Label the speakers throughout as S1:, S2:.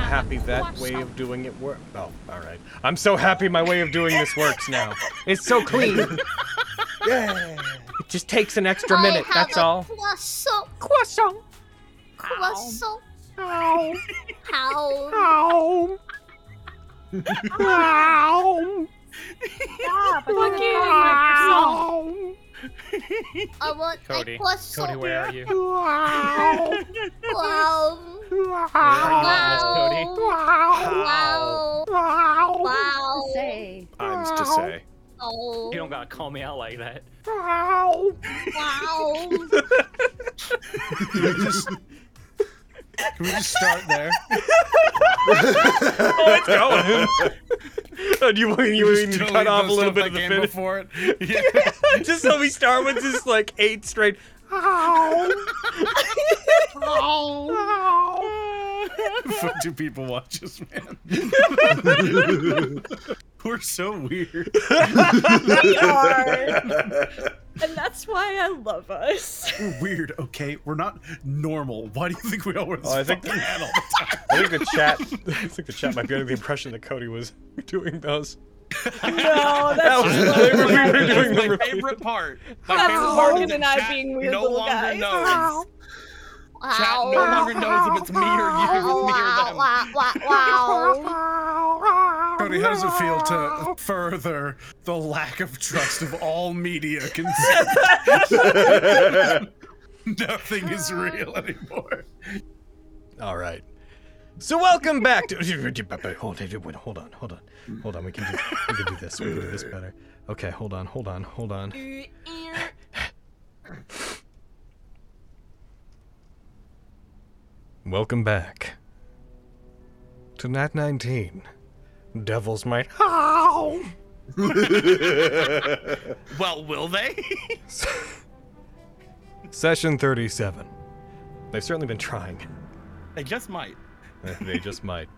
S1: happy that way of doing it works. Oh, all right. I'm so happy my way of doing this works now. It's so clean. It
S2: Yeah.
S1: just takes an extra minute.
S3: I have
S1: That's
S3: a
S1: all.
S3: Croissant,
S1: Croissant.
S3: croissant,
S1: Ow.
S3: how?
S1: Ow. Ow.
S4: Stop. I thought you were calling my croissant.
S1: Ow.
S3: I want
S5: Cody,
S3: a
S5: Cody,
S3: croissant.
S5: where are you?
S1: Ow.
S3: Wow.
S5: Wow.
S3: Wow. Wow. Wow.
S4: Say.
S2: Times to say.
S3: Wow.
S5: You don't gotta call me out like that.
S3: Wow.
S6: Can we just, can we just start there?
S1: Oh, it's going. oh, do you want you
S6: Just
S1: want me to
S6: delete
S1: cut off a
S6: those
S1: little
S6: stuff
S1: bit of the
S6: that came
S1: finish?
S6: before it. Yeah.
S1: just let me start with just like eight straight.
S6: Fuck do people watch us, man? We're so weird.
S7: We are. And that's why I love us.
S6: We're weird, okay? We're not normal. Why do you think we all wear this
S1: Oh, I think-
S6: fucking hat all the time?
S1: I think the chat. I think the chat might be under the impression that Cody was doing those.
S7: No,
S1: That
S7: that's
S1: was
S7: just
S1: the way we were
S7: love.
S1: doing
S8: my
S1: the
S8: favorite
S1: repeat.
S8: part. My
S7: That's
S8: favorite
S7: Morgan
S8: part
S7: and
S8: is
S7: I
S8: chat
S7: being weird
S8: no
S7: little
S8: longer
S7: guys.
S8: Knows. Chat no
S3: Wow.
S8: longer knows if it's me or you, me or them.
S3: Wow, Oh, wow, wow.
S7: Oh,
S6: Cody, how does it feel to further the lack of trust of all media concerns? Nothing is real anymore.
S1: All right. So welcome back to. Hold on, hold on, hold on, hold on. We can do, we can do this. We can do this better. Okay, hold on, hold on, hold on. Welcome back to Nat 19. Devil's Might. Ow!
S8: Well, will they?
S1: Session 37. They've certainly been trying.
S8: they just might.
S1: they just might.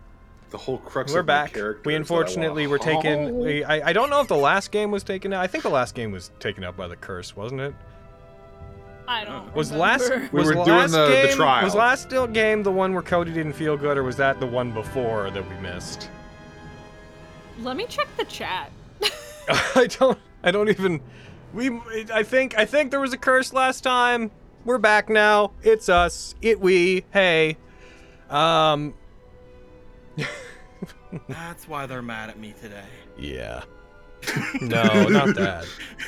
S2: The whole crux
S1: We're
S2: of my
S1: back.
S2: character. is that I
S1: We
S2: wanna
S1: unfortunately were taken. We, I, I don't know if the last game was taken out. I think the last game was taken out by the curse, wasn't it?
S7: I don't.
S1: Was last
S2: We
S1: was
S2: were doing
S1: last
S2: the- the
S1: game,
S2: trial.
S1: Was last still game the one where Cody didn't feel good, or was that the one before that we missed?
S7: Let me check the chat.
S1: I don't. I don't even. We. I think. I think there was a curse last time. We're back now. It's us. It we. Hey. Um.
S8: That's why they're mad at me today.
S1: Yeah. No, not that.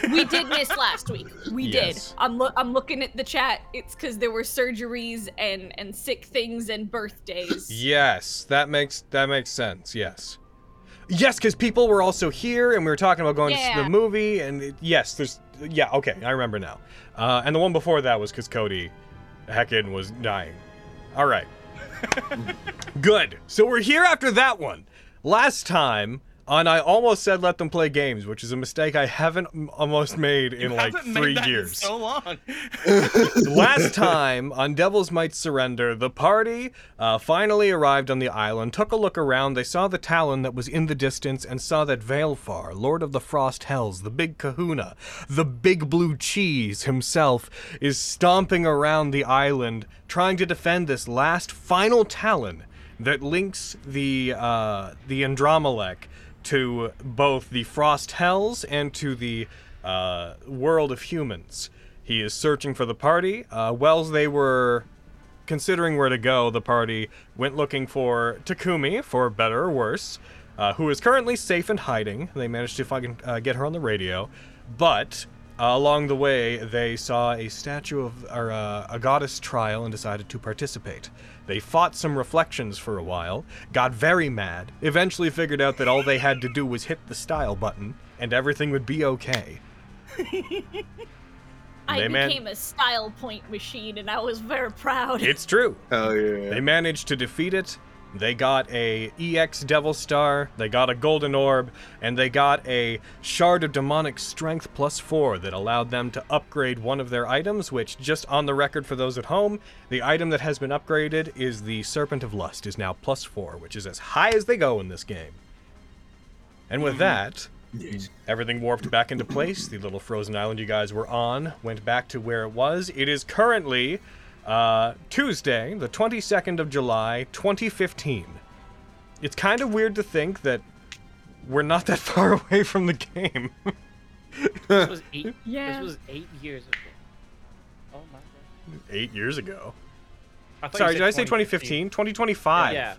S7: We did miss last week. We
S1: Yes.
S7: did. I'm lo- I'm looking at the chat. It's because there were surgeries and and sick things and birthdays.
S1: Yes, that makes that makes sense. Yes. Yes, because people were also here, and we were talking about going to
S7: Yeah.
S1: the movie, and it- yes, there's yeah, okay, I remember now. Uh, and the one before that was because Cody, heckin, was dying. All right. Good. So we're here after that one. Last time on, I almost said let them play games, which is a mistake I haven't m- almost made in like
S8: Haven't made
S1: three
S8: that in
S1: years.
S8: so long.
S1: Last time on Devil's Might Surrender, the party uh, finally arrived on the island, took a look around. They saw the Talon that was in the distance and saw that Veilfar, Lord of the Frost Hells, the big kahuna, the big blue cheese himself, is stomping around the island trying to defend this last final Talon that links the, uh, the Andromelech to both the Frost Hells and to the uh, world of humans. He is searching for the party. Uh, whilst they were considering where to go, the party went looking for Takumi, for better or worse, uh, who is currently safe and hiding. They managed to fucking uh, get her on the radio, but uh, along the way they saw a statue of or uh, a goddess trial and decided to participate. They fought some reflections for a while, got very mad, eventually figured out that all they had to do was hit the style button and everything would be okay.
S7: I
S1: They man-
S7: became a style point machine, and I was very proud.
S1: It's true.
S2: Hell yeah.
S1: They managed to defeat it. They got a EX Devil Star, they got a Golden Orb, and they got a Shard of Demonic Strength plus 4 that allowed them to upgrade one of their items, which, just on the record for those at home, the item that has been upgraded is the Serpent of Lust, is now plus 4, which is as high as they go in this game. And
S2: Mm-hmm.
S1: with that, Everything warped back into place. The little frozen island you guys were on went back to where it was. It is currently uh, Tuesday, the 22nd of July, 2015. It's kind of weird to think that we're not that far away from the game.
S5: This was eight.
S7: Yeah.
S5: This was eight years ago. Oh my god.
S1: Eight years ago.
S5: I thought you
S1: Sorry,
S5: said
S1: did I say 2015? 2025.
S5: Yeah.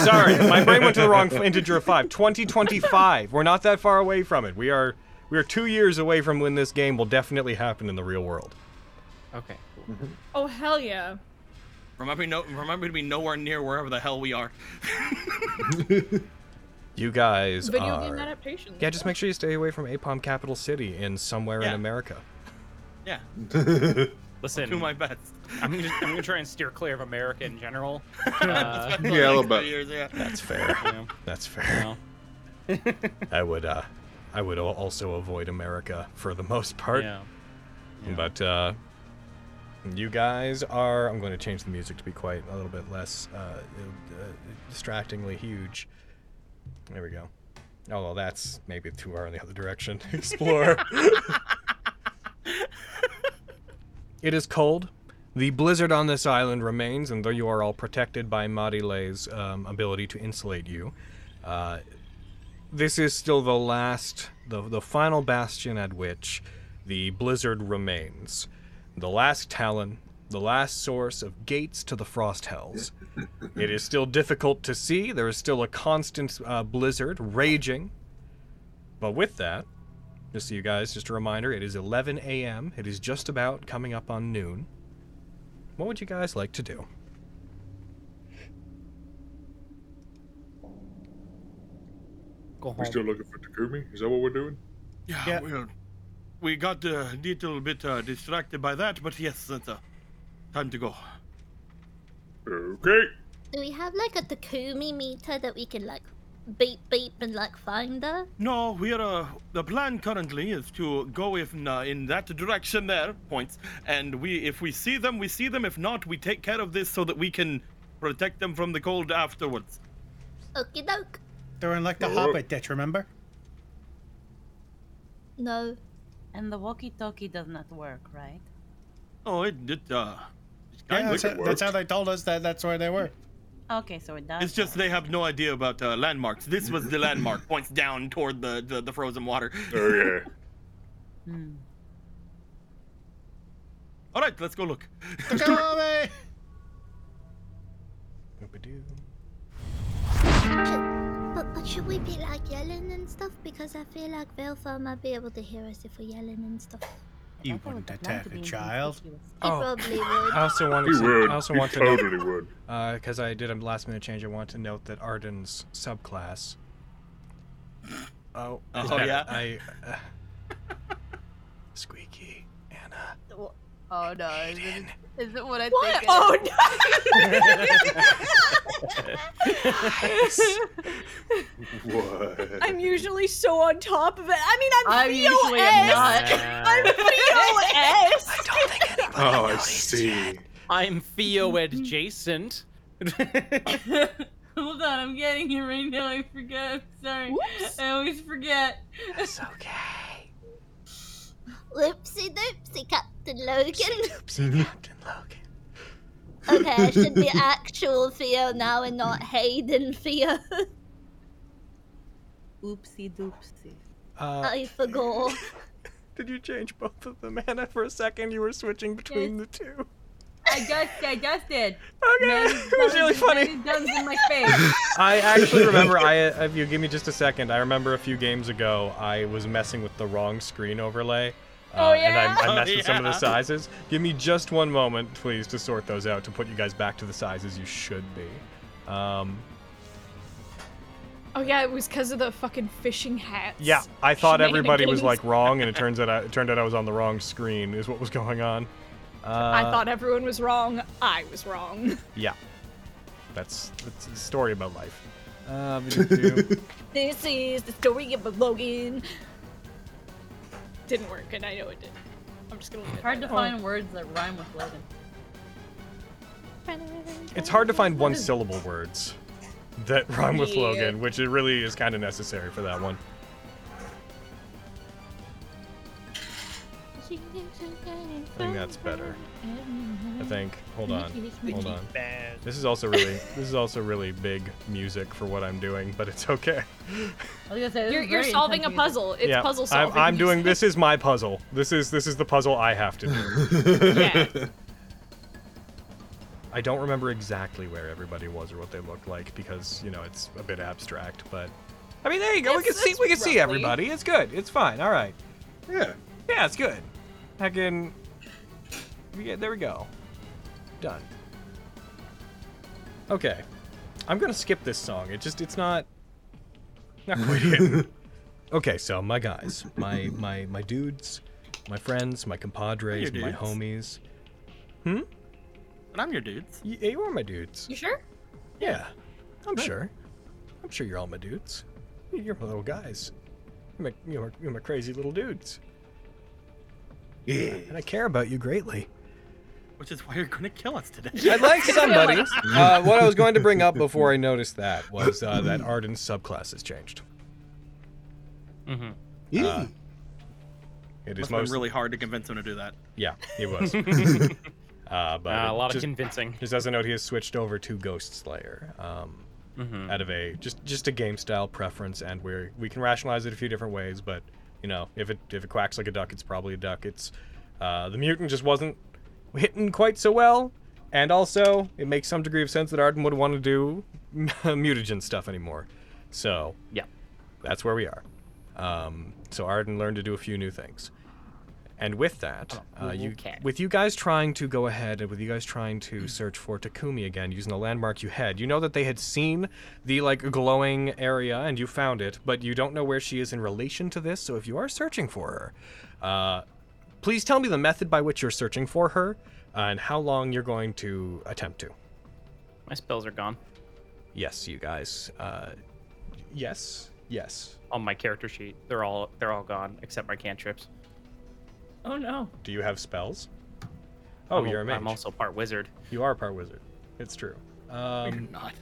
S1: Sorry, my brain went to the wrong integer of five. 2025. We're not that far away from it. We are we are two years away from when this game will definitely happen in the real world.
S5: okay. Cool.
S7: Oh hell yeah.
S9: Remember, me no, remember to be nowhere near wherever the hell we are.
S1: You guys
S7: Video
S1: are.
S7: game adaptations.
S1: yeah, just make sure you stay away from APOM Capital City in somewhere in
S9: Yeah.
S1: America.
S9: Yeah,
S5: Listen,
S9: do my best.
S5: I'm gonna I'm gonna try and steer clear of America in general. Uh,
S9: For the
S2: Yeah, a little
S9: next three
S2: bit.
S9: years, yeah.
S1: That's fair.
S5: yeah,
S1: That's fair.
S5: well,
S1: I would uh, I would al- also avoid America for the most part.
S5: yeah.
S1: But uh, you guys are. I'm going to change the music to be quite a little bit less uh, uh, distractingly huge. There we go. Although that's maybe too far in the other direction. Explore. it is cold. The blizzard on this island remains, and though you are all protected by Marile's um, ability to insulate you, uh, this is still the last, the, the final bastion at which the blizzard remains. The last talon, the last source of gates to the frost hells. it is still difficult to see. There is still a constant uh, blizzard raging. But with that, just so you guys, just a reminder, it is 11 a.m. It is just about coming up on noon. What would you guys like to do?
S5: Go home.
S2: We're still looking for Takumi. Is that what we're doing?
S9: Yeah,
S10: Yeah.
S9: We, are, we got a little bit uh, distracted by that, but yes, that's, uh, time to go.
S2: Okay.
S3: Do we have like a Takumi meter that we can like beep beep and like find her?
S9: No, we're uh, the plan currently is to go if uh, in that direction there points, and we if we see them, we see them. If not, we take care of this so that we can protect them from the cold afterwards.
S3: Okie doke.
S6: They're in like the
S2: Oh.
S6: Hobbit ditch, remember?
S3: No.
S11: And the walkie-talkie does not work, right?
S9: Oh, it, it uh, it's,
S6: Yeah,
S9: kind
S6: that's,
S9: of-
S2: think it
S6: how- that's how
S2: worked.
S6: they told us that that's where they were.
S11: Okay, so it does.
S9: it's just they have no idea about uh, landmarks. This was the landmark points down toward the the, the frozen water.
S2: Oh yeah.
S11: Hmm.
S9: All right, let's go look.
S6: Takumi!
S3: But, but should we be like yelling and stuff? Because I feel like Velfa might be able to hear us if we're yelling and stuff.
S6: You
S11: I thought it
S6: wouldn't
S11: was meant
S6: attack
S11: to
S6: a
S11: be
S6: child.
S11: inconspicuous.
S3: He
S1: Oh.
S3: probably would.
S1: I also want
S2: He
S1: to.
S2: would.
S1: I also
S2: he
S1: want to know,
S2: totally would.
S1: because I did a last minute change. I want to note that Arden's subclass. Oh, is
S9: Oh,
S1: that-
S9: yeah?
S1: I. Uh, squeaky Anna.
S12: Oh no, is it,
S1: Aiden.
S12: is it what I
S7: What?
S12: think?
S7: Oh
S1: Nice.
S7: no!
S2: What?
S7: I'm usually so on top of it. I mean, I'm,
S12: I'm
S7: Theo
S12: usually
S7: esque.
S12: not.
S7: I'm Theo esque.
S1: Don't think anybody
S2: Oh, I
S1: noticed
S2: see.
S1: yet.
S5: I'm Theo adjacent.
S11: Hold on, I'm getting it right now. I forget. I'm sorry.
S7: Whoops.
S11: I always forget.
S1: It's okay.
S3: Whoopsie doopsie, Captain Logan.
S1: Oopsie, Captain Logan.
S3: Okay, I should be actual Theo now and not Hayden Theo.
S11: Oopsie doopsie.
S1: Uh,
S3: I forgot.
S1: did you change both of them, Anna? For a second, you were switching between the two.
S11: I just, I just did.
S1: Okay, it was really funny.
S11: Guns in my face.
S1: I actually remember. I uh, if you give me just a second, I remember a few games ago I was messing with the wrong screen overlay. uh,
S7: Oh,
S1: And
S7: yeah?
S1: I, I
S9: Oh,
S1: messed with some of the
S9: yeah.
S1: sizes. Give me just one moment, please, to sort those out to put you guys back to the sizes you should be. Um,
S7: Oh yeah, it was because of the fucking fishing hats.
S1: yeah, I thought everybody was like
S7: Shenanigans.
S1: wrong, and it turns out I, it turned out I was on the wrong screen. Is what was going on. Uh,
S7: I thought everyone was wrong. I was wrong.
S1: Yeah, that's that's a story about life. Uh, do-do-do.
S7: This is the story of Logan. Didn't work, and I know it did. I'm just gonna. leave it
S11: Hard to
S7: at that.
S11: find words that rhyme with Logan.
S1: It's hard to find one syllable words that rhyme with
S7: Yeah.
S1: Logan, which it really is kind of necessary for that one. I think that's better. I think. Hold on. Hold on. This is also really this is also really big music for what I'm doing, but it's okay.
S11: I was gonna say, this
S7: You're,
S11: is
S7: you're
S11: very
S7: solving a
S11: intense
S7: puzzle. It's
S1: yeah,
S7: puzzle
S1: I'm,
S7: solving.
S1: I'm doing this is my puzzle. This is this is the puzzle I have to do. I don't remember exactly where everybody was or what they looked like because you know it's a bit abstract, but I mean there you go. we can
S7: It's-
S1: see
S7: it's
S1: we can see
S7: roughly.
S1: everybody. It's good. It's fine. All right.
S2: Yeah.
S1: Yeah, it's good. Heckin. Yeah, there we go. Done. Okay. I'm gonna skip this song. It just it's not not quite it. Okay, so my guys, my my my dudes, my friends, my compadres,
S9: Your
S1: my
S9: dudes.
S1: homies. Hmm?
S9: And I'm your dudes.
S1: Y- yeah, you are my dudes.
S7: You sure?
S1: Yeah, I'm sure. I'm sure you're all my dudes. You're my little guys. You're my, you're my, you're my crazy little dudes.
S2: Yeah.
S1: And I care about you greatly.
S9: Which is why you're gonna kill us today.
S1: I'd like somebody.
S9: Mm.
S1: uh, what I was going to bring up before I noticed that was uh, that Arden's subclass has changed.
S5: Mm-hmm.
S1: Uh, it is
S9: It's been
S1: most
S9: really hard to convince him to do that.
S1: yeah, it was. uh, but
S5: Uh, a
S1: it
S5: lot of
S1: just-
S5: convincing.
S1: Just as a note, he has switched over to Ghost Slayer. Um,
S5: Mhm.
S1: Out of a just just a game style preference, and we we can rationalize it a few different ways, but you know if it if it quacks like a duck, it's probably a duck. It's uh, the mutant just wasn't hitting quite so well, and also it makes some degree of sense that Arden would want to do mutagen stuff anymore. So
S5: Yeah.
S1: that's where we are. Um, so Arden learned to do a few new things, and with that,
S5: Oh,
S1: uh, you
S5: Okay.
S1: with you guys trying to go ahead and with you guys trying to search for Takumi again using the landmark you had, you know that they had seen the like glowing area and you found it, but you don't know where she is in relation to this. So if you are searching for her, uh, please tell me the method by which you're searching for her and how long you're going to attempt to.
S5: My spells are gone
S1: Yes, you guys. Uh, yes. Yes.
S5: on my character sheet. They're all they're all gone except my cantrips.
S11: Oh no.
S1: Do you have spells? Oh,
S5: I'm, al-
S1: you're a mage.
S5: I'm also part wizard.
S1: You are a part wizard. It's true. Um,
S9: not.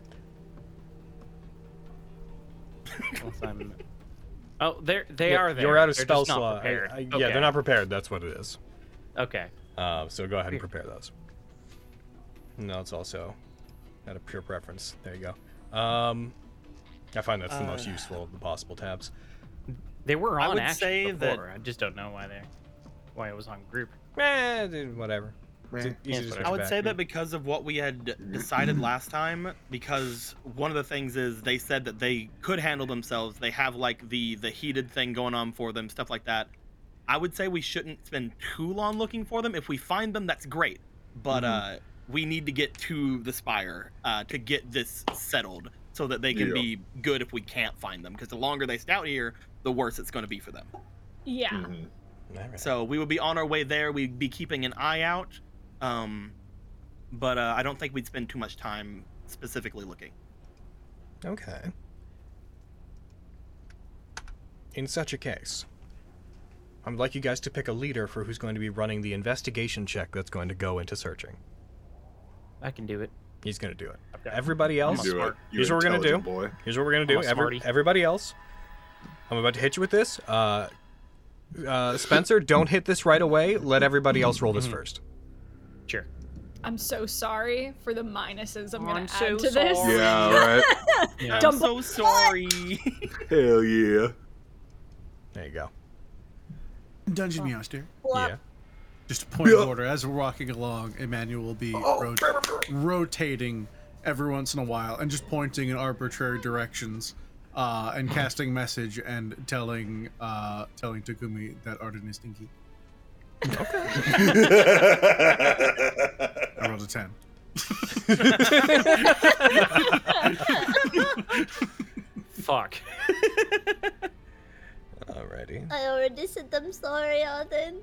S5: Unless I'm- Oh, they're they
S1: Yeah,
S5: are there.
S1: You're out of
S5: They're
S1: spell
S5: just not
S1: slot. I-
S5: prepared.
S1: I- Yeah,
S5: Okay.
S1: they're not prepared. That's what it is.
S5: Okay.
S1: Uh, so go ahead and prepare those. No, it's also out of pure preference. There you go. Um, I find that's the most useful of the possible tabs.
S5: Uh. They were
S9: I
S5: on
S9: would
S5: action
S9: say that-
S5: before. I just don't know why they why it was on group.
S1: Eh, dude, whatever. It's
S2: Meh.
S1: easy to
S5: Yeah,
S1: switch
S5: whatever.
S9: I would
S1: back.
S9: say that because of what we had decided last time, because one of the things is they said that they could handle themselves. They have like the the heated thing going on for them, stuff like that. I would say we shouldn't spend too long looking for them. If we find them, that's great, but
S2: Mm-hmm.
S9: uh, we need to get to the spire uh, to get this settled so that they can
S2: Yeah.
S9: be good if we can't find them. Because the longer they stay out here, the worse it's going to be for them.
S7: Yeah.
S9: Mm-hmm.
S2: Mhm.
S1: Alright.
S9: So we would be on our way there. We'd be keeping an eye out, um, but uh, I don't think we'd spend too much time specifically looking.
S1: Okay. In such a case, I'd like you guys to pick a leader for who's going to be running the investigation check that's going to go into searching.
S5: I can do it.
S1: He's going to do it.
S5: got-
S1: Everybody
S2: You
S1: else,
S2: do it.
S5: smart-
S2: You
S1: here's what we're gonna do.
S2: intelligent Boy.
S1: Here's what we're gonna
S5: I'm
S1: do.
S5: a
S1: Every,
S5: smarty.
S1: everybody else, I'm about to hit you with this. Uh, uh, Spencer, don't hit this right away. Let everybody else roll this
S5: Mm-hmm.
S1: first.
S5: Sure.
S7: I'm so sorry for the minuses I'm gonna
S5: I'm
S7: add
S5: so
S7: to this.
S5: sorry.
S2: Yeah, right.
S5: Yeah.
S9: I'm so sorry.
S2: Hell yeah.
S1: There you go.
S6: Dungeon Master.
S1: Yeah.
S6: Just a point of
S2: Yeah.
S6: order. As we're walking along, Emmanuel will be ro- rotating every once in a while and just pointing in arbitrary directions uh, and casting message and telling uh, telling Takumi that Arden is stinky. I rolled a ten.
S5: Fuck.
S1: Alrighty.
S3: I already said I'm sorry, Arden.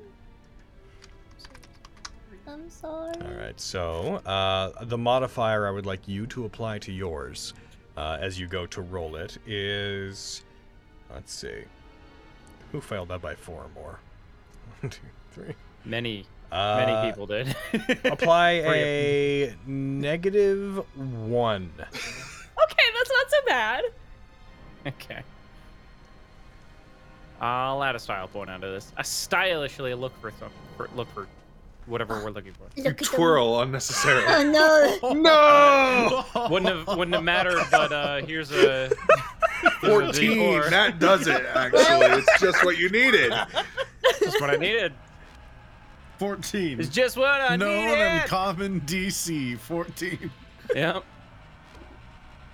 S3: I'm sorry.
S1: All right. So uh, the modifier I would like you to apply to yours uh, as you go to roll it is, let's see, who failed that by four or more? One, two, three.
S5: Many
S1: Uh,
S5: many people did.
S1: Apply a negative one.
S7: Okay, that's not so bad.
S5: okay. I'll add a style point onto this. I stylishly look for some, for, look for whatever we're looking for.
S3: Look at the-
S2: Twirl unnecessarily.
S3: Oh no!
S5: Oh,
S2: No!
S5: wouldn't have wouldn't have mattered, but uh, here's a here's a
S2: 14.
S5: D4.
S2: That does it, actually. It's just what you needed.
S5: Just what I needed.
S6: 14.
S5: It's just what I
S6: Known
S5: needed.
S6: and common DC 14.
S5: Yep.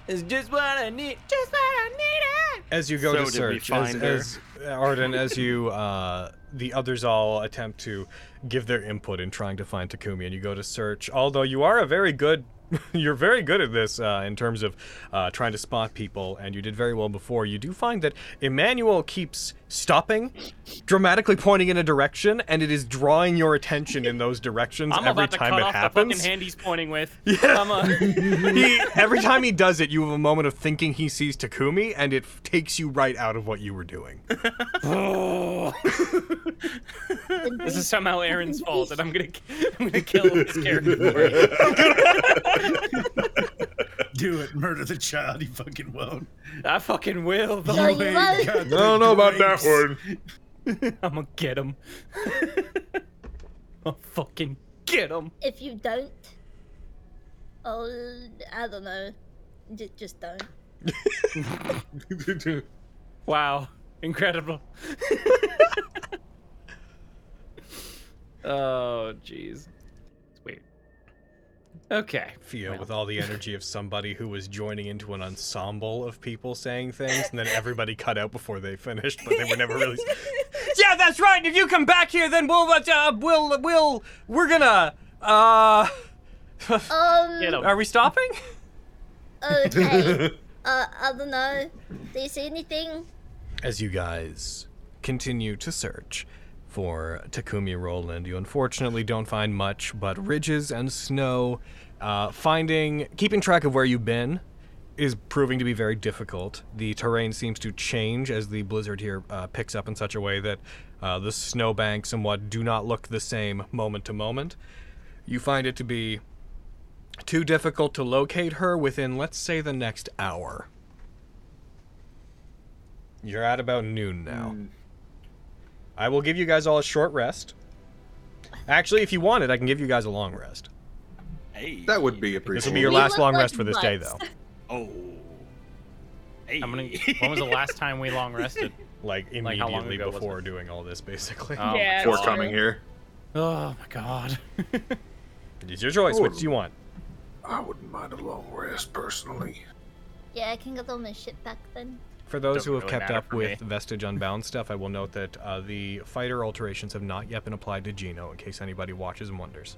S5: It's just what I need.
S7: Just what I needed.
S1: As you go
S5: So
S1: to
S5: did we
S1: search, as,
S5: find her?
S1: as Arden, as you, uh, the others all attempt to give their input in trying to find Takumi, and you go to search. Although you are a very good, you're very good at this uh, in terms of uh, trying to spot people, and you did very well before. You do find that Emmanuel keeps stopping, dramatically pointing in a direction, and it is drawing your attention in those directions
S5: I'm
S1: every
S5: about to
S1: time
S5: cut
S1: it
S5: off the
S1: happens.
S5: fucking hand he's pointing with.
S1: Yeah.
S5: I'm a-
S1: he, every time he does it, you have a moment of thinking he sees Takumi, and it f- takes you right out of what you were doing.
S5: this is somehow Aaron's fault, and I'm gonna I'm gonna kill this character. For it.
S6: Do it. Murder the child. You fucking won't.
S5: I fucking will.
S6: The
S3: No, you
S6: way
S3: won't.
S6: you got
S2: I don't
S6: the
S2: know about that
S6: grapes.
S2: one.
S5: I'm gonna get him. I'll fucking get him.
S3: If you don't, oh, I don't know. J- just don't.
S5: Wow, incredible. oh, jeez. It's weird. Okay.
S1: Fio, with all the energy of somebody who was joining into an ensemble of people saying things, and then everybody cut out before they finished, but they were never really. yeah, that's right. If you come back here, then we'll, uh, we'll, we'll, we're gonna, uh,
S3: Um.
S5: Get him.
S1: are we stopping?
S3: Okay. uh, I don't know. Do you see anything?
S1: As you guys continue to search for Takumi Roland, you unfortunately don't find much but ridges and snow. Uh, finding, keeping track of where you've been is proving to be very difficult. The terrain seems to change as the blizzard here uh, picks up in such a way that uh, the snowbanks and what do not look the same moment to moment. You find it to be too difficult to locate her within, let's say, the next hour. You're at about noon now. I will give you guys all a short rest. Actually, if you want it, I can give you guys a long rest.
S8: Hey.
S2: That would be appreciated.
S1: This will be your
S3: We
S1: last
S3: look
S1: long
S3: like
S1: rest for this day, though.
S3: butts.
S8: Oh. Hey.
S5: I'm gonna. When was the last time we long rested?
S1: Like
S5: Like, how long
S1: immediately
S5: ago was
S1: before doing all this, basically.
S5: Oh,
S7: yeah.
S2: Before
S7: that's
S2: coming
S7: true.
S2: here.
S5: Oh my god.
S1: It's your choice. Which do you want?
S2: I wouldn't mind a long rest, personally.
S3: Yeah, I can get all my shit back then.
S1: For those
S5: Doesn't
S1: who have
S5: really
S1: kept
S5: matter
S1: up
S5: for
S1: with Vestige Unbound stuff, I will note that uh, the fighter alterations have not yet been applied to Gino, in case anybody watches and wonders.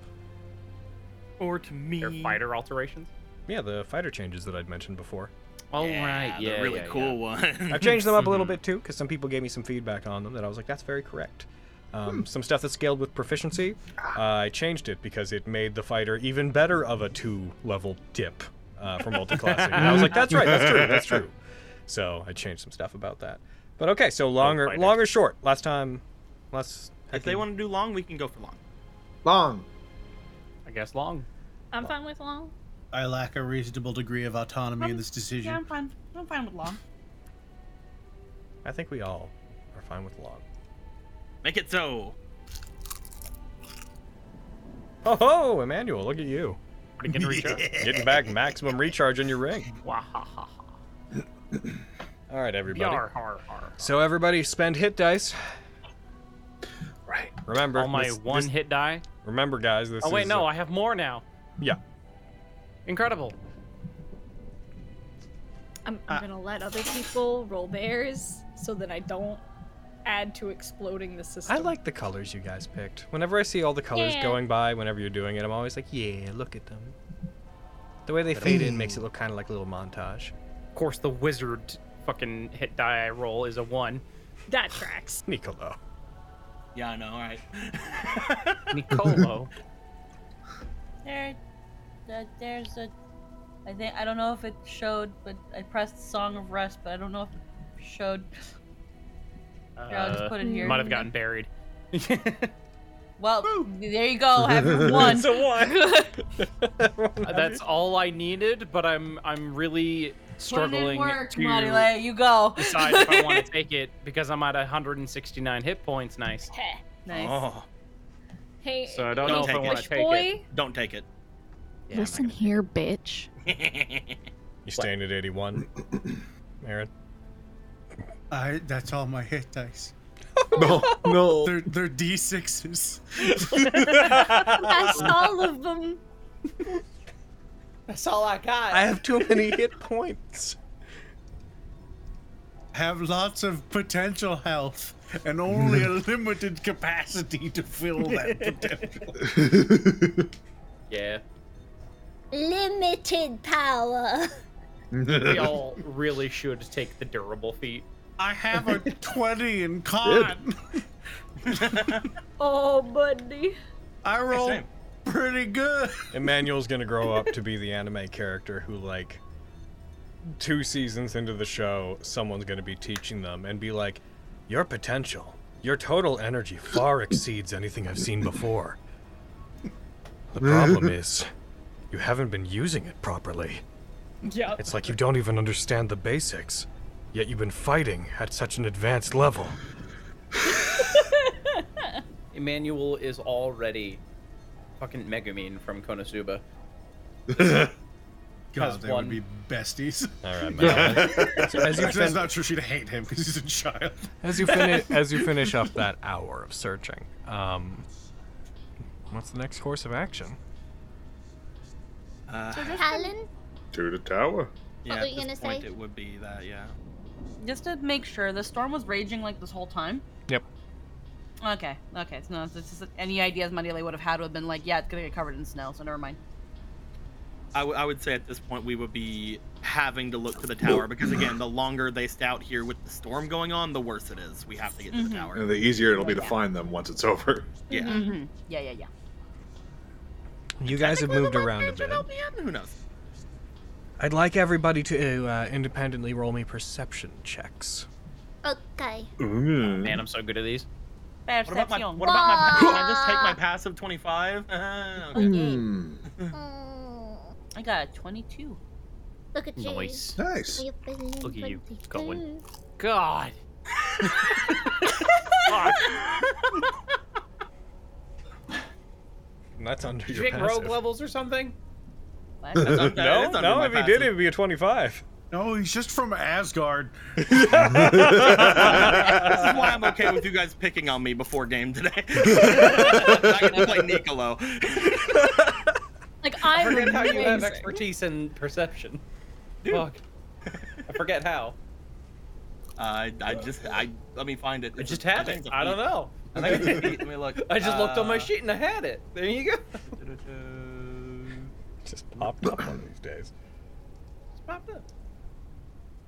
S8: Or to me.
S5: Their fighter alterations.
S1: Yeah, the fighter changes that I'd mentioned before.
S5: All right.
S8: the really cool one.
S1: I've changed them up a little bit too, because some people gave me some feedback on them that I was like, that's very correct.
S8: Hmm.
S1: Um, Some stuff that scaled with proficiency,
S8: Ah.
S1: uh, I changed it because it made the fighter even better of a two level dip uh, for multiclassing. and I was like, that's right, that's true, that's true. So I changed some stuff about that. But okay, so long or,
S5: fighters.
S1: long or short. Last time, last.
S8: If they want to do long, we can go for long.
S2: Long.
S5: I guess long.
S13: I'm fine with long.
S6: I lack a reasonable degree of autonomy in this decision.
S4: Yeah, I'm fine. I'm fine with long.
S1: I think we all are fine with long.
S8: Make it so.
S1: Oh ho, Emmanuel, look at you.
S5: Pretty good recharge.
S1: Getting back maximum recharge on your ring.
S5: Wah, ha, ha, ha.
S1: All right, everybody.
S5: Yar, har, har.
S1: So everybody spend hit dice.
S2: Right.
S1: Remember,
S5: All my
S1: this-
S5: one
S1: this-
S5: hit die.
S1: Remember, guys, this
S5: Oh wait,
S1: is
S5: no,
S1: uh,
S5: I have more now.
S1: yeah.
S5: Incredible.
S7: I'm,
S1: Uh,
S7: I'm gonna let other people roll theirs so that I don't add to exploding the system.
S1: I like the colors you guys picked. Whenever I see all the colors
S7: Yeah.
S1: going by, whenever you're doing it, I'm always like, yeah, look at them. The way they fade in makes it look kind of like a little montage.
S5: Of course, the wizard fucking hit die I roll is a one.
S7: that tracks.
S1: Nicolo.
S8: Yeah, I know. All right.
S5: Nicolo.
S13: There, the- there's a. I think I don't know if it showed, but I pressed Song of Rest, but I don't know if it showed. Here, I'll just
S5: Uh,
S13: put it here.
S5: Might have gotten buried.
S11: Well, there you go. Have one.
S5: It's a one. That's all I needed, but I'm I'm really struggling
S11: work,
S5: to
S11: Marile, you go.
S5: decide if I want to take it because I'm at 169 hit points. Nice.
S11: Nice.
S9: Oh,
S7: Hey,
S5: So I don't
S9: Don't
S5: know if I
S9: take
S5: want
S9: it.
S5: to take it.
S7: boy.
S9: don't take it.
S12: Listen here, bitch.
S1: You're staying at 81. Aaron.
S6: I that's all my hit dice.
S1: No, no.
S6: They're they're D sixes.
S7: That's all of them.
S11: That's all I got.
S1: I have too many hit points.
S6: Have lots of potential health and only a limited capacity to fill that potential.
S5: Yeah.
S3: Limited power.
S5: we all really should take the durable feat.
S6: I have a twenty in con.
S7: Oh, buddy.
S6: I roll
S1: Same.
S6: pretty good.
S1: Emmanuel's gonna grow up to be the anime character who, like, two seasons into the show, someone's gonna be teaching them and be like, Your potential, your total energy far exceeds anything I've seen before. The problem is, you haven't been using it properly.
S7: Yep.
S1: It's like you don't even understand the basics, yet you've been fighting at such an advanced level.
S5: Emmanuel is already fucking Megumin from Konosuba.
S6: God, they
S5: one.
S6: would be besties.
S1: All right,
S5: man.
S1: So as you
S6: Actually, that's
S1: fin-
S6: not true. She'd hate him because he's a child.
S1: As you finish, as you finish up that hour of searching, um, what's the next course of action?
S9: Uh,
S3: Talon?
S2: To the tower.
S9: yeah,
S3: were
S9: at
S3: you
S9: this
S3: gonna
S9: point
S3: say?
S9: it would be that. Yeah.
S11: Just to make sure, the storm was raging like this whole time.
S1: Yep.
S11: Okay, okay. So no, it's just any ideas Marile would have had would have been like, yeah, it's gonna get covered in snow, so never mind.
S9: I, w- I would say at this point we would be having to look to the tower because again, the longer they stay out here with the storm going on, the worse it is. We have to get to the tower.
S2: And the easier it'll be to
S11: Yeah.
S2: find them once it's over.
S9: Yeah.
S11: Mm-hmm. Yeah, yeah, yeah.
S1: You guys have moved around a bit.
S9: Who knows?
S1: I'd like everybody to uh, independently roll me perception checks.
S3: Okay.
S5: Man, I'm so good at these.
S9: What about my?
S11: Perception.
S9: What about my? pa- Can I just take my passive twenty-five?
S1: Hmm.
S11: I got a 22.
S3: Look at you.
S5: Nice.
S2: Nice.
S7: Oh,
S5: Look at you,
S3: going.
S5: God.
S1: And that's under
S5: Did you
S1: your
S5: pick rogue
S1: passive.
S5: levels or something?
S1: no,
S9: That is under
S1: no.
S9: my
S1: If he did,
S9: passive.
S1: it would be a twenty-five.
S6: No, he's just from Asgard.
S9: this is why I'm okay with you guys picking on me before game today. I get to play Niccolo.
S7: Like
S5: I
S7: I'm
S5: forget how you have
S7: amazing.
S5: expertise in perception. Fuck. I forget how.
S9: I I just I let me find it.
S5: I just have it. I don't know.
S9: I think it's a feat. Let me look.
S5: I just looked on my
S9: Uh,
S5: sheet and I had it. There you go.
S1: Just popped up one of these days.
S5: It's popped up.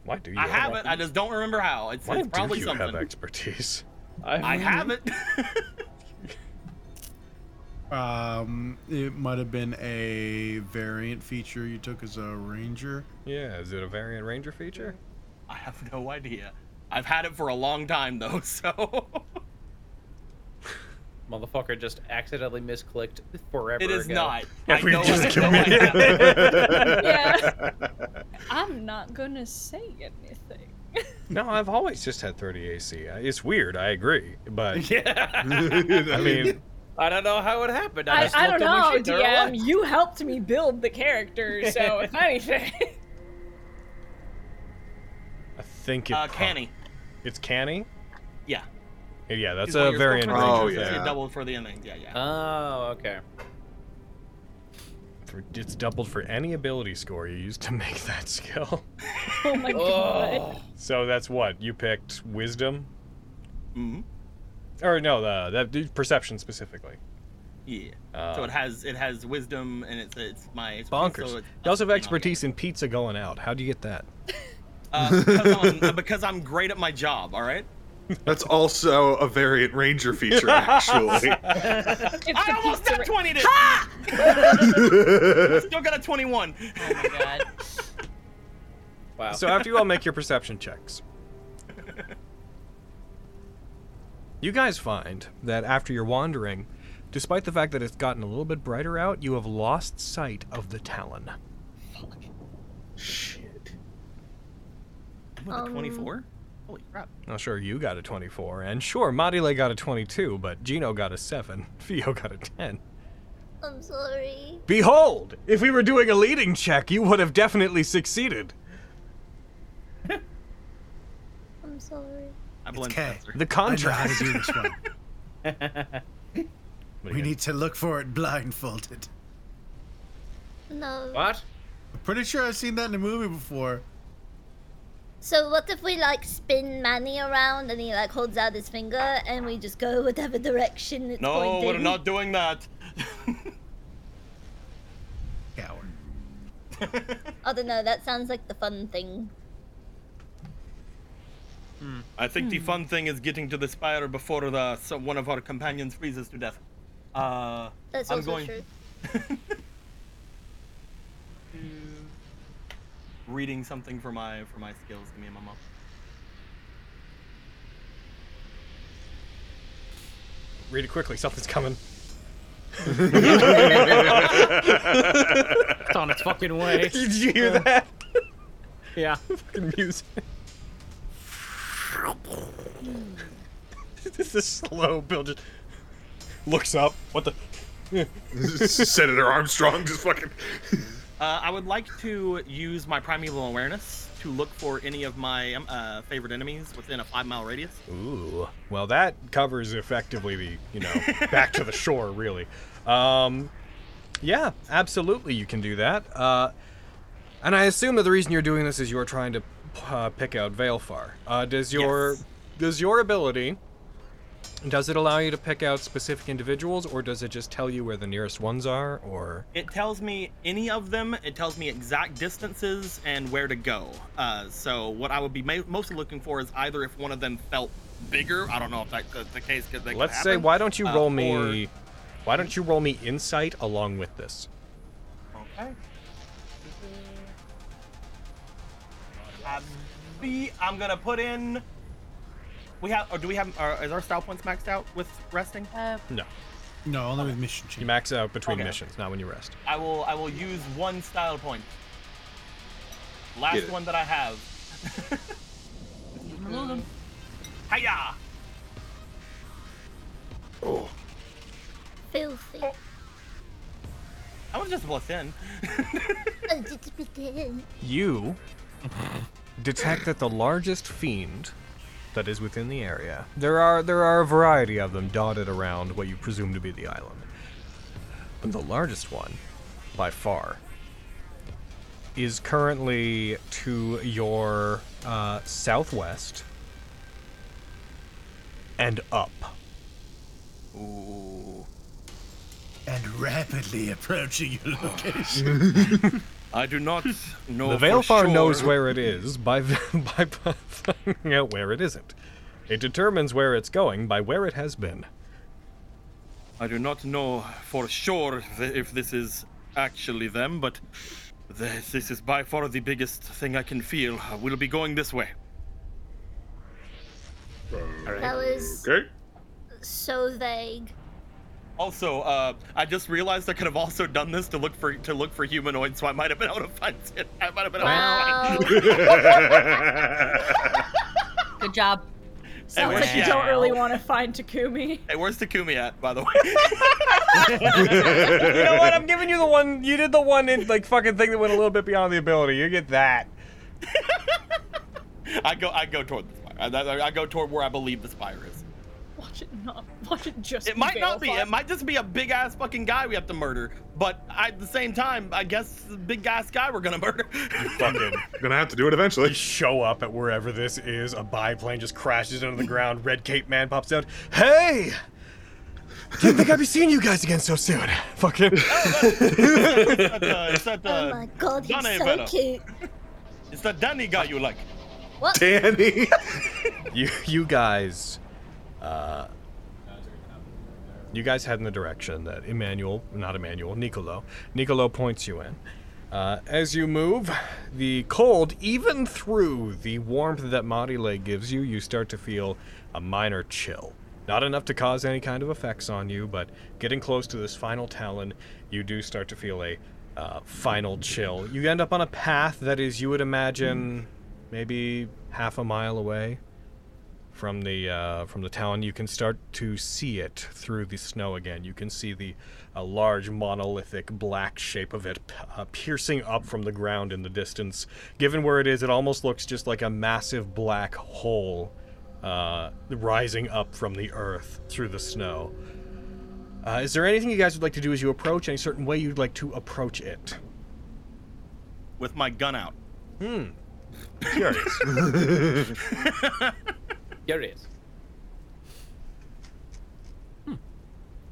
S1: Why do you?
S9: I have it. I just don't remember how. It's,
S1: Why
S9: it's
S1: do
S9: probably
S1: you
S9: something.
S1: have expertise?
S9: I have it.
S6: Um, it might have been a variant feature you took as a ranger.
S1: Yeah. Is it a variant ranger feature?
S9: I have no idea. I've had it for a long time though, so
S5: Motherfucker just accidentally misclicked forever
S9: it is
S5: ago.
S9: not.
S1: If
S9: I
S1: we
S9: know
S1: just
S9: I know
S1: commit-
S9: I have it.
S7: Yeah. I'm not gonna say anything.
S1: No, I've always just had 30 AC. I- Uh, It's weird. I agree, but
S5: Yeah.
S1: I mean,
S5: I don't know how it happened.
S7: I,
S5: I, just
S7: I don't
S5: looked on my
S7: know,
S5: sheet, there it
S7: DM.
S5: was.
S7: You helped me build the character, so if anything.
S1: I think it.
S9: Uh,
S1: prob-
S9: canny.
S1: It's canny.
S9: Yeah.
S1: Yeah, that's
S9: Is what
S1: a
S9: you're
S1: variant.
S9: supposed to
S1: ranger
S2: Oh,
S9: do, so
S1: thing.
S9: you
S2: yeah.
S9: Double for the ending. Yeah, yeah.
S5: Oh, okay.
S1: For- It's doubled for any ability score you use to make that skill.
S7: Oh my god.
S1: So that's what you picked: wisdom,
S9: hmm
S1: or no, the that perception specifically.
S9: Yeah.
S1: Uh,
S9: so it has it has wisdom and it's it's my it's
S1: bonkers.
S9: So
S1: You
S9: it's,
S1: also have expertise in pizza going out. How do you get that?
S9: uh, because, I'm, because I'm great at my job. All right.
S2: That's also a variant ranger feature, actually.
S7: It's the pizza ra-
S9: twenty. To... Still got a twenty-one.
S11: Oh my god.
S5: Wow.
S1: So after you all make your perception checks, you guys find that after your wandering, Despite the fact that it's gotten a little bit brighter out, you have lost sight of the Talon.
S2: Shit.
S9: I'm at a 24?
S12: Holy crap.
S1: Now, sure, you got a 24, and sure, Marile got a 22, but Gino got a 7, Fio got a 10.
S3: I'm sorry.
S1: Behold! If we were doing a leading check, you would have definitely succeeded.
S3: I'm sorry.
S9: I blame Spencer.
S1: The
S6: contract.
S1: contrast.
S6: we need to look for it blindfolded.
S3: No.
S12: What?
S6: I'm pretty sure I've seen that in a movie before.
S3: So what if we like spin Manny around and he like holds out his finger and we just go whatever direction it's
S9: No,
S3: pointing?
S9: we're not doing that.
S6: Coward.
S3: I don't know. That sounds like the fun thing.
S9: I think the fun thing is getting to the spire before the so one of our companions freezes to death. Uh,
S3: That's
S9: I'm
S3: also
S9: going
S3: true.
S9: reading something for my for my skills. Give me a moment.
S1: Read it quickly, something's coming.
S12: It's on its fucking way.
S1: Did you hear that?
S12: Yeah.
S1: fucking music. this is slow. Bill just looks up. What the?
S2: Senator Armstrong just fucking.
S9: Uh, I would like to use my primeval awareness to look for any of my um, uh, favorite enemies within a five mile radius.
S1: Ooh. Well, that covers effectively the, you know, back to the shore, really. Um, yeah, absolutely, you can do that. Uh, and I assume that the reason you're doing this is you're trying to uh, pick out Veilfar. Uh, does your does your ability does it allow you to pick out specific individuals, or does it just tell you where the nearest ones are, or
S9: It tells me any of them. It tells me exact distances and where to go. Uh, so what I would be ma- mostly looking for is either if one of them felt bigger. I don't know if that's the- the case. Cause that could
S1: let's say
S9: happen,
S1: why don't you
S9: uh,
S1: roll
S9: or-
S1: me why don't you roll me insight along with this?
S9: Okay. Um, B, I'm gonna put in. We have, or do we have? Are, is our style points maxed out with resting?
S14: Uh,
S1: No.
S6: No, only with mission change.
S1: You max out between
S9: Okay.
S1: missions, not when you rest.
S9: I will. I will use one style point. Last
S1: it.
S9: one that I have. Hiya!
S3: Filthy.
S2: Oh.
S9: I was just plus in.
S3: Oh,
S1: You detect that the largest fiend that is within the area. There are there are a variety of them dotted around what you presume to be the island. But the largest one, by far, is currently to your uh, southwest and up.
S9: Ooh.
S6: And rapidly approaching your location.
S9: I do not know.
S1: the
S9: for
S1: Veilfar knows
S9: sure.
S1: where it is by by finding out where it isn't. It determines where it's going by where it has been.
S9: I do not know for sure th- if this is actually them, but this, this is by far the biggest thing I can feel. We'll be going this way.
S3: That was
S2: Okay.
S3: so vague.
S9: Also, uh, I just realized I could have also done this to look for to look for humanoids, so I might have been able to find it. I might have been able to find.
S14: Good job.
S7: Sounds like you don't really want to find Takumi.
S9: Hey, where's Takumi at, by the way?
S1: you know what? I'm giving you the one. You did the one in like fucking thing that went a little bit beyond the ability. You get that.
S9: I go I go toward the spire. I, I, I go toward where I believe the spire is.
S7: Watch it not. Watch it just.
S9: It might not be. It might just be a big ass fucking guy we have to murder. But I, at the same time, I guess the big ass guy we're gonna murder.
S1: Fucking
S2: Gonna have to do it eventually.
S1: show up at wherever this is. A biplane just crashes into the ground. Red cape man pops out. Hey. Didn't think I'd be seeing you guys again so soon. Fucking.
S9: It's that, uh, it's that, uh,
S3: Oh my god, he's
S9: Dane
S3: so
S9: fella.
S3: cute.
S9: It's that Danny guy you like.
S3: What?
S2: Danny.
S1: you you guys uh you guys head in the direction that Emmanuel, not Emmanuel, Nicolo, Nicolo points you in. Uh, as you move, the cold, even through the warmth that Marile gives you, you start to feel a minor chill. Not enough to cause any kind of effects on you, but getting close to this final talon, you do start to feel a uh, final chill. You end up on a path that is, you would imagine, maybe half a mile away from the uh, from the town, you can start to see it through the snow again. You can see the a large monolithic black shape of it p- uh, piercing up from the ground in the distance. Given where it is, it almost looks just like a massive black hole uh, rising up from the earth through the snow. Uh, is there anything you guys would like to do as you approach? Any certain way you'd like to approach it?
S8: With my gun out.
S1: Hmm. Curious.
S5: Curious.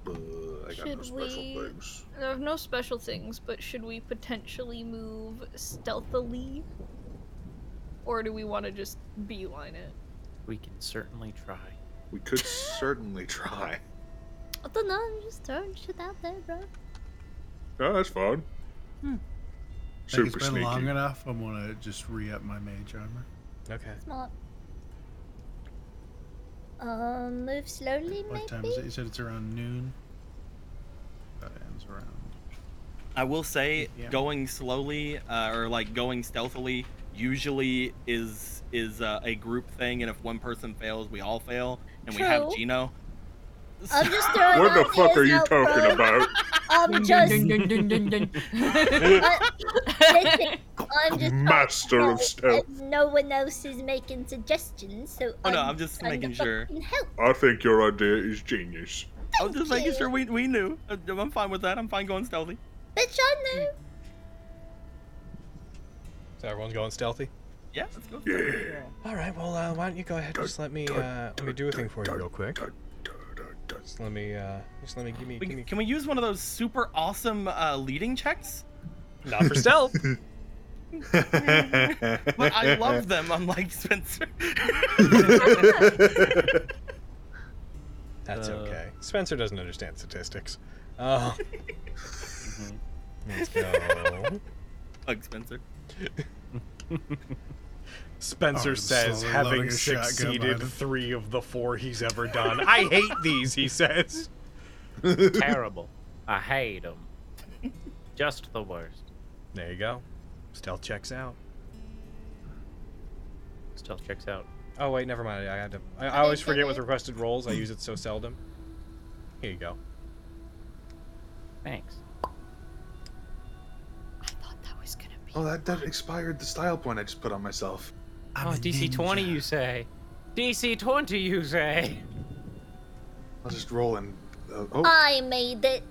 S2: I got no
S7: Should
S2: special
S7: we?
S2: things.
S7: There are no special things, but should we potentially move stealthily, or do we want to just beeline it?
S5: We can certainly try.
S2: We could certainly try.
S3: I don't know. I'm just throwing shit out there, bro.
S2: Oh, that's fun.
S6: I think
S2: Super
S6: it's been
S2: sneaky.
S6: long enough. I'm gonna just re up my mage armor.
S1: Okay.
S3: Smart. Um, move slowly,
S6: What time
S3: maybe.
S6: is it? You said it's around noon. That ends around.
S8: I will say,
S6: Yeah.
S8: going slowly uh, or like going stealthily usually is is uh, a group thing, and if one person fails, we all fail, and we have
S3: True.
S8: Gino.
S3: I'm just throwing
S2: What the
S3: ideas
S2: fuck are you
S3: out,
S2: talking
S3: bro.
S2: about?
S3: I'm just. I, listen, I'm just.
S2: Master of stealth.
S3: and No one else is making suggestions, so
S8: Oh
S3: I'm,
S8: no, I'm just
S3: trying to
S8: making sure.
S3: fucking help.
S2: I think your idea is genius.
S8: I'm just making sure we, we knew. Uh, I'm fine with that. I'm fine going stealthy.
S3: Bitch, I knew.
S1: So everyone's going stealthy.
S8: Yeah, let's go.
S2: Yeah.
S8: stealthy.
S1: All right. Well, uh, why don't you go ahead? Just let me uh, let me do a thing for you real quick. Just let me uh, just let me give me, give
S8: We,
S1: me
S8: can we use one of those super awesome uh, leading checks?
S1: not for stealth.
S8: But I love them. I'm like Spencer.
S1: That's
S5: Uh,
S1: okay. Spencer doesn't understand statistics. Uh,
S5: Mm-hmm.
S1: let's go.
S8: Hug Spencer.
S1: Spencer
S6: Oh, I'm
S1: says,
S6: slowly
S1: having
S6: loading a shotgun
S1: succeeded
S6: behind him.
S1: three of the four he's ever done. I hate these, he says.
S5: Terrible. I hate them. Just the worst.
S1: There you go. Stealth checks out.
S5: Stealth checks out.
S1: Oh wait, never mind. I had to. I, I always forget with requested rolls. I use it so seldom. Here you go.
S5: Thanks.
S2: Oh, that, that expired the style point I just put on myself.
S5: oh, DC 20, you say? DC 20, you say?
S2: I'll just roll and. Uh, oh,
S3: I made it.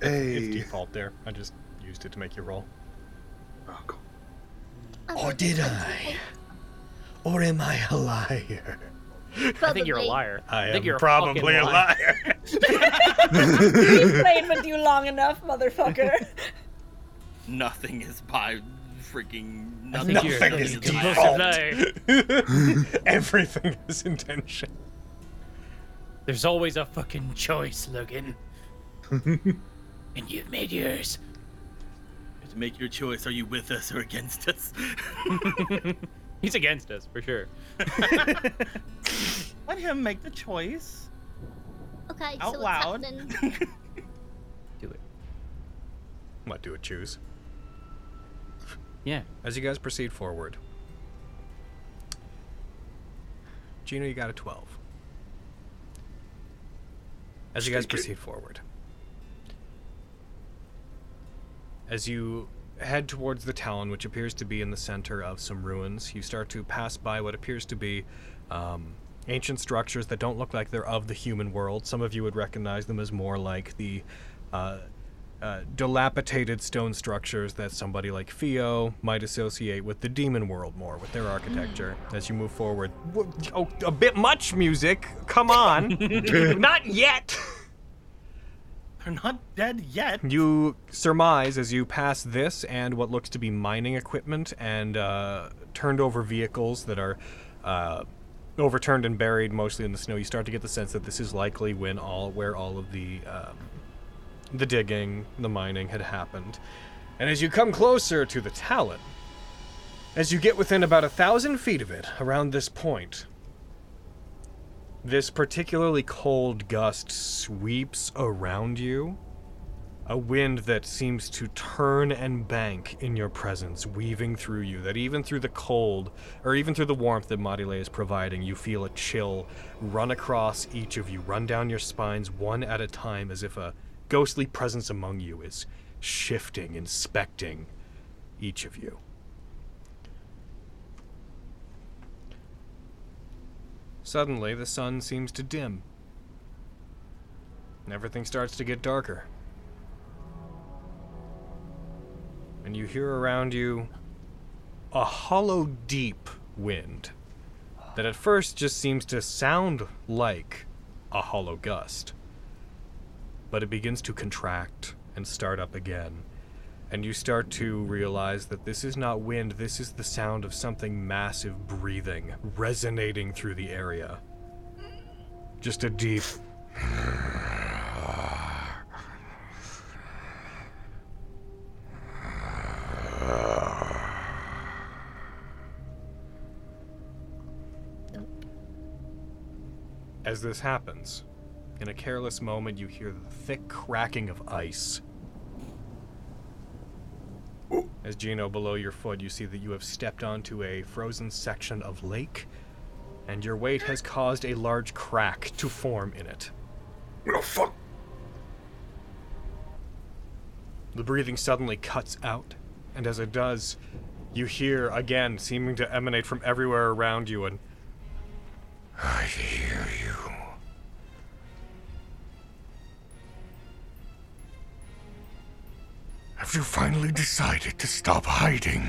S2: hey.
S1: It's default there. I just used it to make you roll.
S2: Oh, cool.
S1: Or did I? Or am I a liar?
S5: I think you're a liar.
S1: I
S5: think
S1: am
S5: you're a fucking
S1: probably a liar.
S4: We've played with you long enough, motherfucker.
S8: Nothing is by freaking
S5: I
S8: nothing.
S5: think you're
S1: Nothing
S5: a
S1: is
S5: fucking
S1: default.
S5: liar.
S1: Everything is intention.
S5: There's always a fucking choice, Logan. and you've made yours.
S8: To make your choice, are you with us or against us?
S5: He's against us, for sure.
S8: Let him make the choice.
S3: Okay,
S8: Out
S3: so
S8: loud.
S3: what's happening?
S5: Do it.
S1: What do it choose?
S5: Yeah.
S1: As you guys proceed forward, Gino, you got a 12. As you guys proceed forward, as you head towards the Talon, which appears to be in the center of some ruins, you start to pass by what appears to be um, ancient structures that don't look like they're of the human world. Some of you would recognize them as more like the uh, uh, dilapidated stone structures that somebody like Theo might associate with the demon world more, with their architecture. As you move forward, Wha- oh, a bit much music. Come on, not yet.
S8: They're not dead yet.
S1: You surmise as you pass this and what looks to be mining equipment and uh, turned over vehicles that are uh, overturned and buried mostly in the snow. You start to get the sense that this is likely when all where all of the um, the digging, the mining had happened. And as you come closer to the Talon, as you get within about a thousand feet of it, around this point, This particularly cold gust sweeps around you. A wind that seems to turn and bank in your presence, weaving through you, that even through the cold, or even through the warmth that Modile is providing, you feel a chill run across each of you, run down your spines one at a time, as if a ghostly presence among you is shifting, inspecting each of you. Suddenly, the sun seems to dim, and everything starts to get darker. And you hear around you a hollow, deep wind that at first just seems to sound like a hollow gust. But it begins to contract and start up again. And you start to realize that this is not wind, this is the sound of something massive breathing, resonating through the area. Just a deep. As this happens, in a careless moment, you hear the thick cracking of ice. As Gino, below your foot, you see that you have stepped onto a frozen section of lake, and your weight has caused a large crack to form in it.
S2: What the fuck?
S1: The breathing suddenly cuts out, and as it does, you hear again, seeming to emanate from everywhere around you, and I hear you.
S12: Have you finally decided to stop hiding?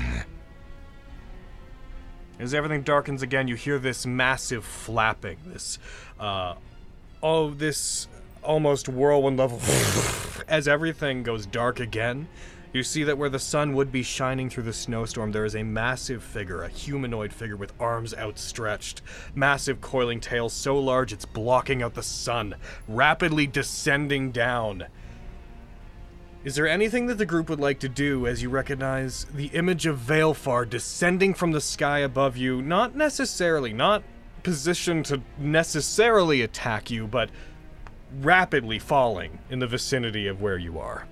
S1: As everything darkens again, you hear this massive flapping, this, uh, oh, this almost whirlwind level. As everything goes dark again, you see that where the sun would be shining through the snowstorm, there is a massive figure, a humanoid figure with arms outstretched, massive coiling tail so large it's blocking out the sun, rapidly descending down. Is there anything that the group would like to do as you recognize the image of Veilfar descending from the sky above you? Not necessarily, not positioned to necessarily attack you, but rapidly falling in the vicinity of where you are.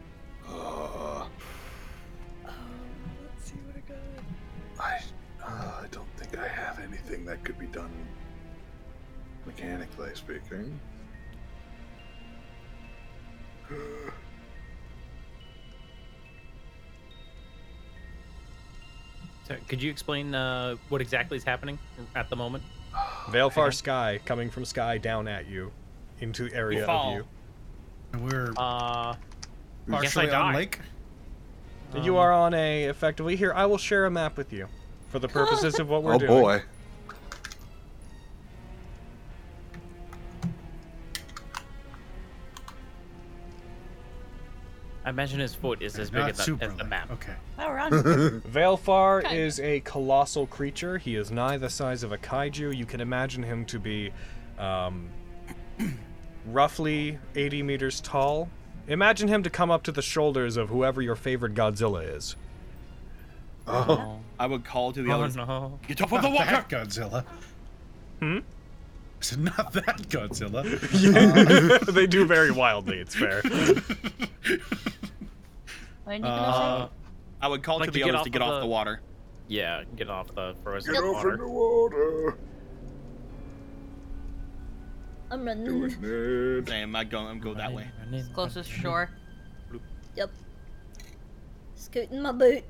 S2: I, uh, I don't think I have anything that could be done mechanically speaking.
S5: So, could you explain uh, what exactly is happening at the moment?
S1: Veilfar sky coming from sky down at you into the area of
S5: fall.
S1: you.
S6: We're
S5: uh, I guess I
S6: partially on
S5: die.
S6: lake. Um,
S1: you are on a effectively here. I will share a map with you for the purposes of what we're
S2: oh
S1: doing.
S2: boy.
S5: I imagine his foot is as big
S1: Not
S5: as the,
S1: super
S5: as the map.
S6: Okay.
S11: Oh,
S1: Veilfar
S5: Kinda.
S1: is a colossal creature. He is nigh the size of a kaiju. You can imagine him to be um, roughly 80 meters tall. Imagine him to come up to the shoulders of whoever your favorite Godzilla is.
S8: Oh. I would call to the
S1: Oh,
S8: others.
S5: no.
S8: Get off of the
S6: Not
S8: water!
S6: that Godzilla.
S1: Hmm?
S6: I said, not that Godzilla.
S1: they do very wildly, it's fair.
S13: When you gonna
S8: Uh, I would call
S5: Like
S8: to the
S5: to get
S8: others
S5: off
S8: to get
S5: of
S8: off
S5: the-
S8: the water.
S5: Yeah, get off the frozen
S2: Get off in
S5: water.
S2: the water.
S3: I'm running.
S8: Damn, I go, I'm go that way.
S13: say closest shore?
S3: Yep. Scooting my boot.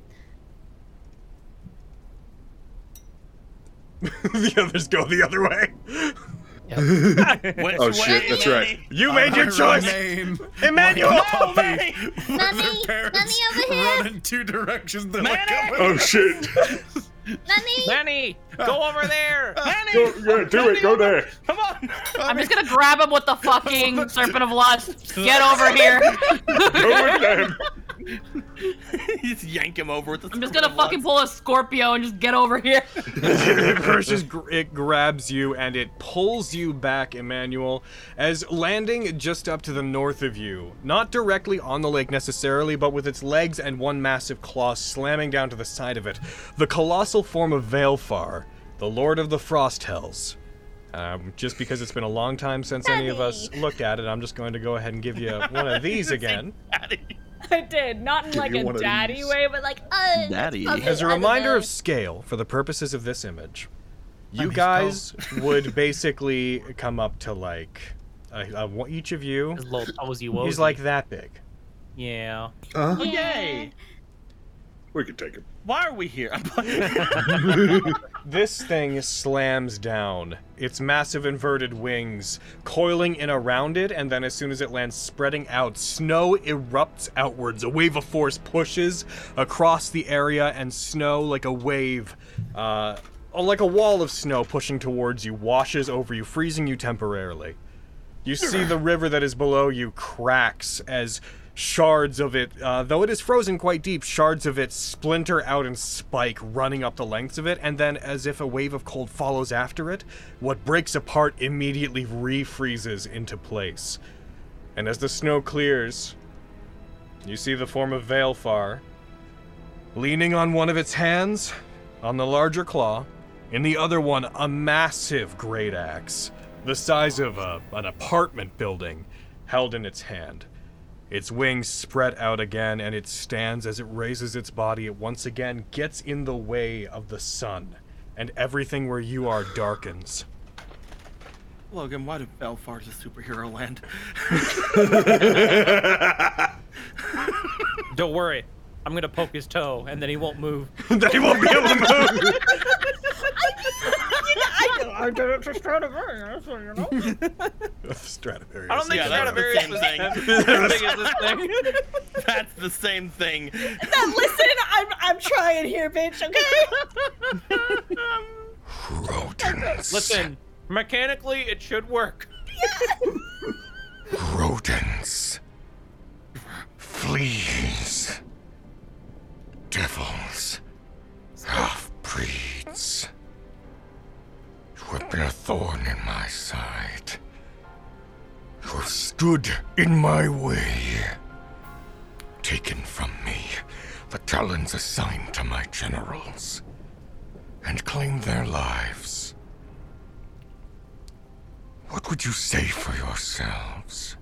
S1: the others go the other way.
S2: oh shit, that's right.
S1: You made your choice.
S6: Name
S1: Emmanuel!
S6: Puppy
S3: Nanny! Nanny over
S6: run
S3: here!
S6: in two directions. They're like,
S2: Oh shit.
S3: Nanny!
S5: Manny, go over there.
S2: Go, yeah, do it. Go there.
S5: Come on.
S15: I'm just gonna grab him with the fucking serpent of lust. Get over here.
S2: Go with them.
S8: Just yank him over with the
S15: I'm just gonna fucking pull a Scorpio and just get over here.
S1: it pushes, gr- it grabs you, and it pulls you back, Emmanuel, as landing just up to the north of you. Not directly on the lake necessarily, but with its legs and one massive claw slamming down to the side of it, the colossal form of Veilfar, the Lord of the Frost Hells, Um, just because it's been a long time since any of us looked at it, I'm just going to go ahead and give you one of these again.
S4: I did. Not in
S1: Give
S4: like
S1: me
S4: a
S1: one of
S4: daddy
S1: these.
S4: way, but like, oh,
S1: Daddy.
S4: okay,
S1: As a
S4: I don't
S1: reminder
S4: know.
S1: of scale for the purposes of this image, you guys would basically come up to like uh, uh, one- each of you. He's
S5: wozy.
S1: like that big.
S5: Yeah.
S9: Uh-huh.
S1: Huh?
S8: Oh, yay!
S2: We could take him.
S8: Why are we here?
S1: this thing slams down, its massive inverted wings coiling in around it, and then as soon as it lands, spreading out, snow erupts outwards. A wave of force pushes across the area, and snow, like a wave, uh, like a wall of snow pushing towards you, washes over you, freezing you temporarily. You see the river that is below you cracks as shards of it, uh, though it is frozen quite deep, shards of it splinter out and spike, running up the lengths of it, and then, as if a wave of cold follows after it, what breaks apart immediately refreezes into place. And as the snow clears, you see the form of Veilfar leaning on one of its hands, on the larger claw, in the other one, a massive great axe, the size of a, an apartment building, held in its hand. Its wings spread out again, and it stands as it raises its body. It once again gets in the way of the sun, and everything where you are darkens.
S8: Logan, why did Belfar to superhero land?
S5: Don't worry. I'm gonna poke his toe, and then he won't move.
S1: then he won't be able to move.
S4: I, know, I did it to Stradivarius, so you know.
S1: Stradivarius.
S5: I don't think
S8: Yeah, that's the
S5: Stradivarius
S8: same
S5: was
S8: thing.
S5: as big as this thing.
S8: That's the same thing.
S4: Now listen, I'm I'm trying here, bitch. Okay.
S5: Listen, mechanically, it should work.
S12: Rodents. Fleas. Devils. Half breeds. You have been a thorn in my side. You have stood in my way. Taken from me the talons assigned to my generals. And claimed their lives. What would you say for yourselves?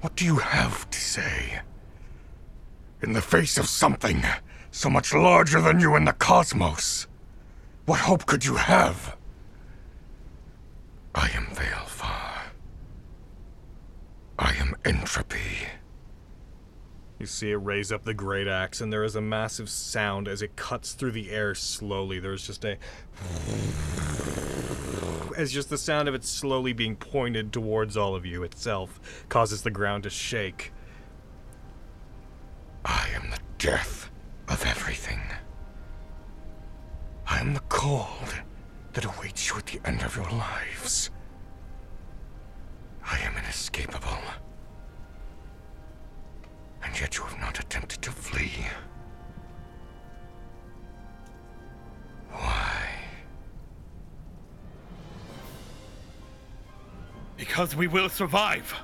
S12: What do you have to say? In the face of something so much larger than you in the cosmos, what hope could you have? I am Veilfar. I am entropy.
S1: You see it raise up the great axe, and there is a massive sound as it cuts through the air slowly. There's just a. As just the sound of it slowly being pointed towards all of you itself causes the ground to shake.
S12: I am the death of everything. I am the cold that awaits you at the end of your lives. I am inescapable. And yet you have not attempted to flee.
S8: Because we will survive.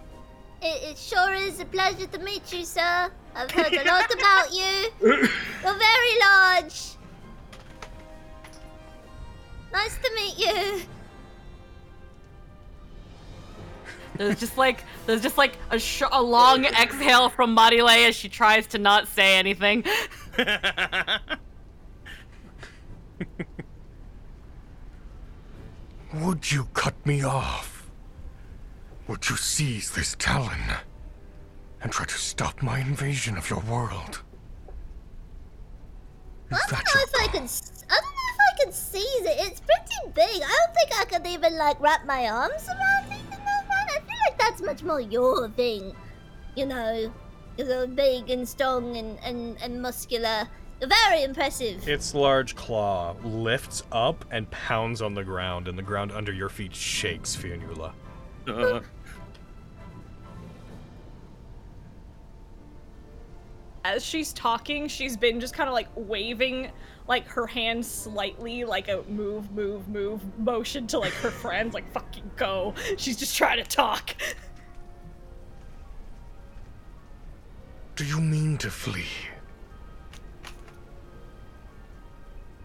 S3: It, it sure is a pleasure to meet you, sir. I've heard a lot about you. You're very large. Nice to meet you.
S15: There's just like there's just like a, sh- a long exhale from Marile as she tries to not say anything.
S12: Would you cut me off? Would you seize this talon and try to stop my invasion of your world?
S3: I don't know if I can. s- I don't know if I can seize it. It's pretty big. I don't think I could even like wrap my arms around it. You know, man. I feel like that's much more your thing. You know, you're big and strong and and, and muscular. You're very impressive.
S1: Its large claw lifts up and pounds on the ground, and the ground under your feet shakes, Fionula.
S4: As she's talking, she's been just kind of like waving like her hand slightly, like a move, move, move motion to like her friends, like fucking go. She's just trying to talk.
S12: Do you mean to flee?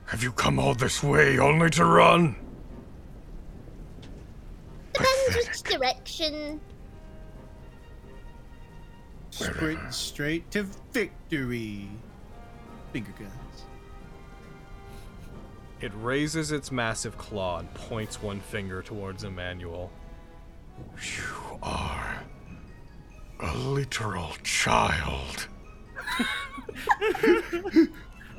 S12: Have you come all this way only to run?
S3: direction?
S16: Sprint straight to victory. Finger guns.
S1: It raises its massive claw and points one finger towards Emmanuel.
S12: You are a literal child.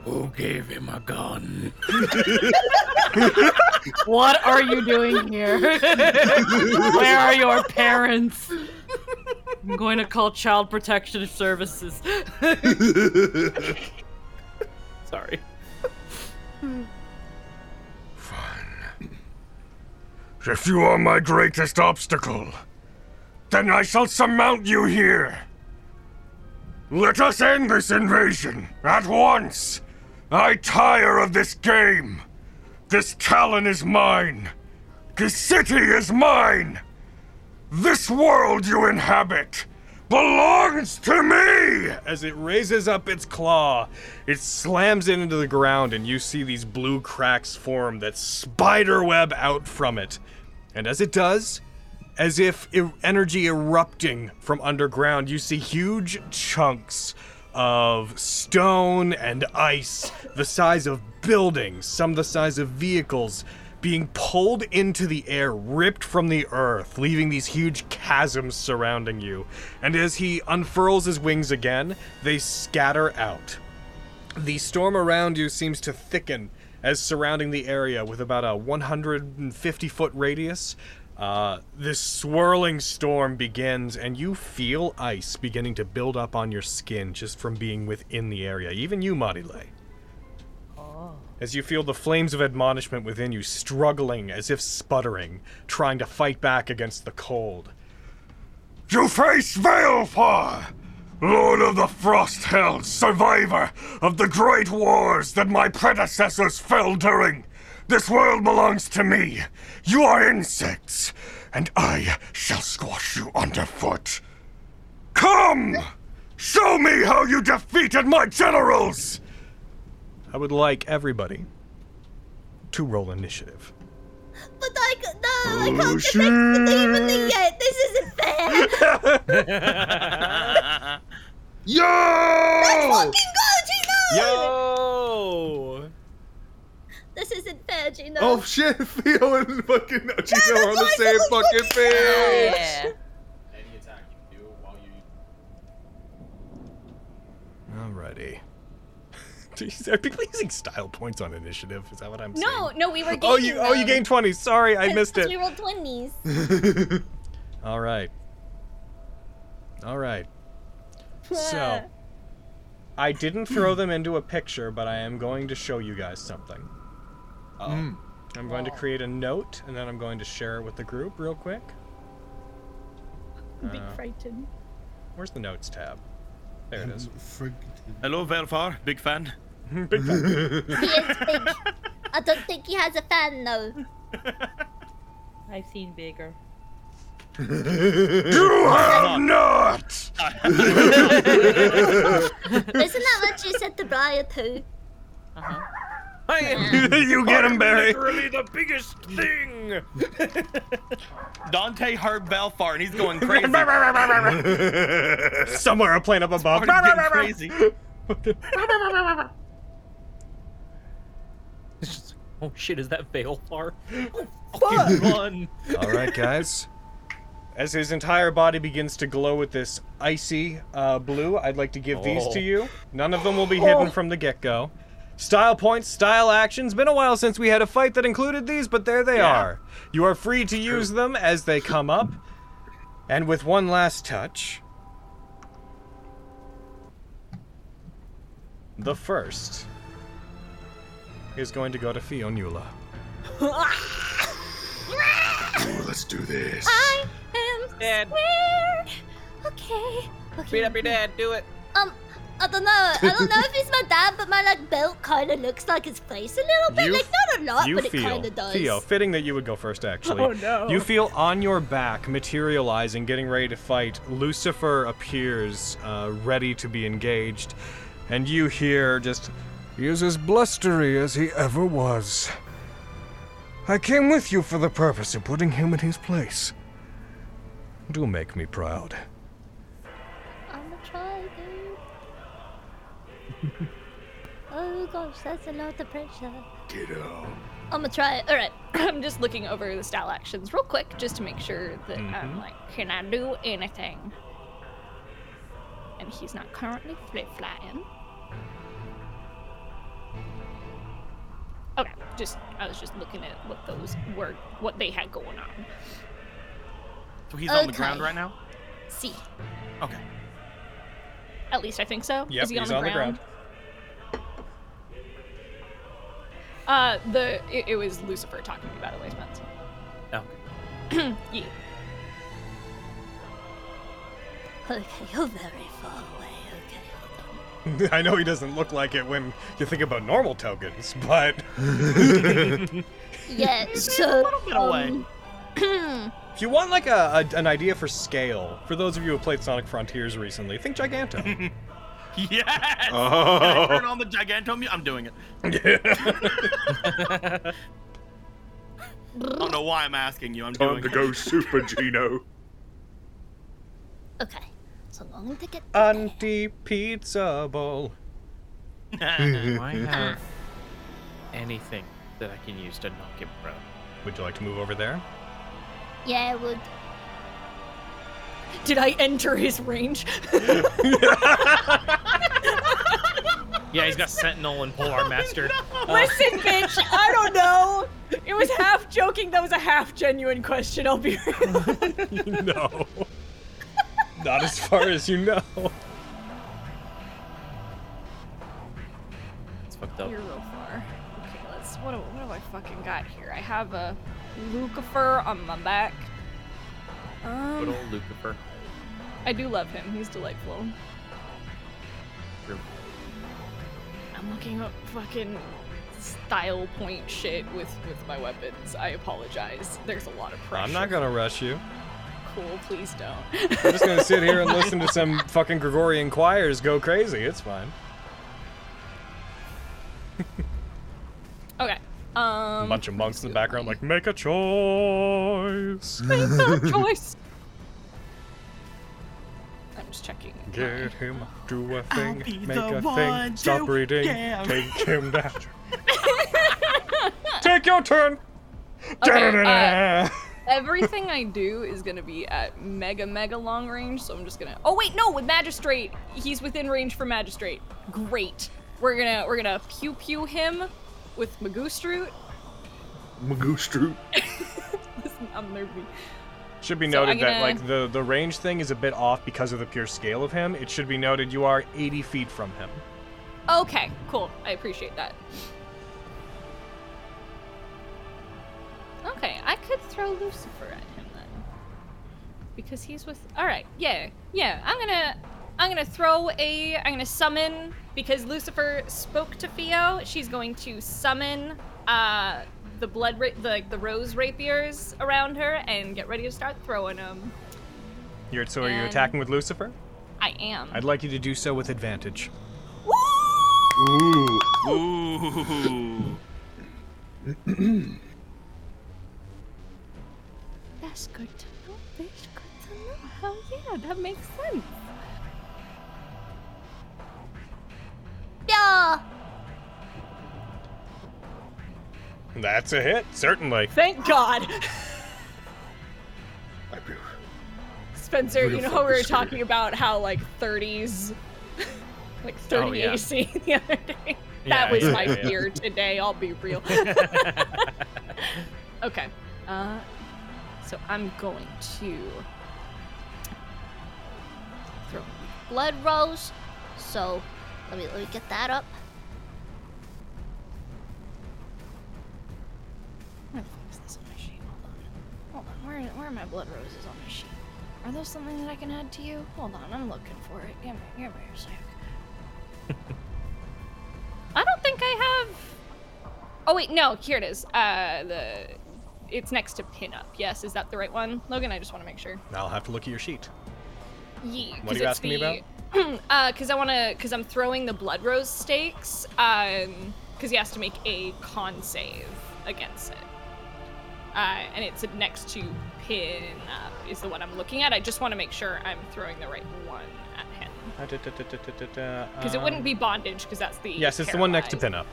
S5: Who gave him a gun?
S15: What are you doing here? Where are your parents? I'm going to call Child Protective Services.
S5: Sorry.
S8: Hmm.
S12: If you are my greatest obstacle, then I shall surmount you here. Let us end this invasion at once. I tire of this game. This Talon is mine. This city is mine. This world you inhabit belongs to me.
S1: As it raises up its claw, it slams it into the ground, and you see these blue cracks form that spiderweb out from it. And as it does, as if e- energy erupting from underground, you see huge chunks of stone and ice, the size of buildings, some the size of vehicles, being pulled into the air, ripped from the earth, leaving these huge chasms surrounding you. And as he unfurls his wings again, they scatter out. The storm around you seems to thicken as surrounding the area with about a 150 foot radius. Uh, this swirling storm begins, and you feel ice beginning to build up on your skin just from being within the area. Even you, Marile. As you feel the flames of admonishment within you struggling as if sputtering, trying to fight back against the cold.
S12: You face Veilfar, Lord of the Frost Hells, survivor of the great wars that my predecessors fell during. This world belongs to me. You are insects, and I shall squash you underfoot. Come! Show me how you defeated my generals!
S1: I would like everybody to roll initiative.
S3: But I c- no, I
S1: Oh,
S3: can't defeat the demon thing yet. This isn't fair.
S2: Yo!
S3: Fucking go, Gino!
S2: Yo!
S3: This isn't fair, Gino.
S2: Oh shit, Theo and fucking Gino are on the
S3: that's
S2: same
S3: why
S2: fucking page!
S1: Alrighty. Jeez, Are people using style points on initiative? Is that what I'm
S3: No,
S1: seeing?
S3: no, we were gaining
S1: Oh, you oh you gained twenty. Sorry, I missed
S3: We
S1: it.
S3: rolled 20s.
S1: All right. All right. So, I didn't throw them into a picture, but I am going to show you guys something.
S2: Mm.
S1: I'm going to
S3: Oh.
S1: create a note, and then I'm going to share it with the group real quick.
S4: Big
S1: Uh,
S4: frightened.
S1: where's the notes tab? There it is.
S8: Hello, Velfar. Big fan.
S1: Big fan.
S3: He is big. I don't think he has a fan though.
S13: I've seen bigger.
S12: you have not!
S3: Isn't that what you said to Briar too?
S5: I am.
S1: you get him, Barry.
S5: Literally the biggest thing.
S8: Dante heard Velfar and he's going crazy.
S1: Somewhere a plane up above.
S8: Already getting crazy.
S5: Oh shit, is that Veil far? Fucking run.
S1: All right, guys. As his entire body begins to glow with this icy uh, blue, I'd like to give these to
S5: Oh.
S1: you. None of them will be hidden from the get go. Style points, style actions. Been a while since we had a fight that included these, but there they are. You are free to use them as they come up. And with one last touch, the first is going to go to Fionula.
S2: Ooh, let's do this.
S3: I am
S5: Dead.
S3: scared. Okay. Okay.
S5: Beat up your dad. Do it.
S3: Um, I don't know. I don't know if he's my dad, but my like belt kind of looks like his face a little bit.
S1: You
S3: like
S1: f-
S3: not a lot,
S1: you
S3: but it
S1: feel,
S3: kind of does.
S1: Theo, fitting that you would go first, actually.
S4: Oh, no.
S1: You feel on your back, materializing, getting ready to fight. Lucifer appears, uh, ready to be engaged, and you hear just,
S17: He is as blustery as he ever was. I came with you for the purpose of putting him in his place.
S1: Do make me proud.
S3: I'ma try, dude. oh gosh, that's a lot of pressure.
S2: Kiddo.
S7: I'm gonna try it. All right, I'm just looking over the style actions real quick just to make sure that I'm
S9: Mm-hmm.
S2: Mhm.
S7: like, can I do anything? And he's not currently flip flying. Okay, just I was just looking at what those were, what they had going on.
S9: So he's on the ground
S7: Okay.
S9: right now?
S7: See,
S9: Okay.
S7: at least I think so.
S1: Yep,
S7: Is he
S1: he's
S7: on the ground? Uh, the it, it was Lucifer talking to me by the way, Spence. yeah.
S3: Okay, you're very far away. Okay.
S1: I know he doesn't look like it when you think about normal tokens, but
S3: Yeah, so. um,
S1: if you want like a, a an idea for scale, for those of you who played Sonic Frontiers recently, think Giganto.
S9: Yes!
S1: Oh.
S9: Can I turn on the Giganto mu- I'm doing it. I don't know why I'm asking you. I'm
S2: Time
S9: doing
S2: to
S9: it.
S2: go super Gino.
S3: okay, so long to get.
S1: Auntie Pizza Bowl.
S5: Do I have anything that I can use to knock him prone?
S1: Would you like to move over there?
S3: Yeah, I would.
S7: Did I enter his range?
S5: Yeah, he's got Sentinel and Polar Master. Uh,
S7: Listen, bitch, I don't know. It was half joking. That was a half genuine question. I'll be real.
S1: no. Not as far as you know.
S5: It's fucked up.
S7: You're real far. Okay, let's. What, do- what have I fucking got here? I have a Lucifer on my back.
S5: Good
S7: Um,
S5: old Lucifer.
S7: I do love him. He's delightful.
S5: You're-
S7: I'm looking up fucking style point shit with with my weapons. I apologize. There's a lot of pressure.
S1: I'm not gonna rush you.
S7: Cool, please don't.
S1: I'm just gonna sit here and listen to some fucking Gregorian choirs go crazy. It's fine.
S7: Okay.
S1: A
S7: Um.
S1: bunch of monks in the background, like, make a choice.
S7: choice. I'm just checking.
S1: Get him, do a
S7: I'll
S1: thing,
S7: be
S1: make
S7: the
S1: a
S7: one
S1: thing, stop
S7: to
S1: reading,
S7: get 'em.
S1: take him down. take your turn!
S12: uh,
S1: Da-da-da-da.
S7: uh, Everything I do is gonna be at mega mega long range, so I'm just gonna. Oh wait, no, with magistrate, he's within range for magistrate. Great. We're gonna we're gonna pew pew him with Magoostrute.
S11: Magoostrute.
S7: Listen, I'm nervy.
S1: Should be
S7: So I'm
S1: noted that
S7: gonna-
S1: like the, the range thing is a bit off because of the pure scale of him. It should be noted you are 80 feet from him.
S7: Okay, cool. I appreciate that. Okay, I could throw Lucifer at him then. Because he's with All right. Yeah. Yeah, I'm going to I'm going to throw a I'm going to summon because Lucifer spoke to Theo. She's going to summon uh the blood ra- the the rose rapiers around her and get ready to start throwing them.
S1: You're, so are you
S7: And-
S1: attacking with Lucifer?
S7: I am.
S1: I'd like you to do so with advantage.
S11: Ooh.
S9: Ooh.
S7: That's good to know. That's good to know. Hell yeah, that makes sense.
S3: Yeah!
S1: That's a hit, certainly.
S7: Thank God.
S11: I do.
S7: Spencer,
S1: Real
S7: you know how we were
S1: fucking scary.
S7: talking about how like 30s, like 30
S1: Oh, yeah.
S7: AC the other day.
S1: Yeah,
S7: that was
S1: yeah,
S7: my
S1: yeah.
S7: fear today. I'll be real. okay, uh, so I'm going to throw.
S3: Blood rose. So, let me let me get that up.
S7: Where the fuck is this on my sheet? Hold on. Hold on. Where, where are my blood roses on my sheet? Are those something that I can add to you? Hold on. I'm looking for it. Give me, give me a sec. I don't think I have. Oh wait, no. Here it is. Uh, the it's next to pinup. Yes, is that the right one, Logan? I just want to make sure.
S1: I'll have to look at your sheet.
S7: Yeah,
S1: What are
S7: 'cause it's
S1: you asking me
S7: the- uh, because I want to, because I'm throwing the blood rose stakes. Um, because he has to make a con save against it. uh, and it's next to pin up is the one I'm looking at. I just want to make sure I'm throwing the right one at him
S1: Uh,
S7: because
S1: Because
S7: it wouldn't be bondage because that's the
S1: Uh, um, Yes, it's the one next to pinup.
S7: paralyzed.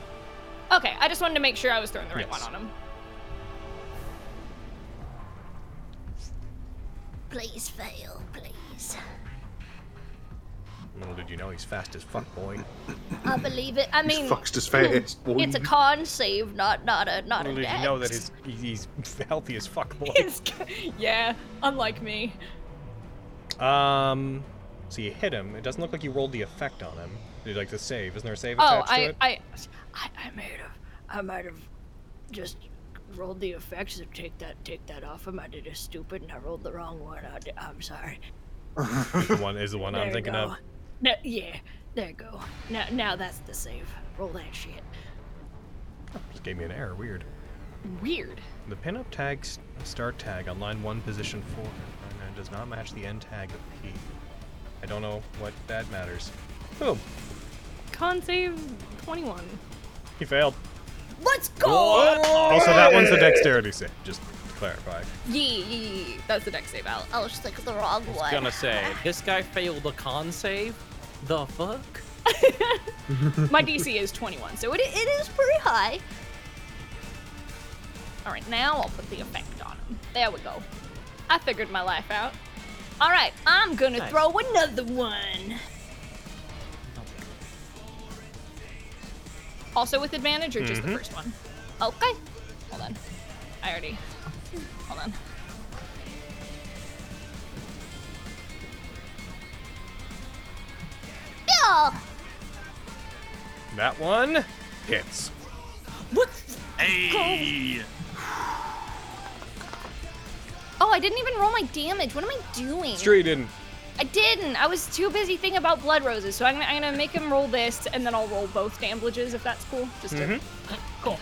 S7: Okay, I just wanted to make sure I was throwing the right one on him.
S3: Please fail, please.
S1: Little did you know he's fast as fuck, boy.
S18: I believe it. I mean,
S1: fucks his fast,
S18: it's a
S1: boy.
S18: con save, not not a not
S1: Little
S18: a
S1: did
S18: dex.
S1: you know that he's, he's healthy as fuck, boy.
S7: yeah, unlike me.
S1: Um, so you hit him. It doesn't look like you rolled the effect on him. Did like the save? Isn't there a save
S18: Oh,
S1: attached to
S18: I,
S1: it?
S18: I
S12: I, I might have, I might have just rolled the effects and take that, take that off him. I did a stupid and I rolled the wrong one. I did, I'm sorry.
S1: the one is the one
S12: There
S1: I'm
S12: you
S1: thinking
S12: go.
S1: of.
S12: No, yeah, there you go. Now, now that's the save. Roll that shit.
S1: Just gave me an error. Weird.
S7: Weird.
S1: The pinup tag s- start tag on line one, position four, and it does not match the end tag of P. I don't know what that matters. Boom.
S7: Con save 21.
S1: He failed.
S7: Let's
S1: Also, that one's a dexterity save. Just to clarify.
S7: Yeah, yeah, yeah, yeah. That's the deck save out. I was like the wrong
S5: I was gonna say, this guy failed the con save? The fuck?
S7: My DC is 21, so it, it is pretty high. All right, now I'll put the effect on him. There we go. I figured my life out. All right, I'm gonna
S12: Nice.
S7: throw another one. Also with advantage, or just the
S12: Mhm.
S7: first one? Okay. Hold on. I already. Hold on.
S3: Yeah.
S1: That one hits.
S7: What?
S9: Hey!
S7: Oh, I didn't even roll my damage. What am I doing?
S1: Sure, you didn't.
S7: I didn't. I was too busy thinking about blood roses, so I'm, I'm gonna make him roll this, and then I'll roll both damages if that's cool. Just to-
S1: Mhm.
S2: Mm-hmm.
S7: cool.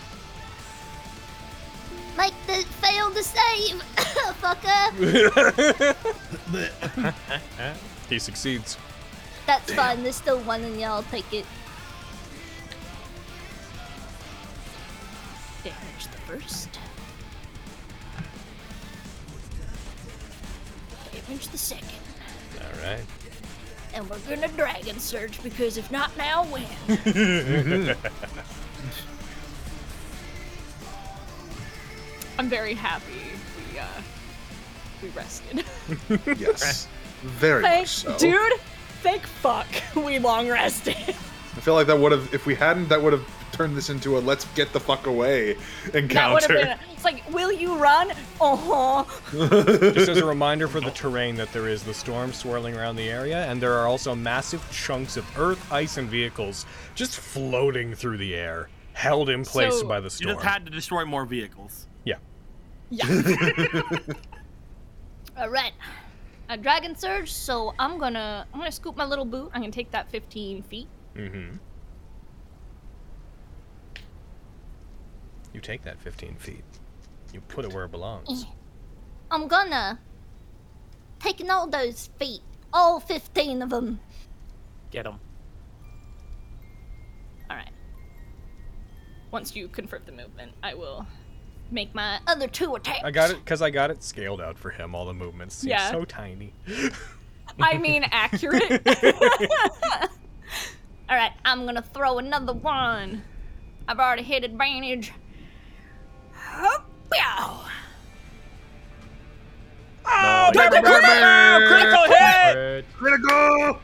S3: Make the fail the save, fucker.
S1: he succeeds.
S3: That's fine. There's still one in y'all. Take it.
S12: Damage the first. Damage the second.
S1: All right.
S12: And we're gonna dragon surge because if not now, when?
S7: I'm very happy we uh we rested.
S2: yes. Very
S7: Thank-
S2: much so.
S7: Dude, thank fuck we long rested.
S2: I feel like that would have, if we hadn't, that would have turned this into a let's get the fuck away
S7: That would
S2: encounter.
S7: have been. It's like, will you run? Uh huh.
S1: Just as a reminder for the terrain that there is the storm swirling around the area, and there are also massive chunks of earth, ice, and vehicles just floating through the air, held in place by the storm.
S9: You just had to destroy more vehicles.
S1: Yeah.
S7: All right. A dragon surge. So I'm gonna I'm gonna scoop my little boot. I'm gonna take that 15 feet.
S1: Mm-hmm. You take that 15 feet. You put it where it belongs.
S3: Eh. I'm gonna taking all those feet, all 15 of them.
S5: Get him.
S7: All right. Once you confirm the movement, I will make my other two attacks.
S1: I got it because I got it scaled out for him. All the movements seem
S7: Yeah.
S1: so tiny.
S7: I mean, accurate. All right, I'm gonna throw another one. I've already hit advantage. Hop-yow.
S5: Oh,
S7: critical
S5: hit!
S7: Critical
S5: hit! Critical!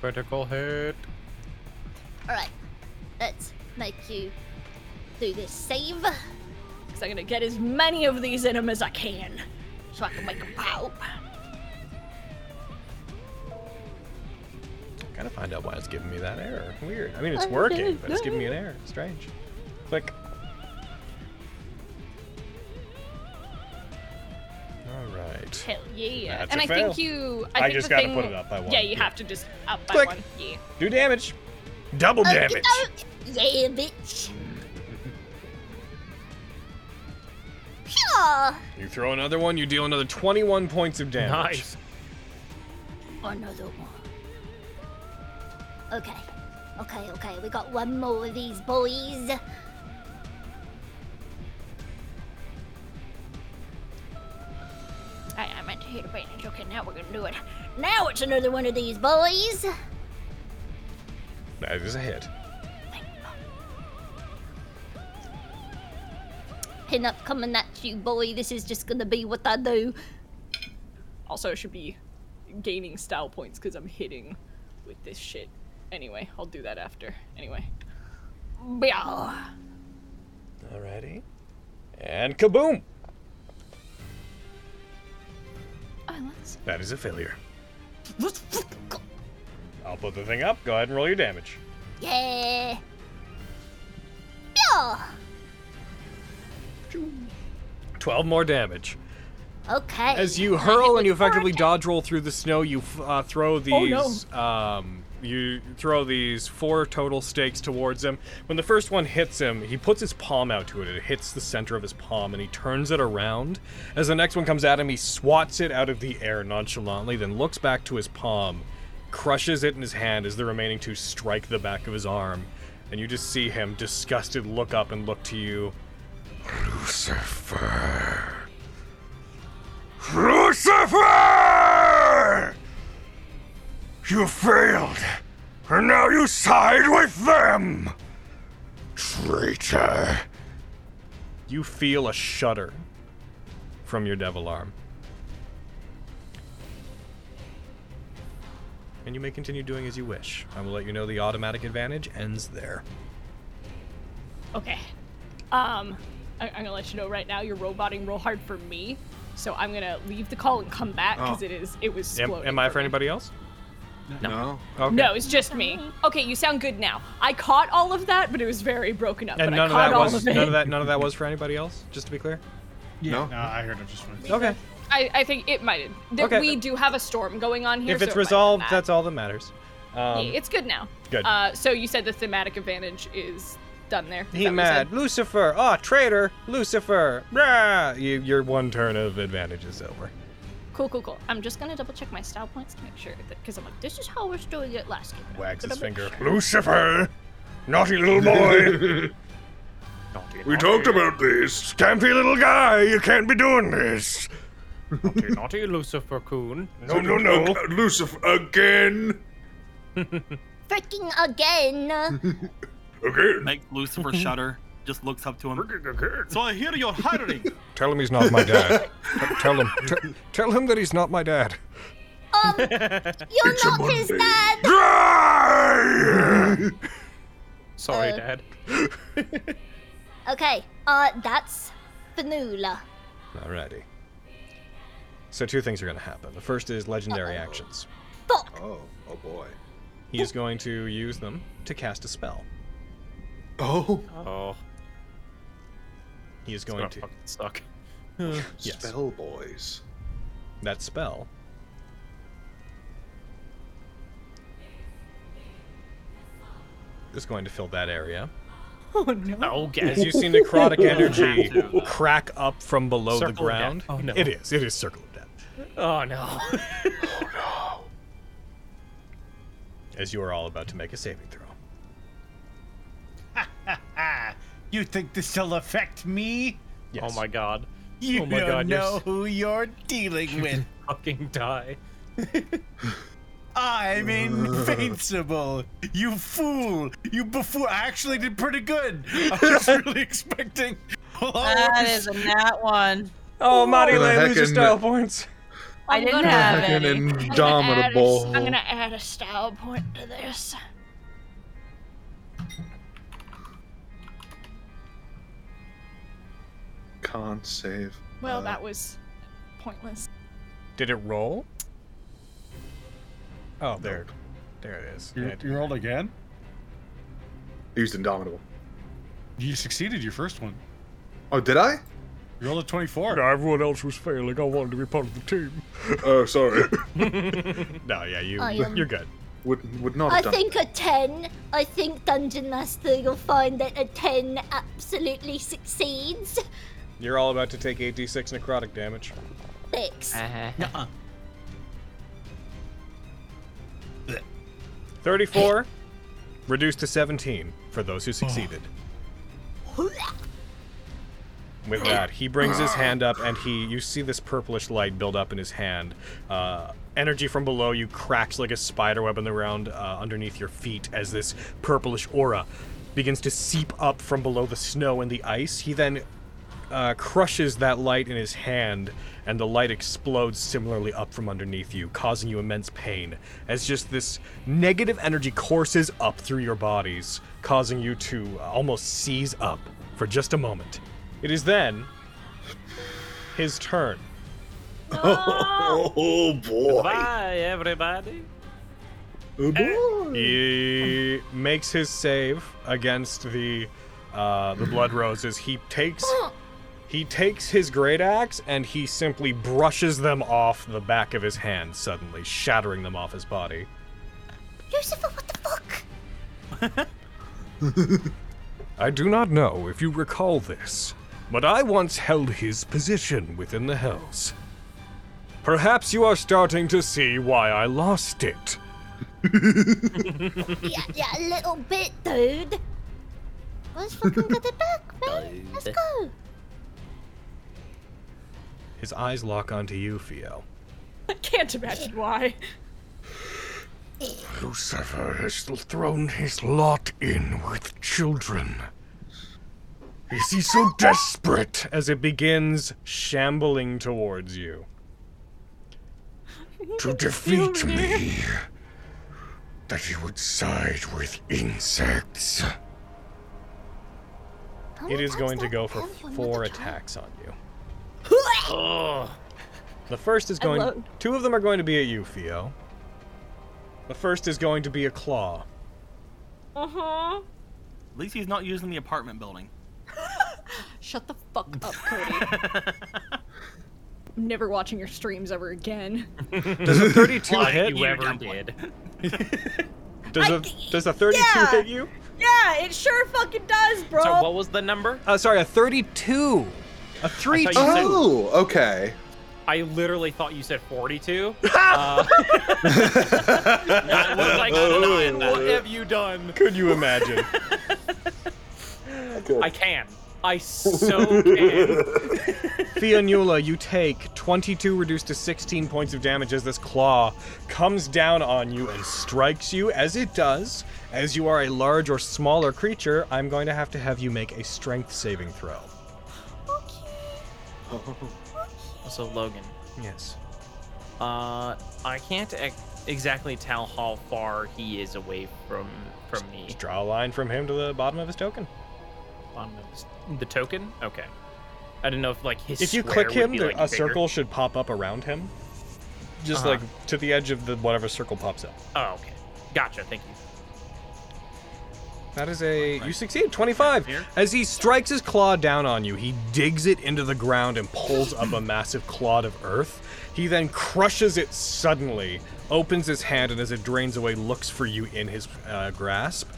S5: Critical hit.
S3: All right, let's make you do this save.
S12: Because I'm gonna get as many of these in him as I can, so I can make them pop.
S1: Gotta find out why it's giving me that error. Weird. I mean, it's working, but it's giving me an error. Strange. Click. All right.
S7: Hell yeah!
S1: That's
S7: and
S1: a
S7: I
S1: fail.
S7: think you.
S1: I
S7: I, think
S1: just
S7: the
S1: gotta
S7: thing,
S1: put it up by one,
S7: Yeah, you
S1: yeah.
S7: have to just up by
S1: Click.
S7: one. Yeah.
S1: Do damage. Double
S3: Okey
S1: damage.
S3: doke. Yeah, bitch. Phew.
S1: You throw another one, you deal another 21 points of damage. Nice.
S3: Another one. Okay. Okay, okay, we got one more of these boys. now we're gonna do it. Now it's another one of these boys.
S1: That is a hit.
S3: Pin up coming at you, boy. This is just gonna be what I do.
S7: Also, I should be gaining style points because I'm hitting with this shit. Anyway, I'll do that after. Anyway. Byow.
S1: Alrighty. And kaboom!
S7: I let's.
S1: That is a failure. I'll put the thing up. Go ahead and roll your damage.
S3: Yeah. Byow.
S1: 12 more damage.
S3: Okay.
S1: As you hurl and you effectively dodge roll through the snow, you f- uh, throw these. um, you throw these four total stakes towards him. When the first one hits him, he puts his palm out to it. It hits the center of his palm and he turns it around. As the next one comes at him, he swats it out of the air nonchalantly, then looks back to his palm, crushes it in his hand as the remaining two strike the back of his arm. And you just see him, disgusted, look up and look to you.
S12: Lucifer. Lucifer! You failed, and now you side with them! Traitor.
S1: You feel a shudder from your devil arm. And you may continue doing as you wish. I will let you know the automatic advantage ends there.
S7: Okay. Um, I- I'm gonna let you know right now. You're roboting real hard for me, so I'm gonna leave the call and come back because
S1: Oh.
S7: it is it was
S1: Am,
S7: exploding.
S1: am I for anybody else?
S2: No.
S1: Okay.
S7: No, it's just me. Okay, you sound good now. I caught all of that, but it was very broken up.
S1: And
S7: but
S1: none
S7: I
S1: of
S7: caught
S1: that
S7: all
S1: was
S7: of it.
S1: none of that none of that was for anybody else. Just to be clear.
S19: Yeah, no, I heard it just once.
S1: Okay.
S7: I, I think it might. That
S1: Okay.
S7: We do have a storm going on here.
S1: If
S7: so
S1: it's
S7: it might have
S1: resolved,
S7: that.
S1: that's all that matters. Um,
S7: Yeah, it's good now.
S1: good.
S7: Uh, so you said the thematic advantage is done there. Is
S1: He
S7: that what you said?
S1: mad. Lucifer. Ah, traitor. Lucifer. Rah! You, your one turn of advantage is over.
S7: Cool, cool, cool. I'm just gonna double check my style points to make sure that because I'm like, this is how we're doing it last game.
S1: Wags his finger.
S12: Lucifer! Naughty little boy!
S1: We talked
S12: about this. Stampy little guy, you can't be doing this.
S5: naughty, naughty Lucifer Coon.
S12: No, no, no.
S2: Lucifer again.
S3: Freaking again.
S9: Okay. Make Lucifer shudder. Just looks up to him. so I hear you're hiring.
S20: Tell him he's not my dad. T- tell him. T- tell him that he's not my dad.
S3: You're not his dad.
S7: Uh.
S5: Sorry, Dad.
S3: Okay. Uh, that's Fanula.
S1: Alrighty. So two things are going to happen. The first is legendary actions.
S2: Oh, oh boy.
S1: He is going to use them to cast a spell.
S2: Oh.
S5: Oh.
S1: He is going to
S5: suck.
S1: Yes.
S2: Spell boys.
S1: That spell is going to fill that area.
S7: Oh no.
S1: As you see necrotic energy crack up from below
S5: Circle of
S1: the
S5: death.
S1: ground.
S5: Oh, no.
S1: It is. It is circle of death.
S5: Oh no.
S1: As you are all about to make a saving throw.
S6: you think this'll affect me?
S5: Oh my god.
S6: You
S5: oh my
S6: don't
S5: god,
S6: know
S5: you're
S6: who you're dealing with.
S5: fucking die.
S6: I'm invincible. You fool. You buffoon. I actually did pretty good. I was really expecting.
S11: That is a nat one.
S1: Oh, Marty
S2: Gonna
S1: Lay, lose your
S2: heckin-
S1: style points.
S11: I didn't have
S2: Fucking
S11: any.
S2: indomitable.
S21: I'm gonna add a style point to this.
S2: Can't save.
S7: Well,
S2: Uh,
S7: that was pointless.
S1: Did it roll? Oh, there. There it is.
S19: You, you rolled again.
S2: Used indomitable.
S19: You succeeded your first one.
S2: Oh, did I?
S19: You rolled a twenty-four.
S20: Everyone else was failing. I wanted to be part of the team.
S2: Oh, sorry.
S1: no, yeah, you,
S3: I am-
S1: you're good.
S2: Would would not
S3: Oh, I
S2: have done.
S3: think a 10. I think Dungeon Master, you'll find that a 10 absolutely succeeds.
S1: You're all about to take 8d6 necrotic damage.
S3: Six.
S5: Uh-huh.
S6: Nuh-uh.
S1: 34, reduced to 17 for those who succeeded. With that, he brings his hand up, and he you see this purplish light build up in his hand. Uh, energy from below you cracks like a spider web in the ground uh, underneath your feet as this purplish aura begins to seep up from below the snow and the ice. He then uh, crushes that light in his hand, and the light explodes similarly up from underneath you, causing you immense pain. As just this negative energy courses up through your bodies, causing you to uh, almost seize up for just a moment. It is then his turn.
S2: Oh, boy.
S5: Goodbye, everybody.
S1: And He makes his save against the uh, the blood roses. He takes he takes his great axe and he simply brushes them off the back of his hand suddenly, shattering them off his body.
S3: Lucifer, what the fuck?
S17: I do not know if you recall this, but I once held his position within the hells.
S1: Perhaps you are starting to see why I lost it.
S3: yeah, yeah, a little bit, dude. Let's fucking get it back, man. Let's go.
S1: His eyes lock onto you, Fio.
S4: I can't
S1: Uh.
S4: imagine why.
S12: Lucifer has thrown his lot in with children.
S1: Is he so desperate? As it begins shambling towards you.
S12: to defeat me. That he would side with insects.
S1: It is going to go for four attacks on you. The first is
S4: I
S1: going.
S4: love-
S1: Two of them are going to be at you, Fio. The first is going to be a claw.
S4: Uh huh.
S8: At least he's not using the apartment building.
S4: Shut the fuck up, Cody. I'm never watching your streams ever again.
S1: Does a 32
S5: Like
S1: hit?
S5: you ever did.
S1: Does a does a 32
S4: yeah.
S1: hit you?
S4: Yeah, it sure fucking does, bro.
S5: So what was the number?
S1: Uh, sorry, a 32. A
S5: three
S1: two.
S2: Oh, okay.
S5: I literally thought you said 42. uh, I was like, "Nine, what have you done?
S1: Oh. Could you imagine?
S5: I can. I so can.
S1: Fionula, you take 22 reduced to 16 points of damage as this claw comes down on you and strikes you. As it does, as you are a large or smaller creature, I'm going to have to have you make a strength saving throw.
S5: Also, Logan.
S1: Yes.
S5: Uh, I can't ex- exactly tell how far he is away from from me.
S1: Draw a line from him to the bottom of his token.
S5: Bottom of his- The token? Okay. I don't know if like his.
S1: if you
S5: square
S1: click
S5: would
S1: him,
S5: be,
S1: there,
S5: like,
S1: a
S5: bigger.
S1: circle should pop up around him. Just
S5: Uh-huh.
S1: like to the edge of the whatever circle pops up.
S5: Oh, okay. Gotcha. Thank you.
S1: That is a you succeed 25. As he strikes his claw down on you, he digs it into the ground and pulls up a massive clod of earth. He then crushes it suddenly, opens his hand, and as it drains away, looks for you in his uh, grasp.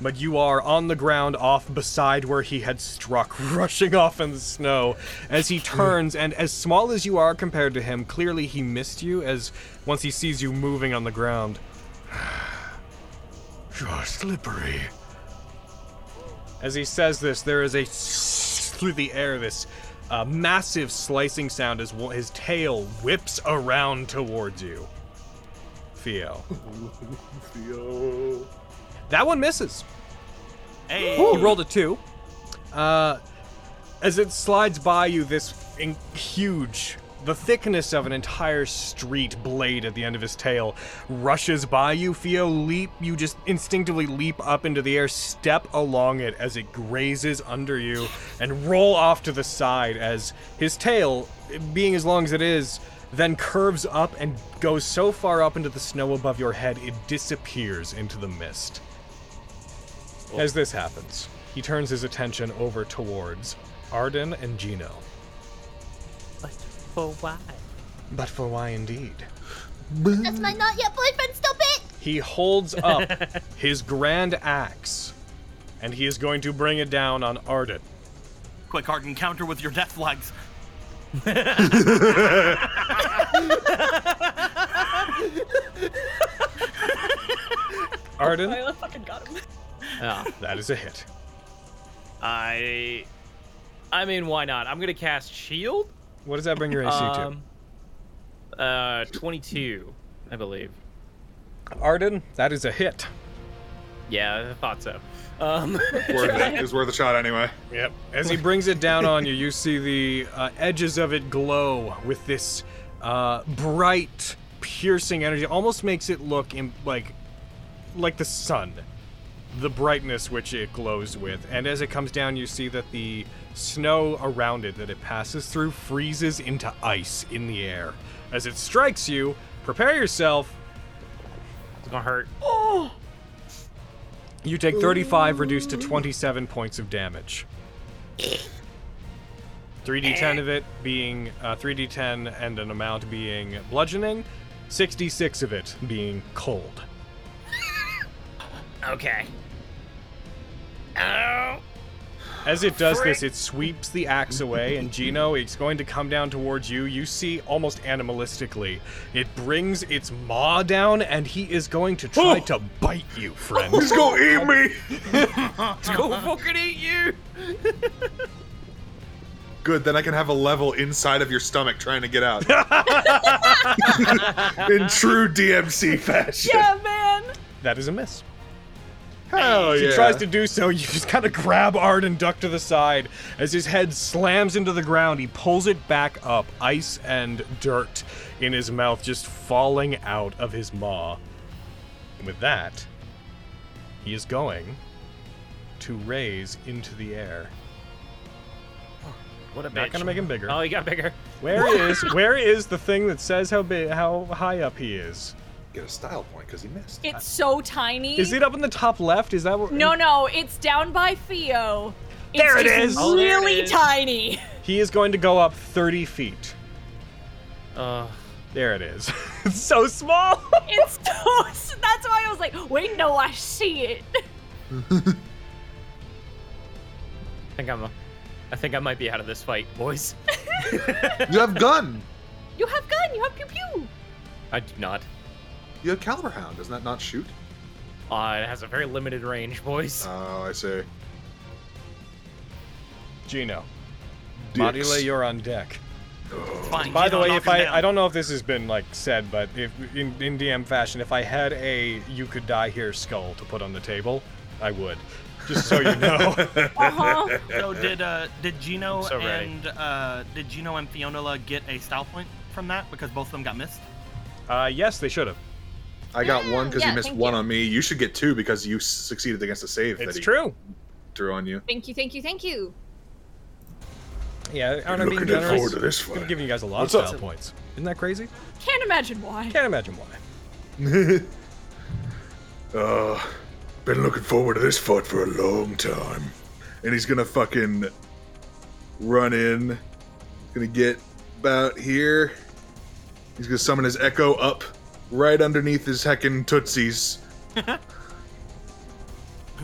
S1: But you are on the ground, off beside where he had struck, rushing off in the snow as he turns. And as small as you are compared to him, clearly he missed you. As once he sees you moving on the ground,
S12: You're slippery.
S1: As he says this, there is a s- through the air this uh, massive slicing sound as wo- his tail whips around towards you. Theo. Theo. That one misses.
S8: Hey.
S1: He rolled a two. Uh, as it slides by you, this in- huge, the thickness of an entire street blade at the end of his tail rushes by you. Theo, leap. You just instinctively leap up into the air, step along it as it grazes under you, and roll off to the side as his tail, being as long as it is, then curves up and goes so far up into the snow above your head it disappears into the mist.
S12: Oh.
S1: As this happens, he turns his attention over towards Arden and Gino.
S3: Oh,
S5: For why?
S1: But for why indeed?
S3: That's my not yet boyfriend, stop it!
S1: He holds up his grand axe, and he is going to bring it down on Arden.
S8: Quick hard encounter with your death flags.
S1: Arden?
S4: I fucking got him.
S5: Ah,
S1: that is a hit.
S5: I I mean, why not? I'm gonna cast shield.
S1: What does that bring your AC
S5: Um, Uh, 22, I believe.
S1: to? Arden, that is a hit.
S5: Yeah, I thought so. Um,
S2: worth it. It was worth a shot anyway.
S1: Yep. As he brings it down on you, you see the uh, edges of it glow with this uh, bright, piercing energy. Almost makes it look im- like like the sun, the brightness which it glows with. And as it comes down, you see that the snow around it that it passes through freezes into ice in the air. As it strikes you, prepare yourself.
S5: It's gonna hurt.
S15: Oh.
S1: You take 35, reduced to 27 points of damage. 3d10 of it being uh, 3d10 and an amount being bludgeoning, 66 of it being cold.
S5: Okay. Oh.
S1: As it does this, it sweeps the axe away, and Gino, it's going to come down towards you. You see, almost animalistically, it brings its maw down, and he is going to try to bite you, friend.
S12: He's gonna eat me.
S5: Let's go fucking eat you.
S2: Good, then I can have a level inside of your stomach trying to get out. In true DMC fashion.
S1: Yeah, man. That is a miss.
S2: Hell
S1: She
S2: yeah.
S1: tries to do so. You just kind of grab Ard and duck to the side. As his head slams into the ground, he pulls it back up, ice and dirt in his mouth, just falling out of his maw. And with that, he is going to raise into the air.
S5: What a
S1: Not
S5: bitch.
S1: gonna make him bigger.
S5: Oh, he got bigger.
S1: Where is where is the thing that says how big, how high up he is?
S2: Get a style point because he missed.
S4: It's so tiny.
S1: Is it up in the top left? Is that where?
S4: No, no, it's down by Theo. It's
S1: There it
S4: just
S1: is. Oh, there it
S4: Really
S1: is.
S4: tiny.
S1: He is going to go up 30 feet.
S5: Uh,
S1: there it is. it's so small.
S4: It's so. That's why I was like, wait, no, I see it.
S5: I think I'm. A, I think I might be out of this fight, boys.
S2: You have gun.
S4: You have gun. You have pew pew.
S5: I do not.
S2: You have caliber hound. Doesn't that not shoot?
S5: Uh, it has a very limited range, boys.
S2: Oh, I see.
S1: Gino.
S2: Dicks.
S1: Modula, you're on deck.
S5: Fine.
S1: By the
S5: Gino,
S1: way,
S5: knock
S1: if
S5: him
S1: I
S5: down.
S1: I don't know if this has been like said, but if in, in DM fashion, if I had a you could die here skull to put on the table, I would. Just so you know.
S5: Uh-huh.
S9: So did uh did Gino
S5: so ready.
S9: and uh did Gino and Fionola get a style point from that because both of them got missed?
S1: Uh, yes, they should have.
S2: I got one because
S4: yeah,
S2: he missed
S4: thank
S2: one
S4: you.
S2: on me. You should get two because you s- succeeded against a save.
S1: It's
S2: that he
S1: true.
S2: Threw on you.
S4: Thank you, thank you, thank you.
S1: Yeah, aren't I being
S2: Looking forward
S1: generous?
S2: to this
S1: I'm
S2: fight.
S1: giving you guys a lot
S2: What's
S1: of
S2: up?
S1: style points. Isn't that crazy?
S4: Can't imagine why.
S1: Can't imagine why.
S2: Uh, been looking forward to this fight for a long time. And he's gonna fucking run in. Gonna get about here. He's gonna summon his echo up right underneath his heckin' tootsies.
S9: I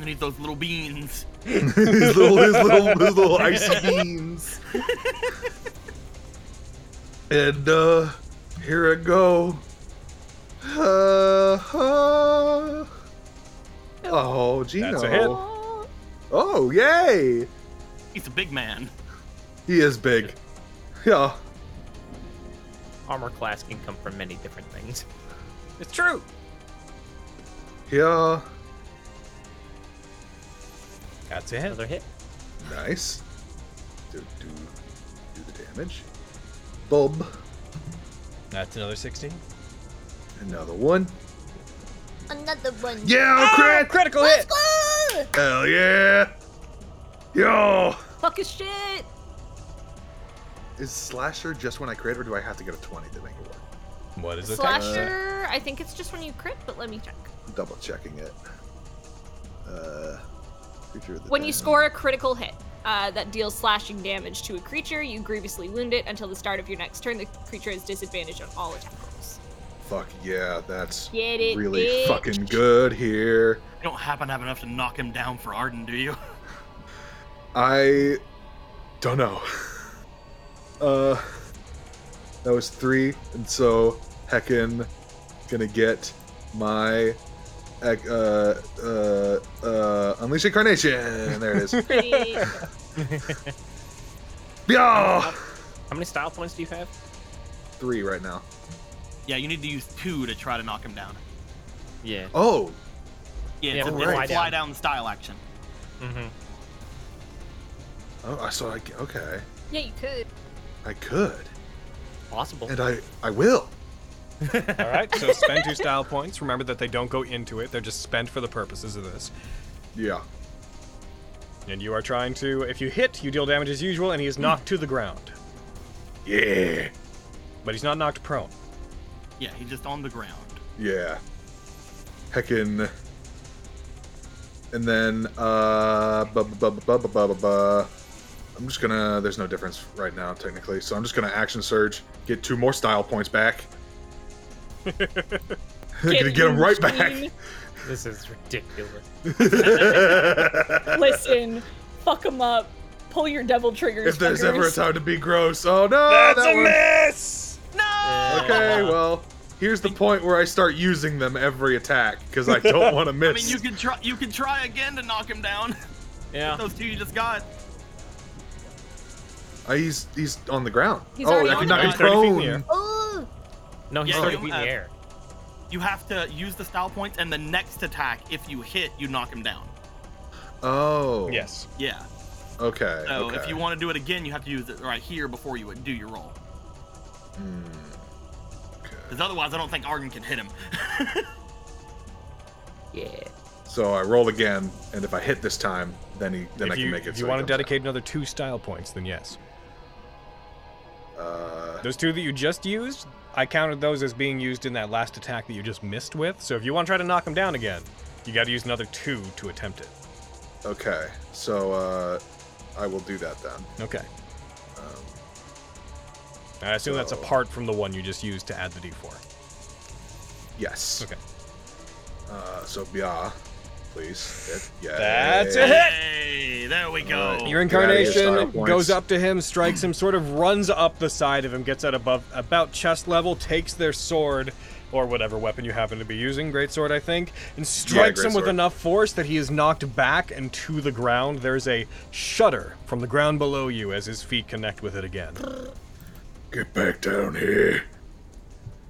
S9: need those little beans.
S2: his little, his little, his little icy beans. And uh, here I go. Uh, uh, oh, Gino.
S9: a hit.
S2: Oh, yay!
S9: He's a big man.
S2: He is big. Yeah.
S5: Armor class can come from many different things.
S1: It's true.
S2: Yeah.
S1: That's it.
S5: Another hit.
S2: Nice. Do, do, do the damage. Bob.
S1: That's another 16.
S2: Another one.
S3: Another one.
S2: Yeah,
S4: Ah,
S2: crit!
S1: Critical
S3: Let's go!
S2: Hell yeah!
S1: Oh.
S2: Yo!
S4: Fuck his shit.
S2: Is slasher just when I crit, or do I have to get a 20 to make it work?
S1: What
S2: is
S4: Slasher. I think it's just when you crit, but let me check.
S2: double checking it. Uh, creature of the
S4: When you
S2: damned.
S4: score a critical hit uh, that deals slashing damage to a creature, you grievously wound it until the start of your next turn. The creature is disadvantaged on all attack rolls.
S2: Fuck yeah, that's
S4: Get it,
S2: really
S4: bitch.
S2: fucking good here.
S9: You don't happen to have enough to knock him down for Arden, do you?
S2: I don't know. Uh, that was three, and so heckin' gonna get my ec- uh uh uh unleash incarnation. There it is. Yeah.
S9: How many style points do you have?
S2: Three right now.
S9: Yeah, you need to use two to try to knock him down.
S5: Yeah.
S2: Oh.
S9: Yeah, it's,
S2: Yeah,
S9: a,
S2: right.
S9: it's a fly down style action.
S5: Mm-hmm.
S2: Oh, I saw. I, c- okay.
S4: Yeah, you could.
S2: I could.
S5: Possible.
S2: And I, I will.
S1: All right, so spend two style points. Remember that they don't go into it; they're just spent for the purposes of this.
S2: Yeah.
S1: And you are trying to. If you hit, you deal damage as usual, and he is knocked to the ground.
S2: Yeah.
S1: But he's not knocked prone.
S9: Yeah, he's just on the ground.
S2: Yeah. Heckin. And then, uh, bu- bu- bu- bu- bu- bu- bu- bu- I'm just gonna. There's no difference right now, technically. So I'm just gonna action surge, get two more style points back. gonna get him right back.
S5: This is ridiculous.
S7: Listen, fuck them up. Pull your devil triggers.
S2: if there's ever a
S7: fuckers.
S2: time to be gross, oh no,
S7: That's
S2: that
S7: a
S2: one.
S1: miss.
S2: No. Okay, well, here's the point where I start using them every attack because I don't want to miss.
S9: I mean, you can try. You can try again to knock him down.
S5: Yeah.
S9: With those two you just got.
S2: Uh, he's he's on the ground.
S9: He's
S2: oh,
S9: already
S2: if
S9: on
S2: you
S9: the
S2: knock him
S9: ground. 30 feet in the
S2: prone.
S9: air.
S3: Oh,
S5: No, he's
S9: Yeah,
S5: already
S9: you,
S5: beat in
S9: uh,
S5: the air.
S9: You have to use the style points, and the next attack, if you hit, you knock him down.
S2: Oh.
S1: Yes.
S9: Yeah.
S2: Okay.
S9: So
S2: okay.
S9: if you want to do it again, you have to use it right here before you do your roll. Because otherwise, I don't think Argon can hit him.
S5: yeah.
S2: So I roll again, and if I hit this time, then he then
S1: if
S2: I can
S1: you,
S2: make it.
S1: If
S2: so
S1: you
S2: he
S1: want to
S2: comes
S1: dedicate another two style points, then yes.
S2: Uh,
S1: those two that you just used, I counted those as being used in that last attack that you just missed with. So if you want to try to knock him down again, you got to use another two to attempt it.
S2: down. Okay. So uh, I will do that then. Um,
S1: Okay. I assume that's apart from the one you just used to add the d4.
S2: Yes.
S1: Okay.
S2: Uh, so yeah, please. Hit. Yeah.
S1: That's a hit!
S9: Hey, there we go.
S2: Alright.
S1: Your
S2: Get out of here, style
S1: incarnation
S2: points.
S1: goes up to him, strikes him, sort of runs up the side of him, gets at above about chest level, takes their sword or whatever weapon you happen to be using, great sword I think, and strikes him with
S2: greatsword.
S1: enough force that he is knocked back and to the ground. There's a shudder from the ground below you as his feet connect with it again.
S2: Get back down here.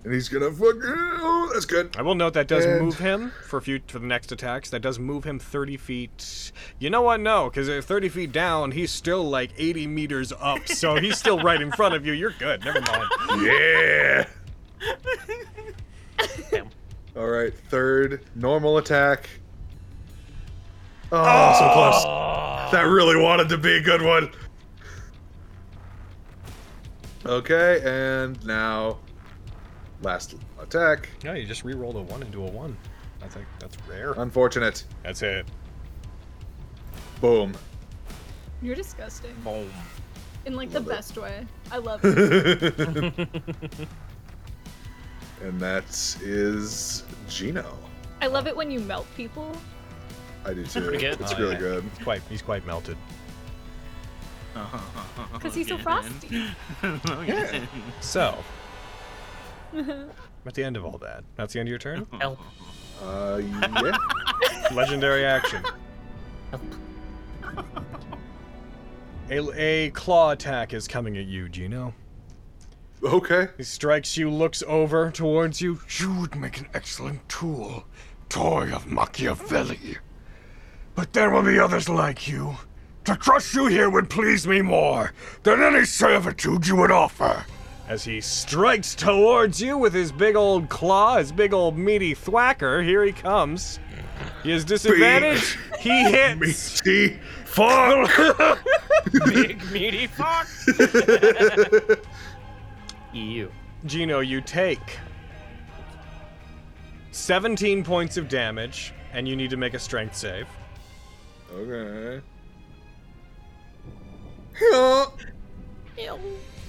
S2: And he's gonna fuck. Oh, that's good.
S1: I will note that does
S2: And-
S1: move him for a few for the next attacks. That does move him 30 feet. You know what? No, because 30 feet down, he's still like 80 meters up, so he's still right in front of you. You're good. Never mind.
S2: Yeah. All right, third normal attack. Oh, so close. That really wanted to be a good one. Okay, and now last attack.
S1: No, you just re-rolled a one into a one. I think that's rare.
S2: Unfortunate.
S1: That's it.
S2: Boom.
S7: You're disgusting.
S2: Boom.
S7: In like the best way. I love it.
S2: and that is Gino.
S7: I love it when you melt people.
S2: I do too.
S7: Pretty good.
S2: It's
S1: Oh,
S2: really
S1: yeah.
S2: good.
S1: He's quite, he's quite melted.
S7: Because he's so frosty.
S1: Uh-huh. Yeah. So, at the end of all that, that's the end of your turn.
S5: Help.
S2: Uh, yeah.
S1: Legendary action. A, a claw attack is coming at you, Gino.
S2: Okay.
S1: He strikes you, looks over towards you.
S12: You would make an excellent tool, toy of Machiavelli. But there will be others like you. To crush you here would please me more than any servitude you would offer.
S1: As he strikes towards you with his big old claw, his big old meaty thwacker. Here he comes. He has disadvantage. He hits.
S2: Meaty fall.
S5: Big meaty fuck. EU.
S1: Gino, you take 17 points of damage, and you need to make a strength save.
S2: Okay. Yeah.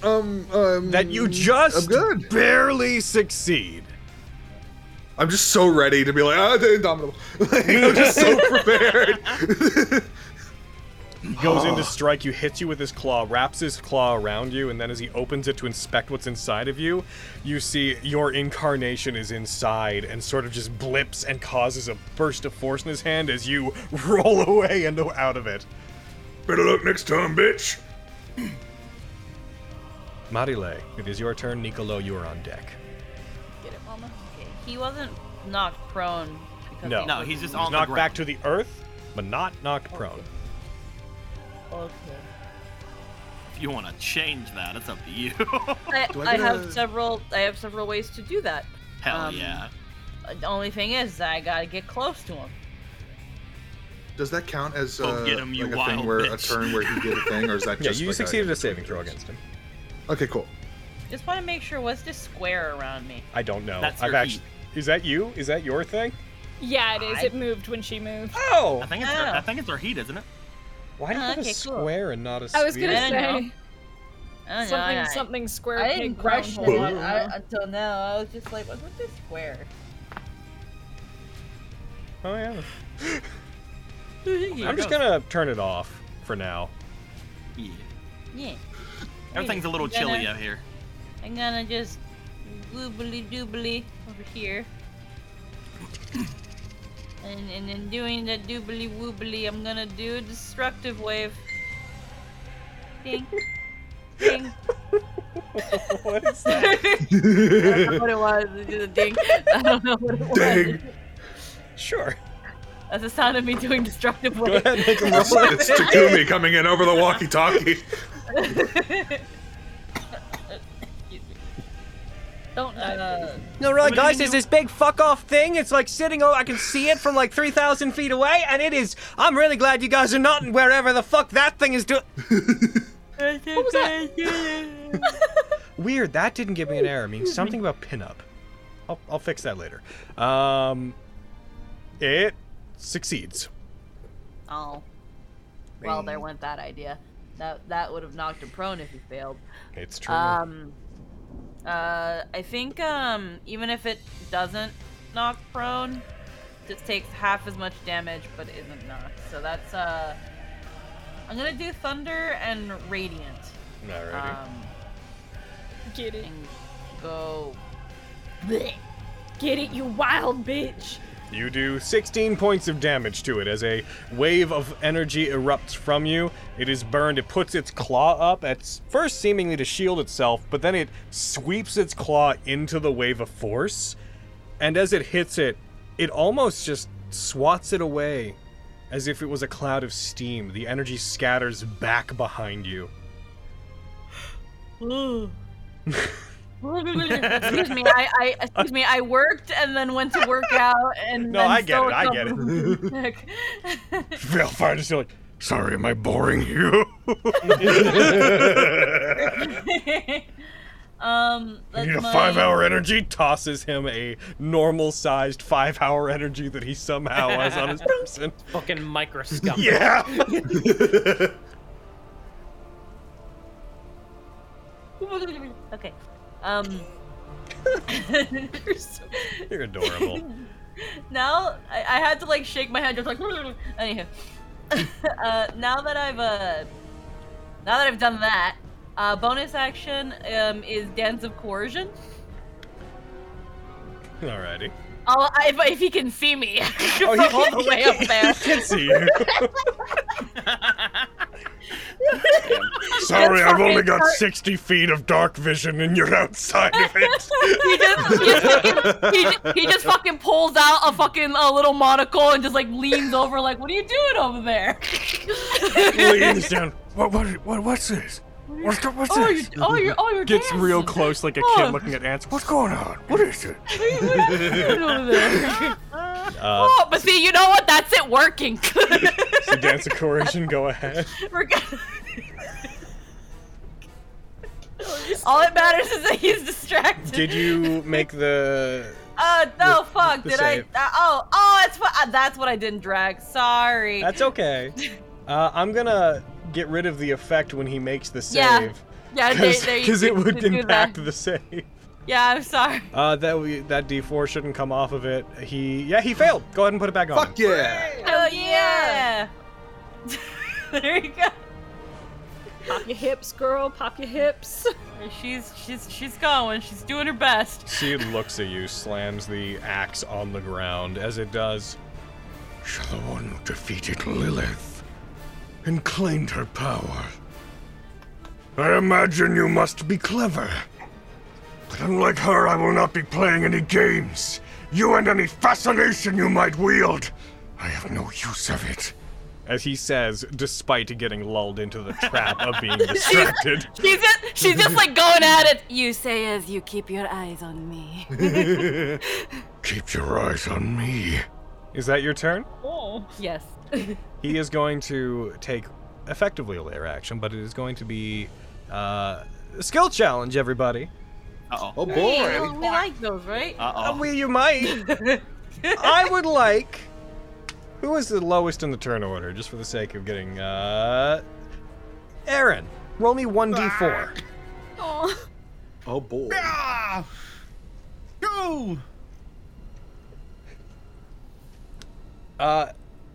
S2: Um, um.
S1: That you just
S2: I'm good.
S1: barely succeed.
S2: I'm just so ready to be like, ah, the indomitable. Like, I'm just so prepared.
S1: He goes in to strike you, hits you with his claw, wraps his claw around you, and then as he opens it to inspect what's inside of you, you see your incarnation is inside and sort of just blips and causes a burst of force in his hand as you roll away and out of it.
S2: Better luck next time, bitch.
S1: Marile, it is your turn. Nicolo, you are on deck.
S11: Get it, Mama? Okay. He wasn't knocked prone. because
S1: No,
S11: he was-
S1: He's knocked back to the earth, but not knocked prone.
S11: Okay.
S9: If you want to change that, it's up to you.
S11: I,
S9: Do I
S11: I
S9: get
S11: have
S9: a-
S11: several. I have several ways to do that.
S9: Hell
S11: Um,
S9: yeah.
S11: The only thing is, I gotta get close to him.
S2: Does that count as
S9: Go
S2: uh,
S9: get 'em, you
S2: like a
S9: wild
S2: thing where a
S9: bitch.
S2: turn where he did a thing, or is that
S1: Yeah,
S2: just
S1: you
S2: like
S1: succeeded
S2: A...
S1: a saving throw against him.
S2: Okay, cool.
S11: Just want to make sure what's this square around me.
S1: I don't know.
S11: That's
S1: I've
S11: your
S1: actually. Is that you? Is that your thing?
S7: Yeah, it is.
S11: I-
S7: It moved when she moved.
S1: Oh.
S9: I think it's
S7: Oh.
S9: her, I think it's her heat, isn't it?
S1: Why do you
S7: Ah,
S1: have a
S7: okay, cool.
S1: square and not a sphere?
S7: I was gonna say
S11: I don't know,
S7: something
S11: I-
S7: something square.
S11: I
S7: pig,
S11: didn't question it
S7: brown hole.
S11: I, until now. I was just like, what's with this square?
S1: Oh yeah.
S11: I'm
S1: I'm just gonna turn it off for now.
S9: Yeah.
S11: Yeah.
S9: Everything's a little
S11: I'm gonna-
S9: chilly out here.
S11: I'm gonna just goobly doobly over here. And, and in doing the doobly woobly, I'm gonna do a destructive wave. Ding. Ding.
S1: what is that?
S11: I don't know what it was. It did a ding. I don't know what it was.
S2: Ding.
S1: Sure.
S11: That's the sound of me doing destructive
S1: Go
S11: wave.
S1: ahead, make a roll.
S2: It's, it's Takumi coming in over the walkie-talkie.
S11: Don't uh,
S1: No, right, guys, there's this big fuck off thing. It's like sitting, oh, I can see it from like 3,000 feet away, and it is. I'm really glad you guys are not in wherever the fuck that thing is doing.
S11: what was that?
S1: Weird, that didn't give me an error. I mean, something about pinup. I'll, I'll fix that later. Um, it succeeds.
S11: Oh. Well, there went that idea. That that would have knocked him prone if he failed.
S1: It's
S11: Um, uh, I think um, even if it doesn't knock prone, it takes half as much damage, but isn't knocked. So that's uh, I'm gonna do thunder and radiant.
S1: Alrighty.
S11: Um,
S7: Get it.
S11: go.
S7: Blech. Get it, you wild bitch.
S1: You do 16 points of damage to it as a wave of energy erupts from you. It is burned. It puts its claw up at s- first, seemingly to shield itself, but then it sweeps its claw into the wave of force. And as it hits it, it almost just swats it away as if it was a cloud of steam. The energy scatters back behind you.
S11: excuse me, I, I excuse me, I worked and then went to work out and
S12: No,
S11: then
S12: I get
S11: still
S12: it, I get
S11: come
S12: it.
S11: back.
S12: Valfire just like, sorry, am I boring you?
S11: um,
S1: You
S11: that's
S1: need a
S11: my-
S1: five hour energy? Tosses him a normal sized five hour energy that he somehow has on his person.
S5: Fucking microscope.
S1: Yeah!
S11: okay. Um.
S1: You're adorable.
S11: now I, I had to like shake my head just like anyhow. uh, now that I've uh, now that I've done that, uh, bonus action um, is dance of coercion.
S1: Alrighty.
S11: Oh, I, if, if he can see me,
S1: Oh,
S11: from
S1: he-
S11: all the way up there.
S1: He can see you.
S12: sorry,
S11: That's
S12: I've only
S11: fucking
S12: got
S11: hurt.
S12: 60 feet of dark vision and you're outside of it.
S11: he just, he just fucking, he ju- he just fucking pulls out a fucking a little monocle and just like leans over like, what are you doing over there?
S12: Leans down. What, what, what, what's this? What's, go- what's
S11: oh,
S12: this?
S11: you're, oh, you're, oh, you're
S22: Gets real
S11: dancing.
S22: close, like a
S11: Oh.
S22: kid looking at ants.
S12: What's going on? What is it?
S11: What are you doing over there?
S1: Uh,
S11: oh, but see, you know what? That's it working.
S1: so dance of coercion, go ahead.
S11: We're go- All that matters is that he's distracted.
S1: Did you make the?
S11: Uh, no,
S1: the-
S11: fuck.
S1: the
S11: Did
S1: save.
S11: I? Uh, oh, oh, that's what. Uh, that's what I didn't drag. Sorry.
S1: That's okay. Uh, I'm gonna get rid of the effect when he makes the save.
S11: Yeah. Yeah, they- they-
S1: because it
S11: they
S1: would
S11: do that.
S1: impact the save.
S11: Yeah, I'm sorry.
S1: Uh, that we, that D4 shouldn't come off of it. He yeah he failed. Go ahead and put it back on.
S2: Fuck yeah!
S11: Oh yeah. there you go.
S7: Pop your hips, girl. Pop your hips.
S11: She's she's she's going. She's doing her best.
S1: She looks at you, slams the axe on the ground. As it does,
S12: Shall the one who defeated Lilith and claimed her power I imagine you must be clever. But unlike her, I will not be playing any games. You and any fascination you might wield, I have no use of it.
S1: As he says, despite getting lulled into the trap of being distracted.
S11: She's just, she's just like going at it. You say as you keep your eyes on me.
S12: Keep your eyes on me.
S1: Is that your turn?
S11: Oh. Yes.
S1: He is going to take effectively a layer action, but it is going to be uh, a skill challenge, everybody.
S9: Uh-oh.
S1: Oh boy.
S11: Hey, we like those, right?
S1: Uh, well, you might. I would like. Who is the lowest in the turn order, just for the sake of getting. Uh, Aaron, roll me 1d4.
S7: Oh.
S1: Oh boy.
S16: Ah!
S1: Oh,
S16: Go!
S1: Uh,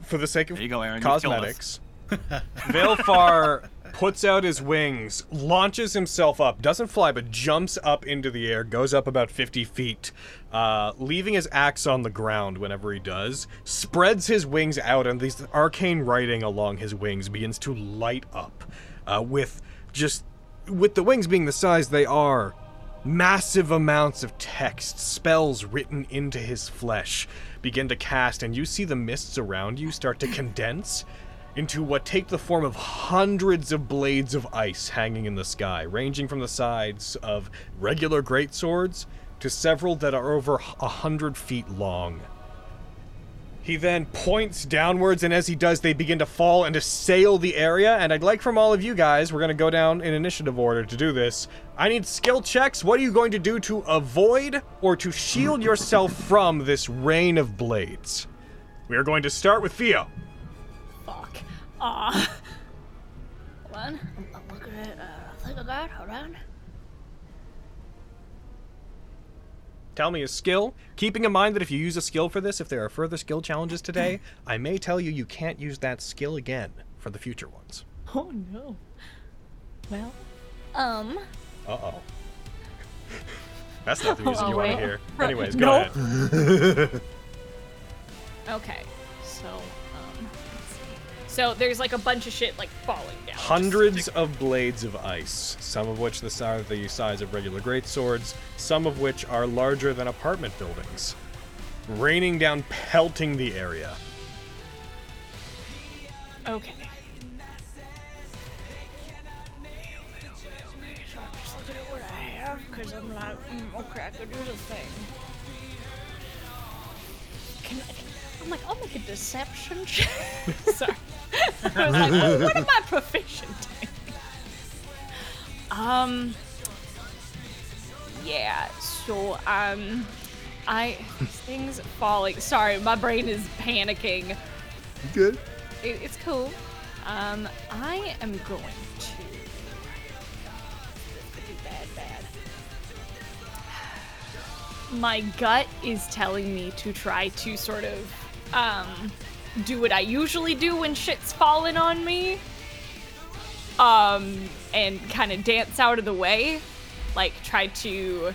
S1: for the sake of
S9: you go, Aaron. You've killed
S1: cosmetics, Veilfar puts out his wings, launches himself up, doesn't fly, but jumps up into the air, goes up about 50 feet, uh, leaving his axe on the ground whenever he does, spreads his wings out, and these arcane writing along his wings begins to light up uh, with just, with the wings being the size they are, Massive amounts of text, spells written into his flesh begin to cast, and you see the mists around you start to condense into what take the form of hundreds of blades of ice hanging in the sky, ranging from the sides of regular greatswords to several that are over a hundred feet long. He then points downwards, and as he does, they begin to fall and assail the area. And I'd like from all of you guys, we're going to go down in initiative order to do this. I need skill checks. What are you going to do to avoid or to shield yourself from this rain of blades? We are going to start with Theo.
S7: Fuck. Ah. Hold on. I'm, I'm looking at uh, I think I got. Hold on.
S1: Tell me a skill, keeping in mind that if you use a skill for this, if there are further skill challenges today, I may tell you you can't use that skill again for the future ones.
S7: Oh no. Well, um.
S1: Uh oh. That's not the music
S7: Oh,
S1: you want to
S7: well.
S1: hear.
S7: Right.
S1: Anyways,
S7: Nope.
S1: go ahead.
S7: Okay. So, um, let's see. so there's like a bunch of shit like falling down.
S1: Hundreds of blades of ice, some of which the si- are the size of regular greatswords, some of which are larger than apartment buildings, raining down, pelting the area.
S7: Okay.
S23: So I'm just looking at what I have because I'm like, mm, okay, I could do the thing.
S7: Can I, I'm like, I'll make a deception check. Sorry. I was like, oh, what am I proficient in? Um. Yeah. So um, I these things falling. Sorry, my brain is panicking.
S2: Good.
S7: It, it's cool. Um, I am going to. This could be bad, bad. My gut is telling me to try to sort of um, do what I usually do when shit's fallen on me. Um, and kind of dance out of the way. Like, try to,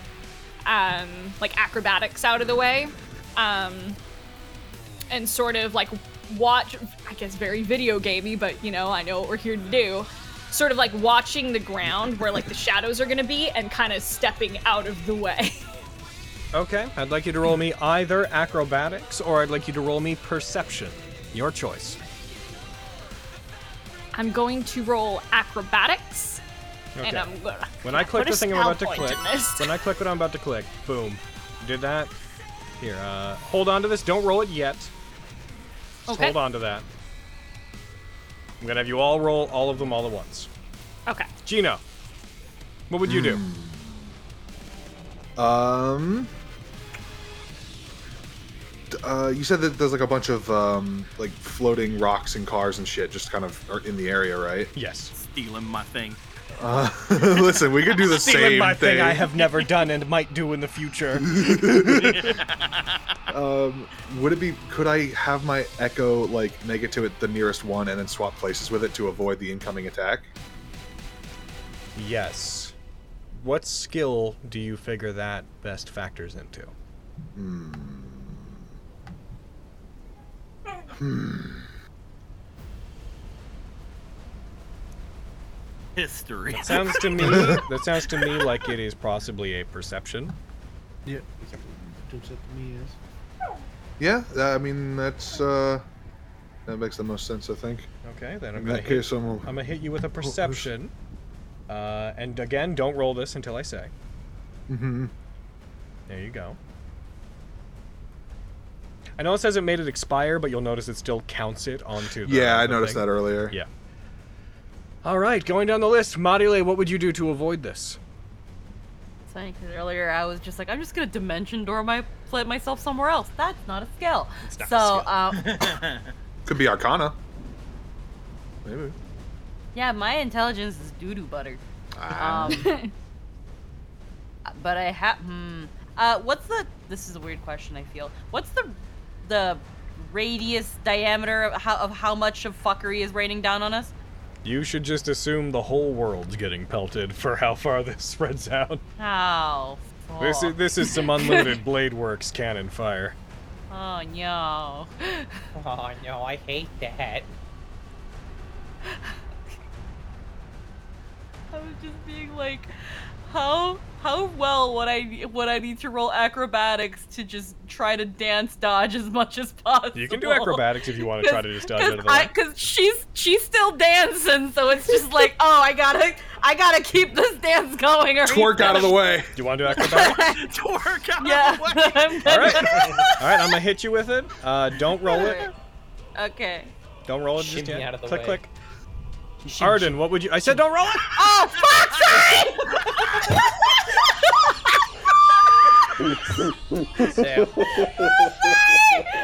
S7: um, like, acrobatics out of the way. Um, and sort of like watch I guess very video gamey, but you know, I know what we're here to do. Sort of like watching the ground where like the shadows are gonna be and kind of stepping out of the way.
S1: Okay, I'd like you to roll me either acrobatics or I'd like you to roll me perception. Your choice.
S7: I'm going to roll acrobatics.
S1: Okay.
S7: And I'm gonna
S1: When I click
S7: put a
S1: the thing I'm about to
S7: spell point
S1: click,
S7: in this.
S1: when I click what I'm about to click, boom, did that. Here, uh, hold on to this. Don't roll it yet. Just
S7: Okay.
S1: hold on to that. I'm gonna have you all roll all of them all at once.
S7: Okay.
S1: Gino, what would you do?
S2: Um. d- Uh, you said that there's like a bunch of um, like floating rocks and cars and shit just kind of are in the area, right?
S1: Yes.
S9: Stealing my thing.
S2: Uh, listen, we could do the
S1: Stealing
S2: same
S1: my
S2: thing.
S1: thing I have never done and might do in the future.
S2: um, would it be? Could I have my echo like negative to it, the nearest one, and then swap places with it to avoid the incoming attack?
S1: yes. What skill do you figure that best factors into? Hmm.
S2: Hmm.
S9: history.
S1: That sounds to me. that sounds to me like it is possibly a perception.
S16: Yeah. Turns out to me is.
S2: Yeah, uh, I mean that's uh, that makes the most sense, I think.
S1: Okay, then I'm
S2: In
S1: gonna
S2: that
S1: hit-
S2: case, I'm.
S1: I'm gonna hit you with a perception. Uh, and again, don't roll this until I say.
S2: hmm
S1: There you go. I know it says it made it expire, but you'll notice it still counts it onto. The,
S2: Yeah, I
S1: the
S2: noticed
S1: thing.
S2: that earlier.
S1: Yeah. All right, going down the list, Marile, what would you do to avoid this?
S11: It's funny because earlier I was just like, I'm just gonna dimension door my play myself somewhere else. That's not a skill.
S2: not a
S11: so, Um,
S2: Could be Arcana. Maybe.
S11: yeah, my intelligence is doo doo butter.
S2: Ah.
S11: Um, but I have. Hmm. Uh, what's the? This is a weird question. I feel. What's the, the, radius diameter of how of how much of fuckery is raining down on us?
S1: You should just assume the whole world's getting pelted for how far this spreads out.
S11: Oh.
S1: This is
S11: fuck.
S1: this is some unlimited Blade Works cannon fire.
S11: Oh no.
S5: Oh no, I hate that.
S11: I was just being like, how how well would I would I need to roll acrobatics to just try to dance dodge as much as possible?
S1: You can do acrobatics if you want to try to just dodge out of the way.
S11: Because she's she's still dancing, so it's just like, oh, I gotta I gotta keep this dance going. Or
S2: Twerk out of the way. Do
S1: you want to do acrobatics?
S11: Twerk out yeah, I'm
S1: All
S11: gonna-
S1: right, all right. I'm gonna hit you with it. Uh, don't roll it.
S11: Okay.
S1: Don't roll it just
S5: Shimmy
S1: yet.
S5: out of the
S1: click,
S5: way.
S1: click. Arden, what would you? I said don't roll it.
S11: Oh fuck!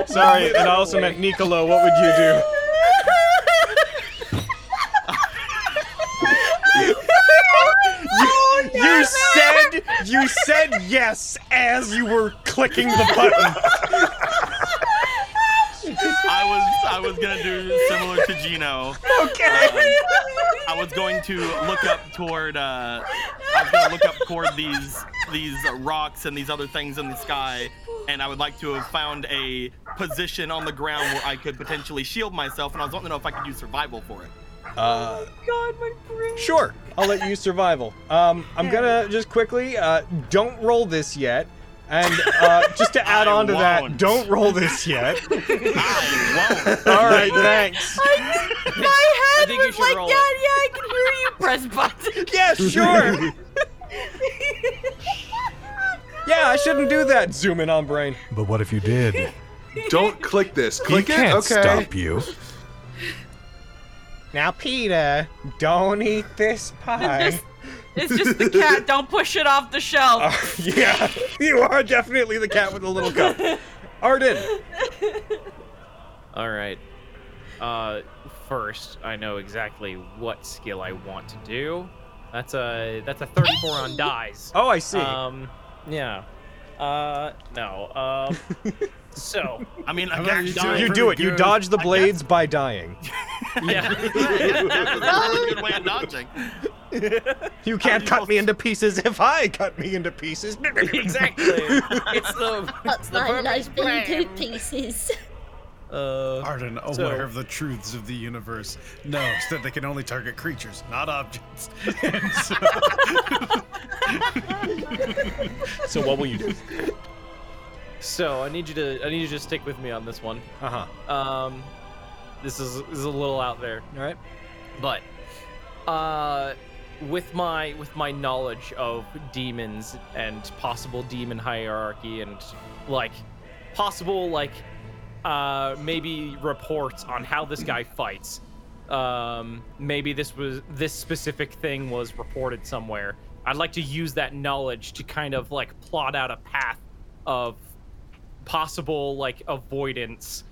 S1: Sorry, and I also meant Niccolo. What would you do?
S11: Oh,
S17: You, you said you said yes as you were clicking the button.
S9: I was I was gonna do similar to Gino. Um,
S17: Okay.
S9: I was going to look up toward uh, I was gonna look up toward these these rocks and these other things in the sky, and I would like to have found a position on the ground where I could potentially shield myself, and I was wanting to know if I could use survival for it.
S1: Uh, Sure, I'll let you use survival. Um, I'm gonna just quickly. Uh, don't roll this yet. And uh, just to add on to that, don't roll this yet. All right, thanks.
S11: My
S5: I
S11: head
S5: think you
S11: was
S5: should
S11: like, yeah,
S5: roll
S11: yeah,
S5: it.
S11: I can hear you press button.
S1: Yeah, sure. Yeah, I shouldn't do that. Zoom in on brain.
S17: But what if you did?
S2: Don't click this.
S17: He
S2: Click it.
S17: can't
S2: okay.
S17: stop you.
S1: Now, Peter, don't eat this pie.
S11: It's just the cat. Don't push it off the shelf.
S1: yeah, you are definitely the cat with the little cup. Arden.
S5: All right. Uh, first, I know exactly what skill I want to do. That's a that's a 34 on dies.
S1: Oh, I see.
S5: Um, yeah. Uh, no. Um, so
S9: I mean,
S5: I
S1: you do, it. You dodge the blades by dying.
S5: Yeah.
S9: good way of dodging.
S1: You can't cut me into pieces if I cut me into pieces.
S5: exactly. It's the
S3: That's my life in two pieces.
S5: uh,
S6: Arden, aware
S5: so-
S6: of the truths of the universe, knows that they can only target creatures, not objects. And so-
S1: So what will you do?
S5: So I need you to I need you to stick with me on this one.
S1: Uh
S5: huh. Um, this is this is a little out there.
S1: All right.
S5: But uh, with my with my knowledge of demons and possible demon hierarchy and like possible like uh maybe reports on how this guy fights. Um, maybe this was this specific thing was reported somewhere. I'd like to use that knowledge to kind of like plot out a path of possible like avoidance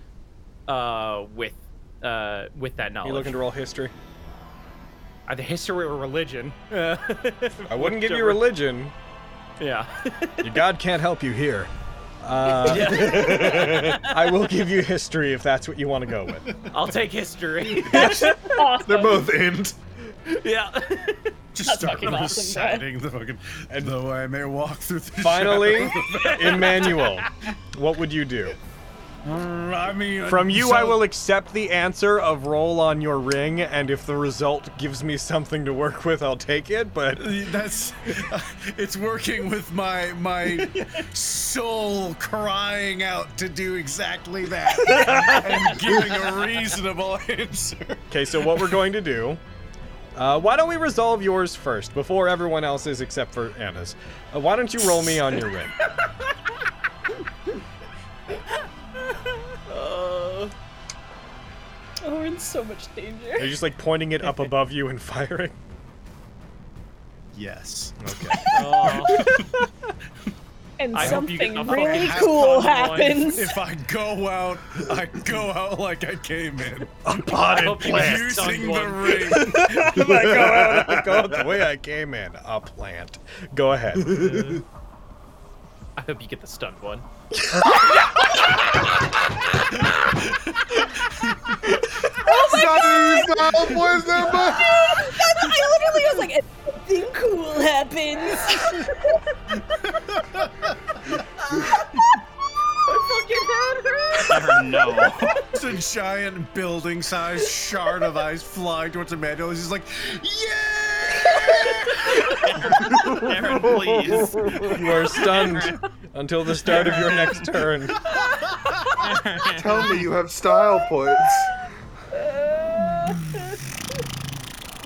S5: uh with uh with that knowledge.
S1: You looking to roll history?
S5: Either Uh, history or religion. I
S1: I wouldn't give you religion.
S5: Yeah.
S1: Your god can't help you here. Uh,
S5: Yeah.
S1: I will give you history if that's what you want to go with.
S5: I'll take history.
S2: They're both end.
S5: yeah.
S6: Just start reciting the fucking. Though I may walk through the
S1: Finally,
S6: shadow of the-
S1: Emmanuel, what would you do?
S6: I mean,
S1: From you,
S6: so-
S1: I will accept the answer of roll on your ring, and if the result gives me something to work with, I'll take it. But
S6: that's it's working with my my soul crying out to do exactly that and giving a reasonable answer.
S1: okay, so what we're going to do? Uh, why don't we resolve yours first before everyone else's, except for Anna's? Uh, why don't you roll me on your ring?
S4: Oh, we're in so much danger.
S1: They're just like pointing it up above you and firing.
S6: Yes.
S1: Okay. Oh.
S5: Oh,
S4: and
S6: I hope you
S4: something
S6: get a fucking
S4: really
S6: half
S4: cool
S6: dozen wines.
S4: happens.
S6: If I go out, I go out like I came in.
S1: A potted plant.
S6: Using the
S1: Someone.
S6: ring.
S1: I go out, I go out the way I came in. A plant. Go ahead.
S5: I hope you get the stunned one.
S4: Oh my
S2: god! boys, they're back!
S4: I literally was like, something cool happens.
S9: no.
S6: It's a giant building sized shard of ice flying towards Emmanuel. He's just like,
S9: Aaron, please.
S1: You are stunned until the start of your next turn.
S2: Tell me you have style points.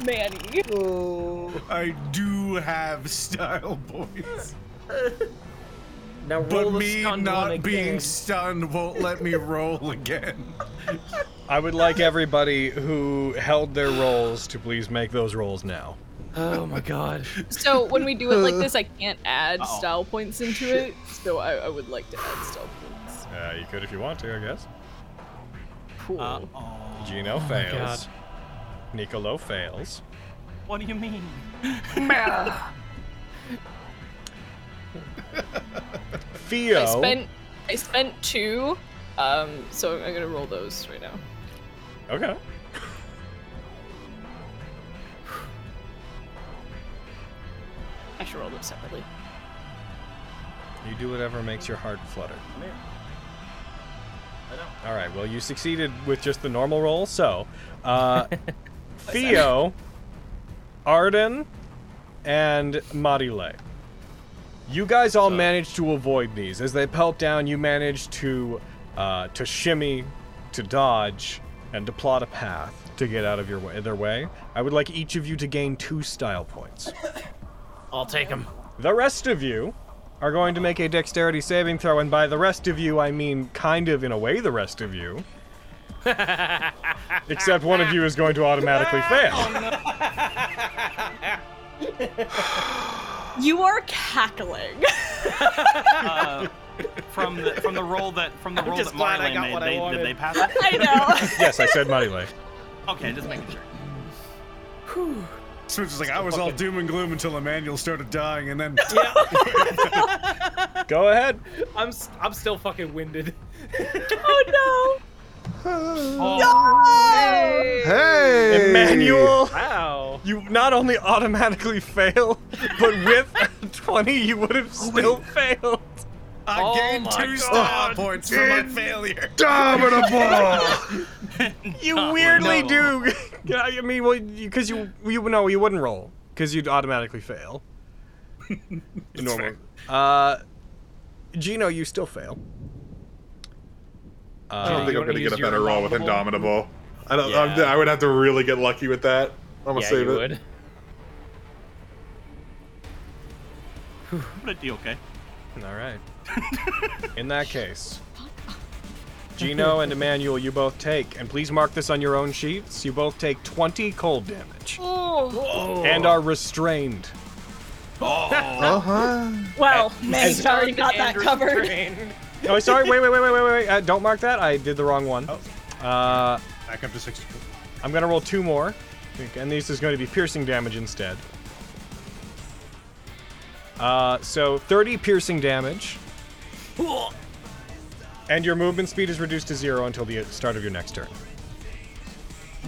S4: Manny.
S6: I do have style points.
S5: Now roll
S6: But
S5: the
S6: me
S5: stunned one
S6: not being
S5: again.
S6: stunned won't let me roll again.
S1: I would like everybody who held their rolls to please make those rolls now.
S5: Oh my god.
S7: So when we do it like this, I can't add
S1: Uh-oh.
S7: style points into it. So I, I would like to add style points.
S1: Uh, you could if you want to, I guess.
S7: Cool.
S1: Gino
S5: Oh my
S1: fails.
S5: God.
S1: Nicolo fails.
S9: What do you mean?
S1: Theo.
S7: I spent I spent two. Um, so I'm gonna roll those right now.
S1: Okay.
S7: I should roll them separately.
S1: You do whatever makes your heart flutter. All right. Well, you succeeded with just the normal roll. So, uh, Theo, Arden, and Marile. You guys all managed to avoid these. As they pelt down, you managed to uh, to shimmy, to dodge, and to plot a path to get out of your way, their way. I would like each of you to gain two style points.
S5: I'll take him.
S1: The rest of you are going to make a dexterity saving throw, and by the rest of you, I mean kind of in a way the rest of you. Except one of you is going to automatically fail.
S7: You are cackling.
S9: Uh, from the from the roll that from the
S5: I'm
S9: roll
S5: just
S9: that
S5: glad
S9: Miley
S5: I got
S9: made,
S5: what I
S9: they,
S5: wanted.
S9: did they pass it?
S7: I know.
S1: yes, I said money lay.
S9: Okay, just making sure.
S6: Switch is like, I was all doom and gloom until Emmanuel started dying, and then
S1: Go ahead.
S5: I'm s- I'm still fucking winded.
S4: oh no!
S2: Hey! Hey!
S1: Emmanuel!
S5: Wow.
S1: You not only automatically fail, but with a 20, you would have still failed.
S6: Oh I gained two style points for my failure.
S2: Dominable!
S1: You
S6: Double,
S1: weirdly
S6: double.
S1: do. Yeah, I mean, well, because you, you, no, you wouldn't roll, because you'd automatically fail. Normal. Uh, Gino, you still fail.
S2: I don't
S1: Uh,
S2: think I'm gonna get a better roll with Indomitable. I don't. I'm,
S1: Yeah.
S2: I would have to really get lucky with that. I'm gonna
S5: yeah,
S2: save
S5: you
S2: it.
S5: would.
S9: Pretty okay.
S1: All right. In that case, Gino and Emmanuel, you both take, and please mark this on your own sheets. You both take 20 cold damage
S4: Oh.
S1: and are restrained.
S5: Oh.
S2: Uh huh.
S4: Well,
S1: As-
S4: Manny's already got that covered.
S1: Oh, sorry. Wait, wait, wait, wait, wait, wait. wait. Uh, don't mark that. I did the wrong one. Uh,
S6: Oh. Back up to 62.
S1: I'm gonna roll two more, and this is going to be piercing damage instead. Uh, so 30 piercing damage, and your movement speed is reduced to zero until the start of your next turn.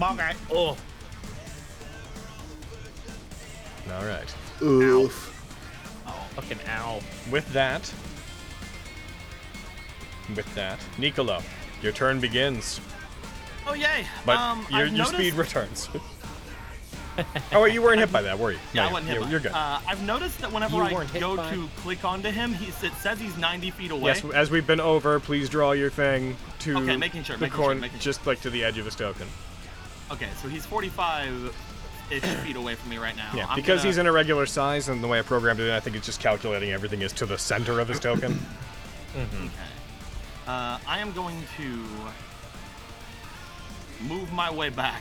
S6: Okay.
S5: Oh.
S1: All right.
S2: Oof.
S6: Oh,
S5: Fucking ow.
S1: With that, with that. Nicola, your turn begins,
S9: Oh yay!
S1: but
S9: um,
S1: your,
S9: I've
S1: your
S9: noticed-
S1: speed returns. oh, wait, you weren't hit by that, were you?
S9: Yeah,
S1: No,
S9: I wasn't
S1: yeah,
S9: hit. by
S1: You're
S9: it.
S1: good.
S9: Uh, I've noticed that whenever
S1: You
S9: I
S1: weren't hit
S9: go
S1: by-
S9: to click onto him, he it says he's 90 feet away.
S1: Yes, as we've been over, please draw your thing to
S9: Uh, Okay, making sure,
S1: the
S9: making sure,
S1: corn,
S9: making sure.
S1: just like to the edge of his token.
S9: Okay, so he's 45 ish feet away from me right now.
S1: yeah,
S9: I'm
S1: because
S9: gonna-
S1: he's in a regular size, and the way I programmed it, in, I think it's just calculating everything is to the center of his token. Mm-hmm.
S9: Okay. Uh, I am going to move my way back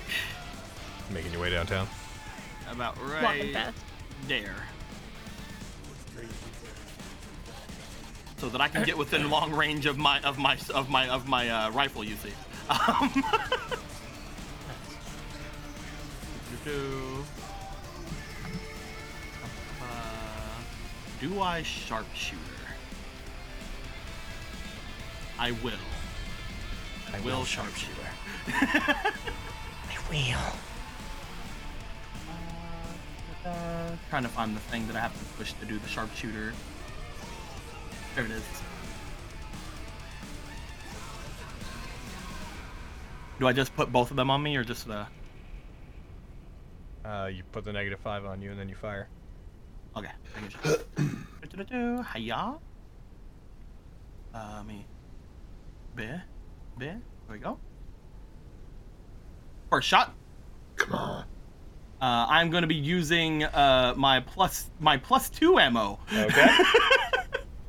S1: Making your way downtown.
S9: about
S4: Walking
S9: right
S4: fast.
S9: there. So that I can get within long range of my of my of my of my uh, rifle, you see. Um, uh, do I sharpshooter? I will. I will sharpshooter.
S12: Wheel.
S9: Uh, trying to find the thing that I have to push to do the sharpshooter. There it is. Do I just put both of them on me, or just the?
S1: Uh, you put the negative five on you, and then you fire.
S9: Okay. I get you. Hiya. Uh, let me. Bear. Bear. There we go. First shot.
S2: Come on.
S9: Uh, I'm going to be using uh, my plus my plus two ammo.
S1: Okay.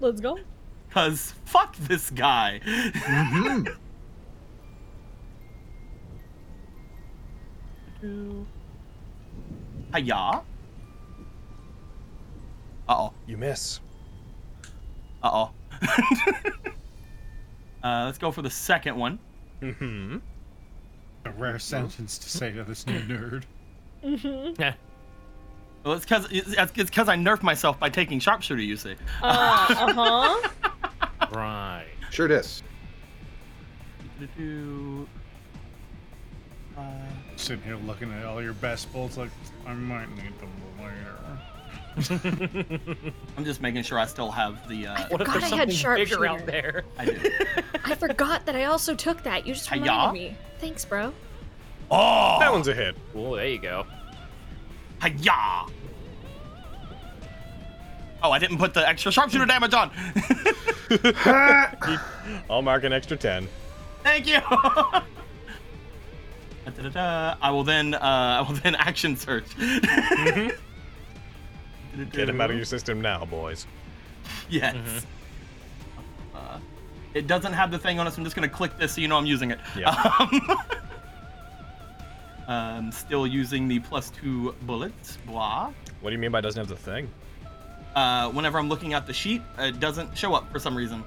S4: Let's go.
S9: Cause fuck this guy.
S2: Mm-hmm.
S9: Two. Hiya. Uh oh.
S1: You miss.
S9: Uh oh. uh, let's go for the second one.
S1: Mm-hmm.
S6: A rare sentence to say to this new nerd.
S4: Mm-hmm.
S9: Yeah. Well, it's cause it's it's cause I nerfed myself by taking sharpshooter. You see.
S4: Uh huh.
S5: Right.
S2: Sure it is.
S9: Uh.
S6: Sitting here looking at all your best bolts, like I might need them later.
S9: I'm just making sure I still have the. Uh,
S5: What if
S4: forgot
S5: there's
S4: I had
S5: something bigger out
S4: sharpshooter.
S5: there?
S9: I do.
S4: I forgot that I also took that. You just
S9: Hi-ya.
S4: reminded me. Thanks, bro.
S9: Oh!
S1: That one's a hit.
S5: Oh, there you go.
S9: Hiya! Oh, I didn't put the extra
S1: Hmm.
S9: sharpshooter damage on.
S1: I'll mark an extra ten.
S9: Thank you. Da-da-da. I will then. Uh, I will then action search.
S1: Mm-hmm. Get him out of your system now, boys.
S9: Yes.
S1: Mm-hmm.
S9: Uh, it doesn't have the thing on it, so I'm just gonna click this so you know I'm using it.
S1: Yeah.
S9: Um, um, still using the plus two bullets. Blah.
S1: What do you mean by doesn't have the thing?
S9: Uh, whenever I'm looking at the sheet, it doesn't show up for some reason.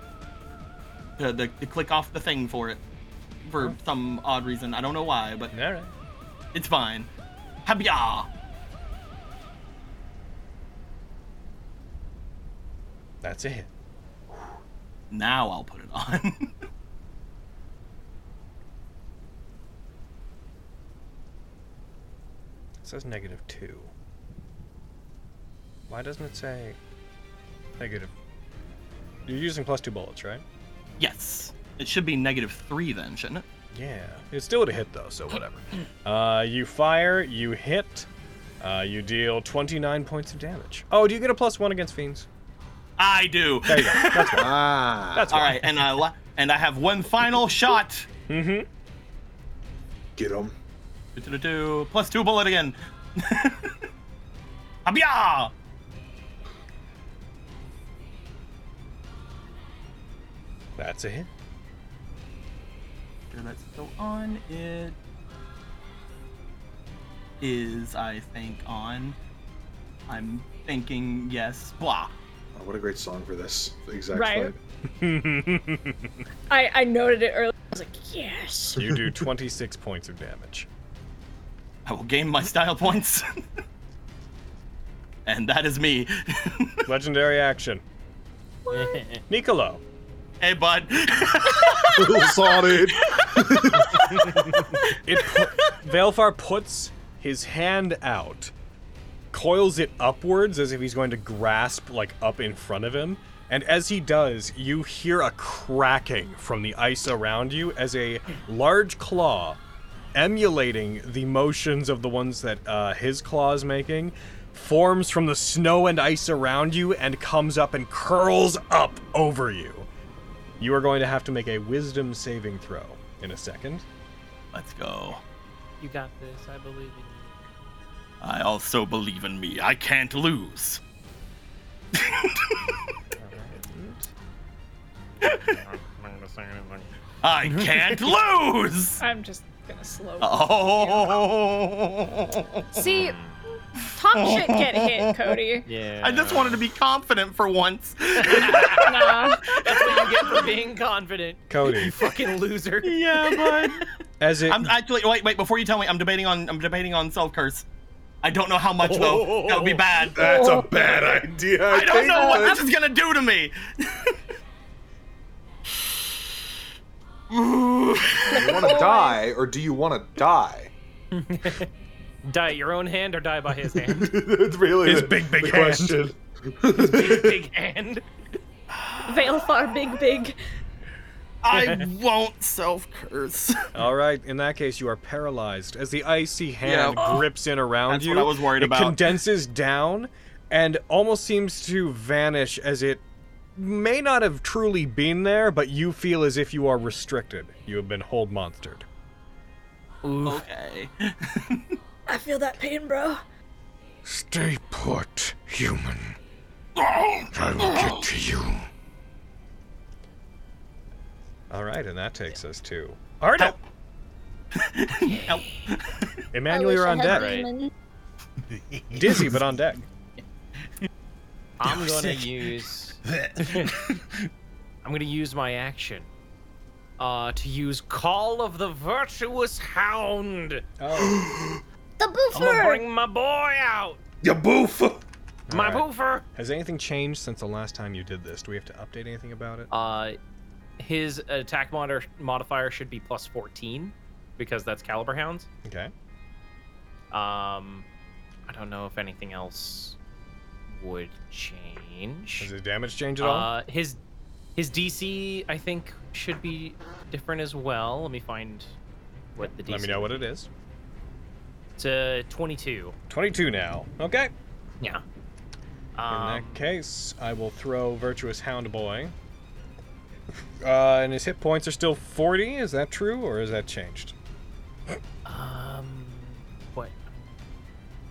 S9: The, the, the click off the thing for it, for some odd reason. I don't know why, but it's fine. Habya.
S1: That's a hit.
S9: Now I'll put it on.
S1: It says negative two. Why doesn't it say negative? You're using plus two bullets, right?
S9: yes. It should be negative three then, shouldn't it?
S1: Yeah. It's still a hit though, so whatever. uh, you fire, you hit, uh, you deal 29 points of damage. Oh, do you get a plus one against fiends?
S9: I do.
S1: There you go. That's right.
S2: Ah.
S1: That's
S9: All
S1: why.
S9: right, and I la- and I have one final shot.
S1: Mm-hmm.
S2: Get him.
S9: Do-do-do-do. Plus two bullet again. Abia!
S1: That's a hit.
S9: Sure, Let's go on. It is, I think, on. I'm thinking yes. Blah.
S2: Oh, what a great song for this exact
S4: Right.
S1: you
S4: I I noted it earlier. I was like, yes.
S1: do 26 points of damage.
S9: I will gain my style points. and that is me.
S1: Legendary action. Nicolo.
S9: hey, bud.
S2: fight. Solid.
S1: It pu- Valfar puts his hand out, coils it upwards as if he's going to grasp like up in front of him, And as he does, you hear a cracking from the ice around you as a large claw, emulating the motions of the ones that uh, his claw is making, forms from the snow and ice around you and comes up and curls up over you. You are going to have to make a wisdom saving throw in a second.
S9: Let's go.
S5: You got this. I believe in you.
S9: I also believe in me. I can't lose. I can't lose.
S4: I'm just gonna slow.
S9: Oh.
S4: See, talk shit, get hit, Cody.
S5: Yeah.
S9: I just wanted to be confident for once.
S4: Nah.
S5: That's what you get for being confident.
S1: Cody.
S5: You fucking loser.
S9: yeah, bud.
S1: As it,
S9: I'm actually wait, wait. Before you tell me, I'm debating on I'm debating on self curse. I don't know how much though. That would be bad.
S2: Oh, That's a bad idea.
S9: I don't
S2: think
S9: know what
S2: that's-
S9: this is gonna do to me.
S24: Do you want to die, or do you want to die?
S5: Die at your own hand or die by his hand.
S2: it's really
S5: His
S2: the,
S5: big, big
S2: the
S5: hand.
S2: question.
S5: big, big hand.
S4: Veilfar, big, big.
S9: I won't self curse.
S1: All right, in that case, you are paralyzed as the icy hand
S9: Yeah. Oh.
S1: grips in around
S9: That's
S1: you.
S9: what I was worried
S1: it
S9: about.
S1: condenses down and almost seems to vanish as it may not have truly been there, but you feel as if you are restricted. You have been hold monstered.
S9: Okay.
S23: I feel that pain, bro.
S12: Stay put, human. I
S5: Oh.
S12: will get to you.
S1: All right, and that takes us to Arda. Emmanuel,
S3: I
S1: you're
S3: wish I
S1: on
S3: had
S1: deck.
S3: demon.
S1: Dizzy, but on deck.
S5: I'm gonna
S1: sick.
S5: use. I'm gonna use my action. Uh, to use Call of the Virtuous Hound.
S1: Oh.
S3: the
S5: I'm gonna bring my boy out.
S2: Your boof.
S5: My
S1: All
S5: boofer.
S1: Has anything changed since the last time you did this? Do we have to update anything about it?
S5: Uh, his attack mod- modifier should be plus 14 because that's Caliber Hounds.
S1: Okay.
S5: Um, I don't know if anything else would change.
S1: Does his damage change at all?
S5: Uh, his his DC I think should be different as well. Let me find what the DC.
S1: Let me know what it is.
S5: It's uh, 22.
S1: 22 now. Okay.
S5: Yeah. Um,
S1: In that case, I will throw Virtuous Hound Boy. Uh, and his hit points are still 40. Is that true, or has that changed?
S5: Um, what?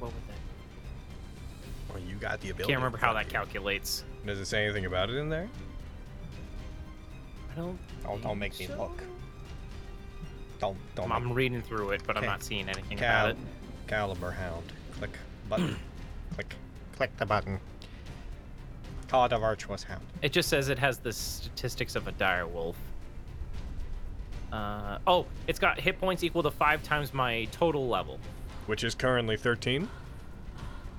S5: What would that?
S1: Well, you got the ability.
S5: Can't remember how
S1: fuck
S5: that calculates.
S1: you. Does it say anything about it in there?
S5: I don't.
S1: Don't, don't make me look. Don't don't.
S5: I'm,
S1: make
S5: I'm reading through it, but
S1: Okay.
S5: I'm not seeing anything
S1: Cal-
S5: about it.
S1: Caliber Hound. Click button. click click the button. Call the Virtuous Hound.
S5: It just says it has the statistics of a dire wolf. Uh, oh, it's got hit points equal to five times my total level.
S1: Which is currently 13.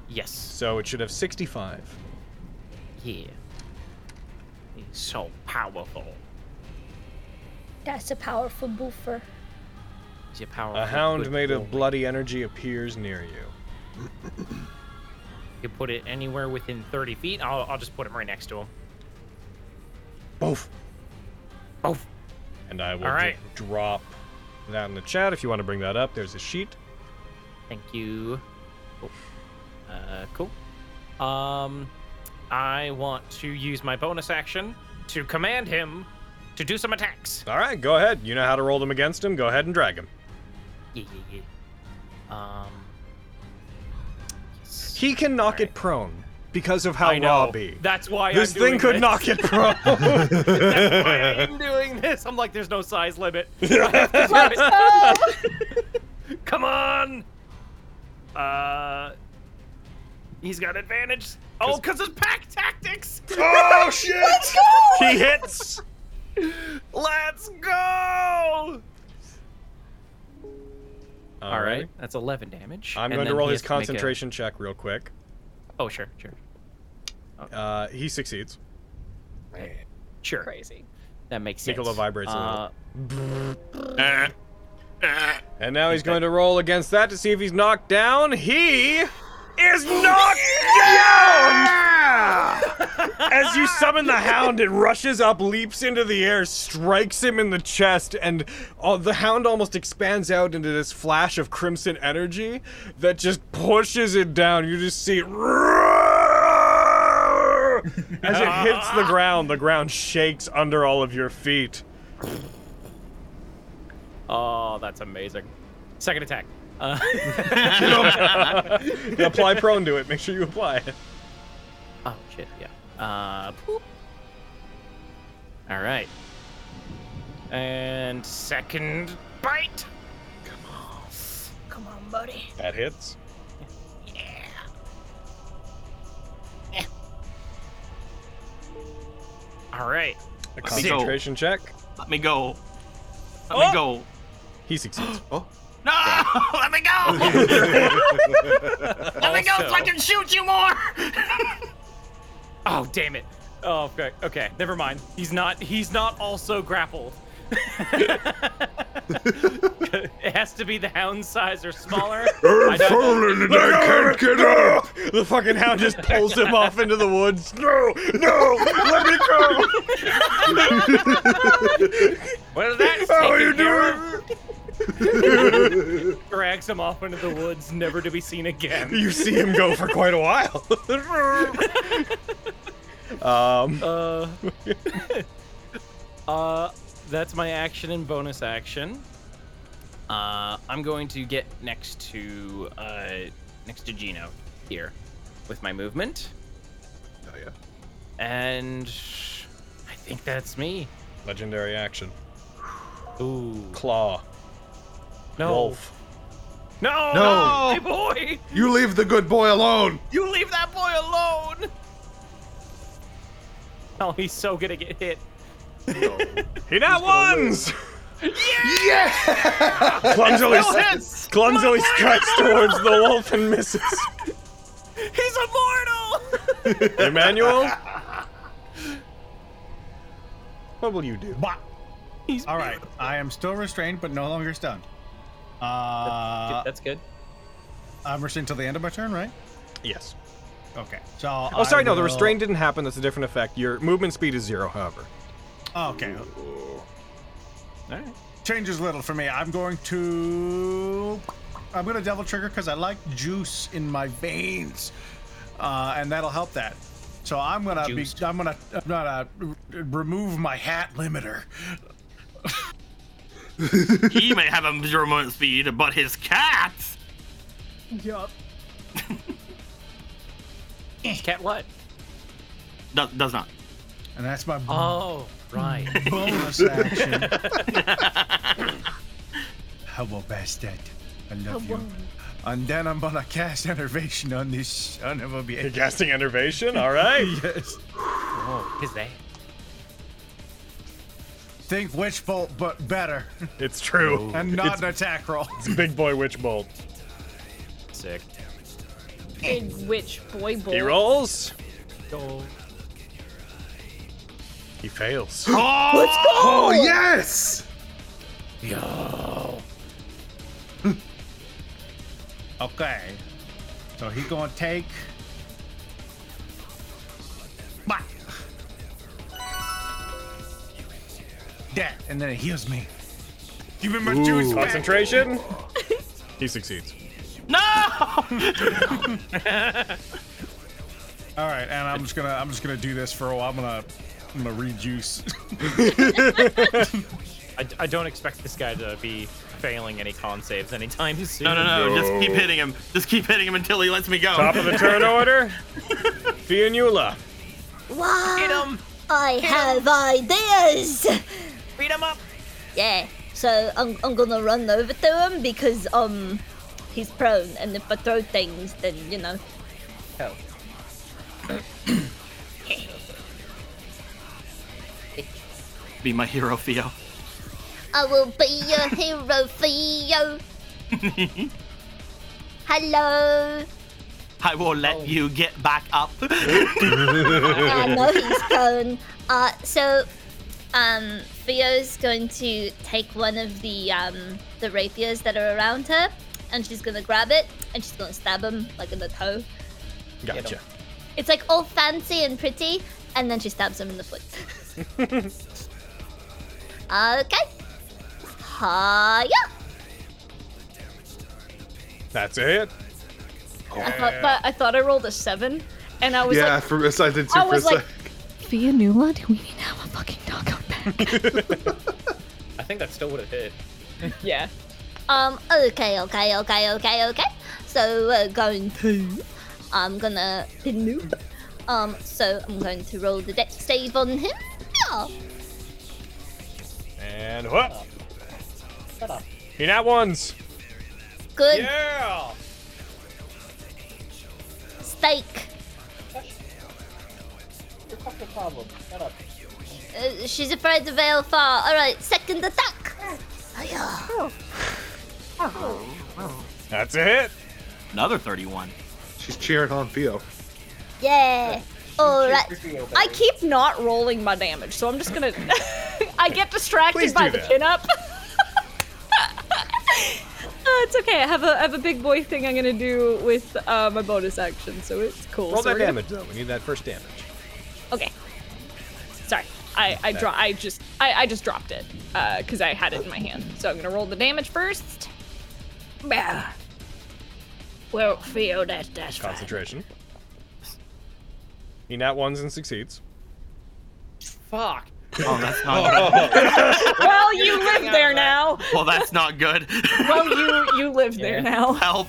S5: Yes.
S1: So it should have 65.
S5: Yeah. He's so powerful.
S3: That's a powerful boofer.
S5: He's a powerful.
S1: A hound
S5: good
S1: made
S5: wolf.
S1: of bloody energy appears near you.
S5: You can put it anywhere within 30 feet. I'll, I'll just put him right next to him.
S1: Both. Both. And I will
S5: All right.
S1: ju- drop that in the chat if you want to bring that up. There's a sheet.
S5: Thank you. Cool. Uh, cool. Um, I want to use my bonus action to command him to do some attacks.
S1: All right, go ahead. You know how to roll them against him. Go ahead and drag him.
S5: Yeah, yeah, yeah. Um,
S1: He can knock it prone because of how
S5: I know.
S1: raw be.
S5: That's why
S1: this
S5: I'm
S1: thing
S5: doing
S1: could
S5: this.
S1: knock it prone.
S5: That's why I am doing this. I'm like, there's no size limit. I have to do it. Come on. Uh, he's got advantage. Oh, because it's pack tactics.
S2: Oh shit! Let's go.
S1: he hits.
S5: Let's go. All right.
S1: Alrighty.
S5: that's 11 damage.
S1: I'm
S5: and
S1: going to
S5: then
S1: roll
S5: he
S1: his
S5: has to make a-
S1: concentration check real quick.
S5: Oh, sure, sure, Oh.
S1: Uh, he succeeds.
S5: sure.
S4: Crazy.
S5: That makes sense.
S1: Nicola vibrates
S5: Uh,
S1: a little. and now he's going to roll against that to see if he's knocked down. He is knocked down. As you summon the hound, it rushes up, leaps into the air, strikes him in the chest, and uh, the hound almost expands out into this flash of crimson energy that just pushes it down. You just see. As it hits the ground, the ground shakes under all of your feet.
S5: Oh, that's amazing. Second attack. Uh,
S1: You apply prone to it. Make sure you apply it.
S5: Oh shit, yeah. Uh, poop. All right. And second bite.
S23: Come on, buddy.
S1: That hits.
S5: All right.
S1: A
S9: Let me go.
S1: concentration check. Oh!
S9: Let me go. Let me go.
S1: He succeeds.
S9: Oh.
S1: No!
S9: Let me
S1: Oh,
S9: go!
S5: Let
S9: me go so I
S5: Also-
S9: can shoot you more!
S5: Oh damn it. Oh okay. Okay. Never mind. He's not. He's not also grappled. it has to be the hound size or smaller. I don't-
S1: can't get up! The fucking hound just pulls him off into the woods. No! No! Let me go!
S5: Well, that's
S1: How
S5: taken
S1: you
S5: care
S1: doing?
S5: of. Drags him off into the woods, never to be seen again.
S1: You see him go for quite a while. um.
S5: Uh, uh, that's my action and bonus action. Uh, I'm going to get next to uh, next to Gino here with my movement.
S2: Oh, yeah.
S5: And I think that's me.
S1: Legendary action.
S5: Ooh.
S1: Claw.
S5: No.
S1: Wolf.
S5: No,
S2: No.
S5: my boy.
S2: You leave the good boy alone.
S5: You leave that boy alone. Oh, he's so gonna get hit.
S1: He now wins!
S2: Yeah!
S1: Clumsily,
S5: Still hits!
S1: clumsily strikes towards the wolf and misses.
S5: He's immortal.
S1: Emmanuel? What will you do?
S6: All right, I am still restrained, but no longer stunned. Uh,
S5: that's good.
S6: I'm restrained till the end of my turn, right?
S1: Yes.
S6: Okay. So.
S1: Oh, sorry, no, the restraint didn't happen. That's a different effect. Your movement speed is zero, however.
S6: Oh, okay.
S5: All right.
S6: Changes little for me. I'm going to. I'm going to devil trigger because I like juice in my veins, uh, and that'll help that. So I'm gonna be. I'm gonna. I'm gonna r- remove my hat limiter.
S9: he may have a zero moment speed, but his cat.
S7: Yup.
S5: Cat what?
S9: Does, does not.
S6: And that's my.
S5: Oh, right.
S6: Bonus action. Hello, bastard. I love you. And then I'm gonna cast enervation on this son of a bitch.
S1: You're casting enervation? All right.
S6: yes.
S5: Oh, is they?
S6: Think witch bolt, but better.
S1: It's true.
S6: And not
S1: It's-
S6: an attack roll.
S1: It's big boy witch bolt.
S5: Sick.
S7: And which boy boy?
S1: He rolls.
S5: Go.
S1: He fails.
S2: Oh, yes!
S6: Yo. Mm. okay. So he gonna take. Bah. That, and then it heals me. Give him my juice. back.
S1: Concentration. he succeeds.
S9: No!
S6: All right, and I'm just gonna I'm just gonna do this for a while. I'm gonna I'm gonna rejuice.
S5: I, I don't expect this guy to be failing any con saves anytime soon.
S9: No, no, no, Just keep hitting him. Just keep hitting him until he lets me go.
S1: Top of the turn order. Fianula.
S3: Wow.
S5: Get 'em.
S3: I have ideas.
S5: Beat him up.
S3: Yeah. So I'm, I'm gonna run over to him because um he's prone, and if I throw things, then you know.
S5: Hell.
S9: Be my hero, Theo.
S3: I will be your hero, Theo. Hello.
S9: I will let you get back up.
S3: I know he's prone. Uh, so, um, Theo's going to take one of the um, the rapiers that are around her, and she's gonna grab it, and she's gonna stab him like in the toe.
S1: Gotcha.
S3: It's like all fancy and pretty, and then she stabs him in the foot. okay. Hiya.
S1: That's it.
S7: I thought, but I thought I rolled a seven, and I was
S2: yeah,
S7: like,
S2: for, I did too
S7: I
S2: for
S7: was
S2: a
S7: like,
S2: sec.
S25: Via Nula, do we need to have a fucking dog out
S5: I think that still would have hit.
S7: yeah.
S3: Um, okay, okay, okay, okay, okay. So we're going to. I'm gonna. Um, so I'm going to roll the deck save on him. Yeah.
S1: And what? He nat ones.
S3: Good
S5: Yeah.
S3: steak.
S5: You're fucking problem. Shut up.
S3: Uh, she's afraid of Veil Far. Alright, second attack.
S5: Oh.
S3: Hiya.
S1: That's a hit.
S9: Another 31.
S2: She's cheering on Theo.
S3: Yeah. Alright.
S7: I keep not rolling my damage, so I'm just gonna. I get
S1: Please
S7: distracted by
S1: do
S7: the
S1: that.
S7: chin up. Uh, it's okay. I have a I have a big boy thing I'm gonna do with uh, my bonus action, so it's cool.
S1: Roll
S7: So
S1: that
S7: we're gonna-
S1: damage though. We need that first damage.
S7: Okay. Sorry. I I dro- I just I, I just dropped it because I had it in my hand. So I'm gonna roll the damage first.
S23: Bah. Well, Theo, that, that's fine.
S1: Concentration. He nat ones and succeeds.
S5: Fuck.
S9: Oh, that's not good.
S7: well, you live there now.
S9: well, that's not good.
S7: Well, you you live there now.
S9: Help.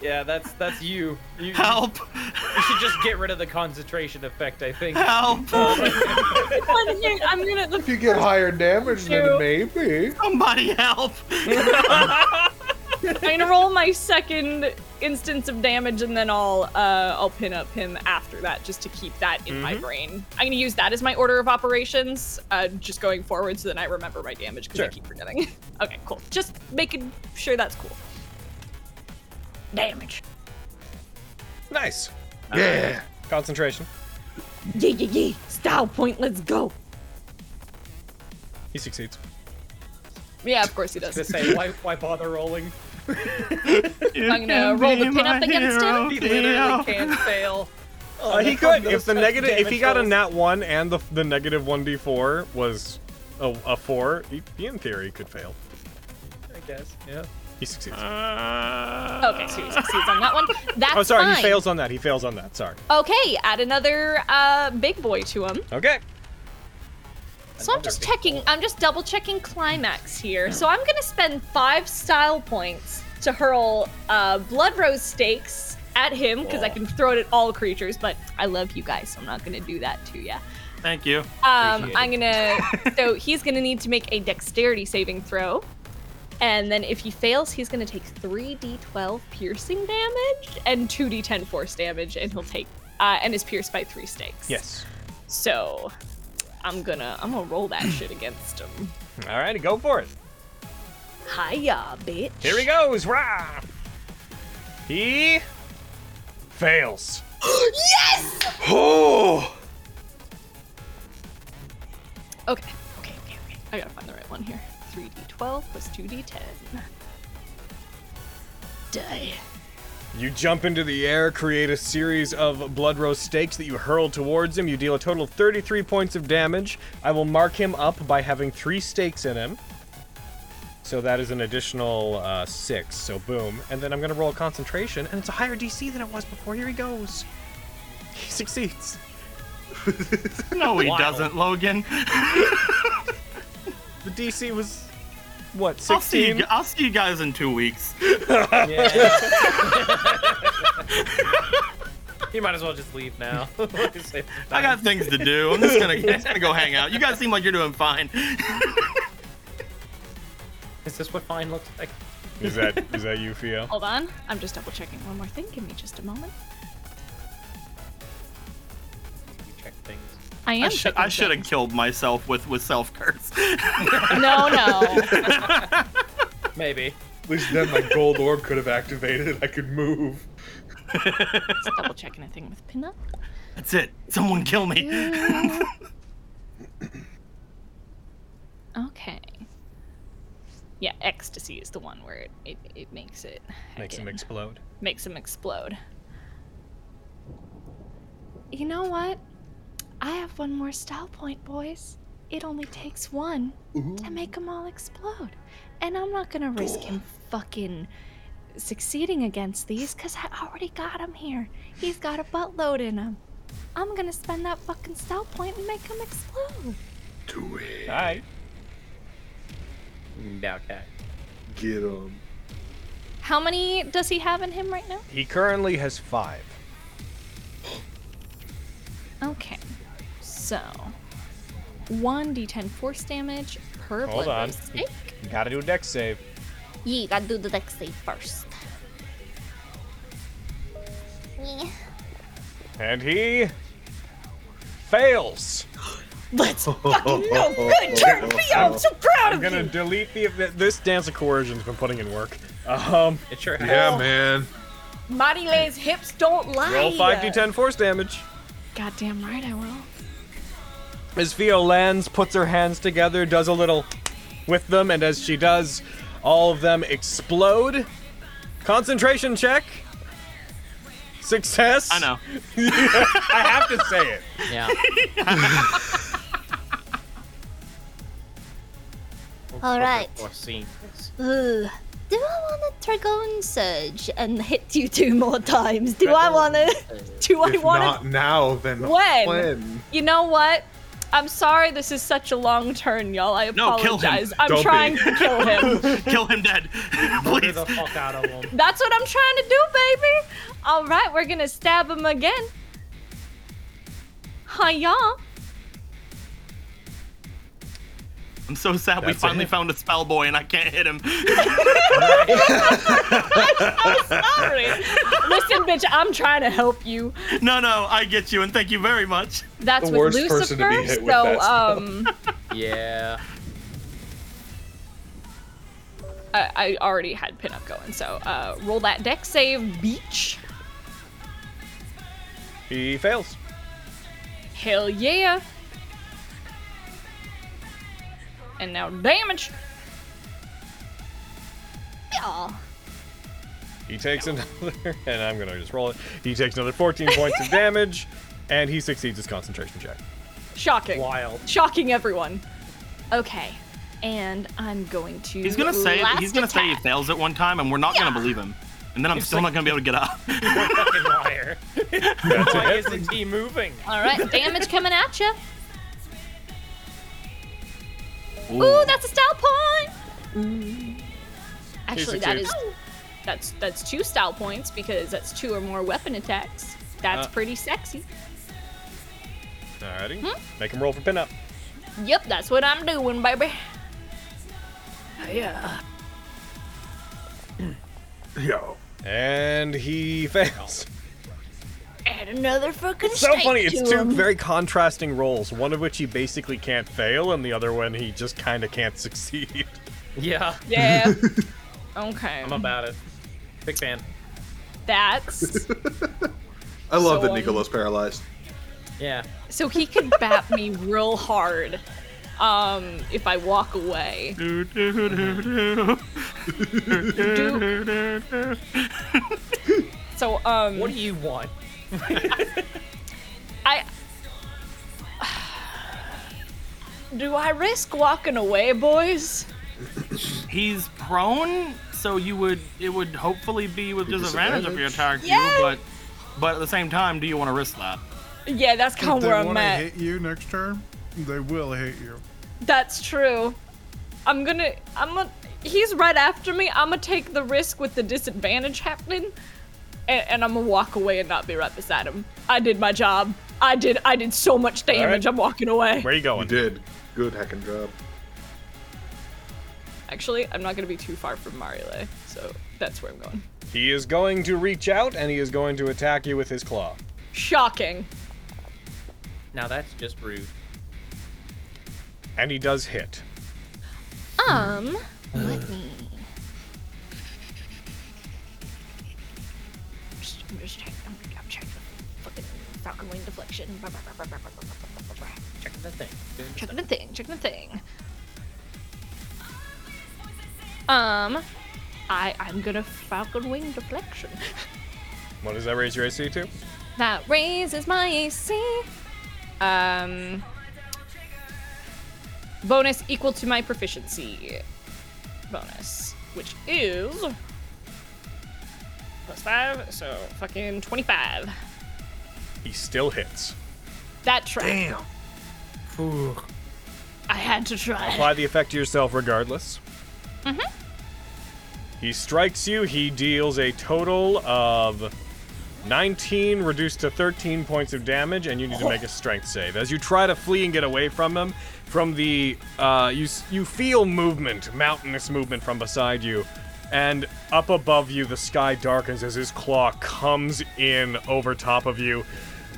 S5: Yeah, that's that's you. you
S9: Help.
S5: You should just get rid of the concentration effect. I think.
S9: Help.
S7: I'm gonna- I'm gonna. The
S2: If you get higher damage,
S7: Two.
S2: then maybe.
S9: Somebody help.
S7: I'm gonna roll my second instance of damage, and then I'll uh, I'll pin up him after that, just to keep that in my
S1: Mhm.
S7: brain. I'm gonna use that as my order of operations, uh, just going forward, so then I remember my damage because I
S1: Sure.
S7: keep forgetting. okay, cool. Just making sure that's cool. Damage.
S1: Nice.
S2: Yeah.
S1: Concentration.
S7: Yeah, yeah, yeah. Style point. Let's go.
S1: He succeeds.
S7: Yeah, of course he does.
S5: To say why why bother rolling?
S7: I'm gonna roll the pin up against him.
S5: He literally can't fail. Oh,
S1: Uh, he
S5: that's
S1: could
S5: those
S1: if the
S5: touch
S1: negative if he
S5: damage
S1: got a
S5: rolls.
S1: nat one and the the negative one d four was a, a four. He, he in theory could fail.
S5: I guess. Yeah.
S1: He succeeds.
S7: Okay, so he succeeds on that one. That's
S1: oh, sorry.
S7: fine.
S1: He fails on that. He fails on that. Sorry.
S7: Okay, add another uh, big boy to him.
S1: Okay.
S7: So I'm just checking. I'm just double checking climax here. So I'm gonna spend five style points to hurl uh, blood rose stakes at him because I
S9: Whoa.
S7: can throw it at all creatures. But I love you guys, so I'm not gonna do that to ya.
S9: Thank you.
S7: Um,
S9: Appreciate
S7: I'm
S9: it.
S7: gonna. so he's gonna need to make a dexterity saving throw, and then if he fails, he's gonna take three d12 piercing damage and two d10 force damage, and he'll take uh, and is pierced by three stakes.
S1: Yes.
S7: So I'm gonna I'm gonna roll that shit against him.
S1: All right. Go for it.
S7: Hiya, bitch.
S1: Here he goes. Rah! He fails.
S7: yes.
S1: Oh.
S7: Okay. Okay. Okay. Okay. I gotta find the right one here. Three d12 plus two d10. Die.
S1: You jump into the air, create a series of blood rose stakes that you hurl towards him. You deal a total of 33 points of damage. I will mark him up by having three stakes in him. So that is an additional uh, six. So boom. And then I'm going to roll a concentration, and it's a higher DC than it was before. Here he goes. He succeeds.
S9: No, he
S1: Wow.
S9: doesn't, Logan.
S1: The DC was, what,
S9: I'll see, you,
S1: 16?
S9: gu- I'll see you guys in two weeks.
S5: You might as well just leave now.
S9: I got things to do. I'm just gonna, I'm just gonna go hang out. You guys seem like you're doing fine.
S5: Is this what fine looks like?
S1: Is that is that you, Fio?
S7: Hold on. I'm just double checking one more thing. Give me just a moment.
S5: You check things.
S7: I am.
S9: should,
S7: checking
S9: I should have killed myself with with self curse.
S7: things. No, no.
S5: Maybe.
S2: At least then my gold orb could have activated. I could move.
S7: Just double checking a thing with pinup.
S9: That's it. Someone kill me.
S7: Okay. Yeah, ecstasy is the one where it, it, it makes it
S1: Makes him explode.
S7: makes him explode. You know what? I have one more style point, boys. It only takes one to make them all explode. And I'm not gonna risk him fucking succeeding against these because I already got him here. He's got a buttload in him. I'm gonna spend that fucking style point and make him explode.
S2: Do it.
S5: Alright. Okay.
S2: Get him.
S7: How many does he have in him right now?
S1: He currently has five.
S7: Okay. So, 1d10 force damage per
S1: Hold
S7: blood
S1: on.
S7: race stake.
S1: Gotta do a dex save.
S3: Yeah, you gotta do the dex save first.
S5: Oh.
S3: Yeah.
S1: And he fails.
S7: Let's
S1: fucking
S7: go. Good turn, Theo. I'm so proud
S1: I'm gonna delete the. This dance of coercion's been putting in work. Um,
S5: it sure
S2: Yeah, man.
S7: Marilene's hips don't lie.
S1: Roll 5d10 force damage.
S7: Goddamn right I will.
S1: As Fio lands, puts her hands together, does a little with them, and as she does, all of them explode. Concentration check. Success. I know. I have to say it.
S5: Yeah.
S3: All right.
S5: Foreseen.
S3: Ooh. Do I want to Dragon Surge and hit you two more times? Do I want to? Do I
S24: if
S7: wanna-
S24: not now, then
S7: When?
S24: when?
S7: You know what? I'm sorry this is such a long turn, y'all. I
S9: No, kill
S7: apologize.
S9: him.
S7: I'm
S9: Don't be.
S7: trying to kill him.
S9: kill him dead. Please. the
S5: fuck out of him.
S7: That's what I'm trying to do, baby. All right, we're gonna stab him again. Hiya.
S9: I'm so sad we
S1: That's a
S9: finally
S1: hit.
S9: found a spell boy and I can't hit him.
S7: Sorry. Listen, bitch, I'm trying to help you.
S9: No, no, I get you and thank you very much.
S7: That's with Lucifer. so, um,
S5: yeah.
S7: I, I already had pinup going. So, uh, roll that deck save, beach.
S1: He fails.
S7: Hell yeah. And now damage. Yeah.
S1: He takes another, and I'm gonna just roll it. He takes another 14 points of damage, and he succeeds his concentration check.
S7: Shocking.
S5: Wild.
S7: Shocking everyone. Okay. And I'm going to.
S9: He's gonna say
S7: last
S9: he's gonna say he
S7: attack.
S9: fails at one time and we're not gonna believe him. And then I'm still not gonna be able to get up.
S5: Fucking liar. Why isn't he moving?
S7: All right, damage coming at you. Ooh, that's a style point. Actually, that is
S1: succeeds.
S7: that's that's two style points because that's two or more weapon attacks. That's
S1: Uh.
S7: pretty sexy.
S1: Alrighty.
S7: Hmm?
S1: Make him roll for pinup.
S7: Yep, that's what I'm doing, baby.
S23: Oh, Yeah.
S1: Yo. And he fails.
S23: Add another fucking
S1: It's so
S23: stake
S1: funny. It's
S23: to
S1: two
S23: 'em.
S1: very contrasting rolls. One of which he basically can't fail, and the other one he just kind of can't succeed.
S5: Yeah.
S7: Yeah. okay.
S5: I'm about it. Big fan.
S7: That's
S24: I love
S7: So,
S24: that
S7: um,
S24: Nicolo's paralyzed.
S5: Yeah.
S7: so he could bat me real hard. Um, if I walk away. So um
S5: What do you want?
S7: I Do I risk walking away, boys?
S9: He's prone, so you would it would hopefully be with disadvantage if you attack
S7: Yay!
S9: you, but but at the same time, do you want to risk that?
S7: Yeah, that's kind
S6: if
S7: of
S6: they
S7: where I'm
S6: wanna
S7: at.
S6: hit you next turn, they will hit you.
S7: That's true. I'm gonna I'm gonna he's right after me. I'm gonna take the risk with the disadvantage happening and, and I'm gonna walk away and not be right beside him. I did my job. I did I did so much damage. I'm walking away.
S1: Where you going?
S24: You did. Good hacking job.
S7: Actually, I'm not gonna be too far from Marile, so that's where I'm going.
S1: He is going to reach out, and he is going to attack you with his claw.
S7: Shocking.
S5: Now that's just rude.
S1: And he does hit.
S7: Um, let me.
S23: Just- I'm just checking. I'm, I'm checking the fucking Falcon Wing deflection. Blah, blah, blah, blah, blah, blah, blah, blah, blah, blah.
S5: Checking the thing.
S7: Checking the thing. Checking the thing. Um, I I'm gonna Falcon Wing deflection.
S1: What does that raise your AC to?
S4: That raises my AC. Um, bonus equal to my proficiency bonus, which is plus five, so fucking 25.
S1: He still hits.
S4: That track.
S1: Damn. Ooh.
S4: I had to try.
S1: Apply the effect to yourself regardless.
S4: hmm
S7: Mm-hmm.
S1: He strikes you. He deals a total of 19 reduced to 13 points of damage, and you need to make a strength save. As you try to flee and get away from him, from the uh, you s- you feel movement, mountainous movement from beside you, and up above you the sky darkens as his claw comes in over top of you,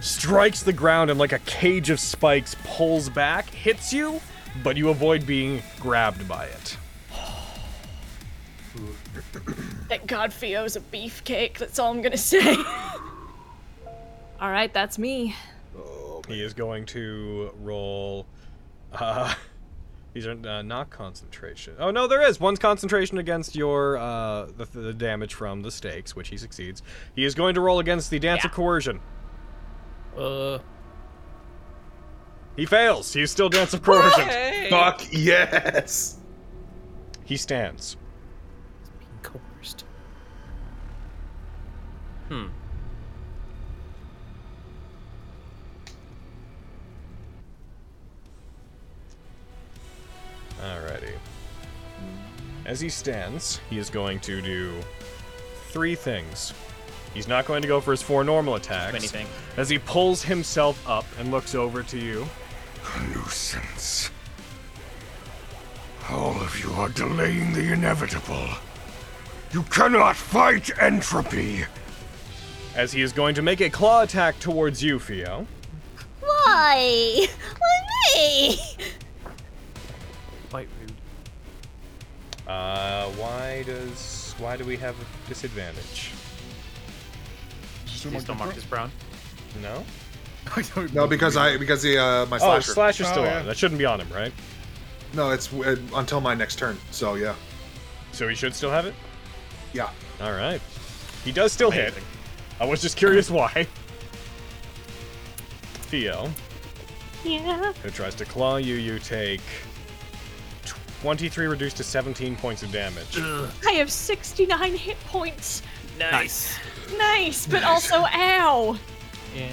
S1: strikes the ground, and like a cage of spikes pulls back, hits you, but you avoid being grabbed by it.
S7: Thank God Fio's a beefcake. That's all I'm gonna say. all right, that's me.
S1: He is going to roll. Uh, these are uh, not concentration. Oh no, there is one's concentration against your uh, the, the damage from the stakes, which he succeeds. He is going to roll against the dance of coercion.
S5: Uh.
S1: He fails. He is still dance of coercion.
S2: Hey! Fuck yes.
S1: He stands.
S5: coerced. Hmm. Mm.
S1: Alrighty. As he stands, he is going to do three things. He's not going to go for his four normal attacks.
S5: anything.
S1: As he pulls himself up and looks over to you.
S12: nuisance. All of you are delaying the inevitable. You cannot fight entropy.
S1: As he is going to make a claw attack towards you, Fio.
S3: Why? Why me?
S5: Quite rude.
S1: Uh, why does why do we have a disadvantage?
S5: Please don't mark this brown.
S1: No.
S2: No, because I because the uh, my
S1: oh,
S2: slasher.
S1: slasher's still
S2: Oh,
S1: on.
S2: yeah.
S1: That shouldn't be on him, right?
S2: No, it's uh, until my next turn. So yeah,
S1: So he should still have it.
S2: yeah.
S1: All right. He does still hit. I was just curious why. Theo,
S7: Yeah.
S1: who tries to claw you, you take 23 reduced to 17 points of damage.
S7: I have 69 hit points.
S5: Nice.
S7: Nice, but also ow.
S5: Yeah.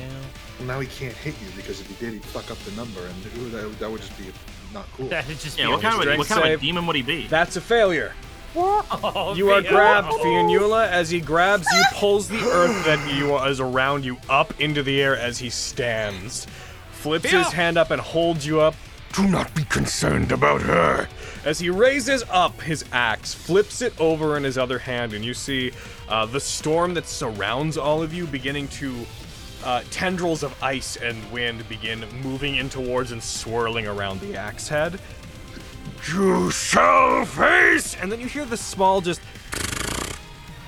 S2: Well, now he can't hit you because if he did, he'd fuck up the number, and ooh, that, that would just be not cool.
S5: That'd just
S9: Yeah, what kind of a, what kind of a demon would he be?
S1: That's a failure.
S5: Oh,
S1: You are
S5: Theo.
S1: grabbed, Fionula. As he grabs you, pulls the earth that you are, is around you up into the air as he stands, flips his hand up and holds you up.
S12: Do not be concerned about her.
S1: As he raises up his axe, flips it over in his other hand, and you see uh, the storm that surrounds all of you beginning to. Uh, tendrils of ice and wind begin moving in towards and swirling around the axe head.
S12: You shall face.
S1: And then you hear the small just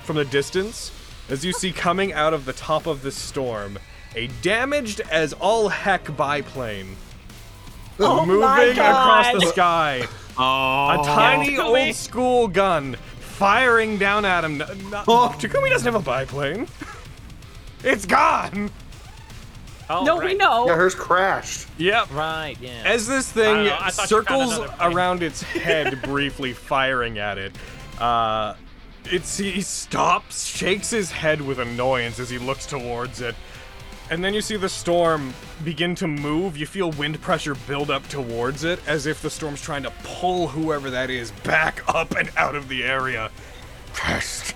S1: from the distance as you see coming out of the top of the storm a damaged as all heck biplane
S12: Oh
S1: moving
S12: my
S1: across the
S12: God.
S1: sky.
S9: Oh.
S1: A tiny
S5: Takumi.
S1: old school gun firing down at him. N- not-
S7: Oh.
S1: Takumi doesn't have a biplane. It's gone.
S5: Oh,
S7: no, we
S5: right.
S7: know.
S24: Yeah, hers crashed.
S1: Yep.
S5: Right. Yeah.
S1: As this
S5: I
S1: thing
S5: don't know, I thought you found
S1: circles
S5: another plane.
S1: around its head briefly, firing at it, uh, it's, he stops, shakes his head with annoyance as he looks towards it, and then you see the storm begin to move. You feel wind pressure build up towards it as if the storm's trying to pull whoever that is back up and out of the area.
S12: Pest.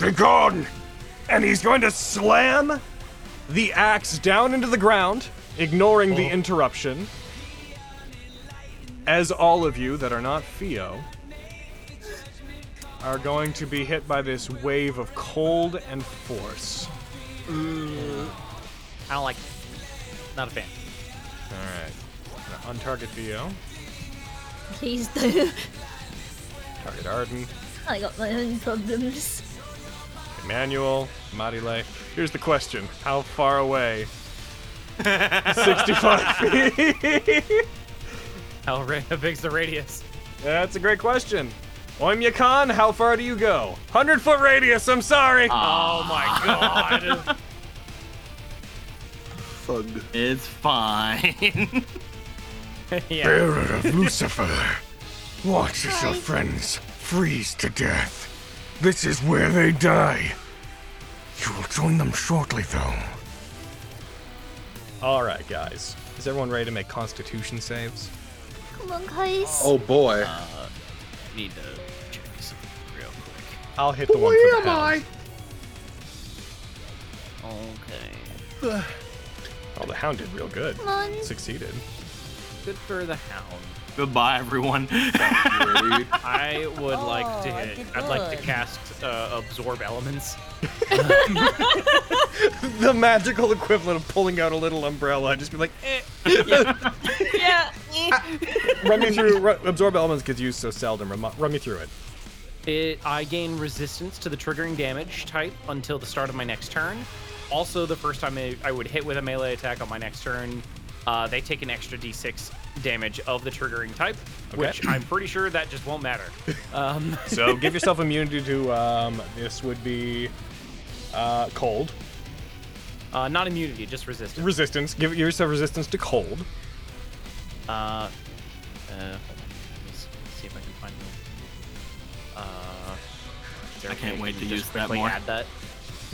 S12: Begone.
S1: And he's going to slam the axe down into the ground, ignoring the interruption. As all of you that are not Theo are going to be hit by this wave of cold and force.
S5: I don't like. It. Not a fan.
S1: All right. Now Untarget Theo.
S3: Please do.
S1: Target Arden.
S3: I got my own problems.
S1: Emmanuel. Marile. Here's the question How far away? 65 feet.
S5: How ra- how big's the radius?
S1: That's a great question. Oimya Khan, how far do you
S9: Oh
S1: go? 100 foot radius, I'm sorry.
S5: Oh my god.
S2: thug.
S9: It's fine.
S5: yeah.
S12: Bearer of Lucifer, watch as your friends freeze to death. This is where they die. You will join them shortly, though.
S1: All right, guys. Is everyone ready to make Constitution saves?
S3: Come on, guys.
S2: Oh boy.
S9: Uh, I need to check something real quick.
S1: I'll hit the one for the hound.
S9: Okay.
S1: Oh, the hound did real good.
S3: Come on.
S1: Succeeded.
S5: Good for the hound.
S9: Goodbye, everyone.
S5: I would like to
S11: Oh, I
S5: hit.
S11: did
S5: I'd like to
S11: good.
S5: cast uh, absorb elements.
S1: the magical equivalent of pulling out a little umbrella and just be like, eh.
S11: yeah.
S1: run me through. Run, absorb elements gets used so seldom. Run, run me through it.
S5: It, I gain resistance to the triggering damage type until the start of my next turn. Also, the first time I, I would hit with a melee attack on my next turn, uh, they take an extra d6 damage of the triggering type, which I'm pretty sure that just won't matter. Um,
S1: So give yourself immunity to um, this would be uh, cold
S5: uh, not immunity, just resistance.
S1: resistance. Give yourself resistance to cold.
S5: Uh, uh, hold on. Let's see if I can find the. Uh, is there
S9: I
S5: a
S9: can't
S5: way
S9: wait
S5: can
S9: to
S5: just
S9: use that
S5: quickly
S9: more.
S5: Add that.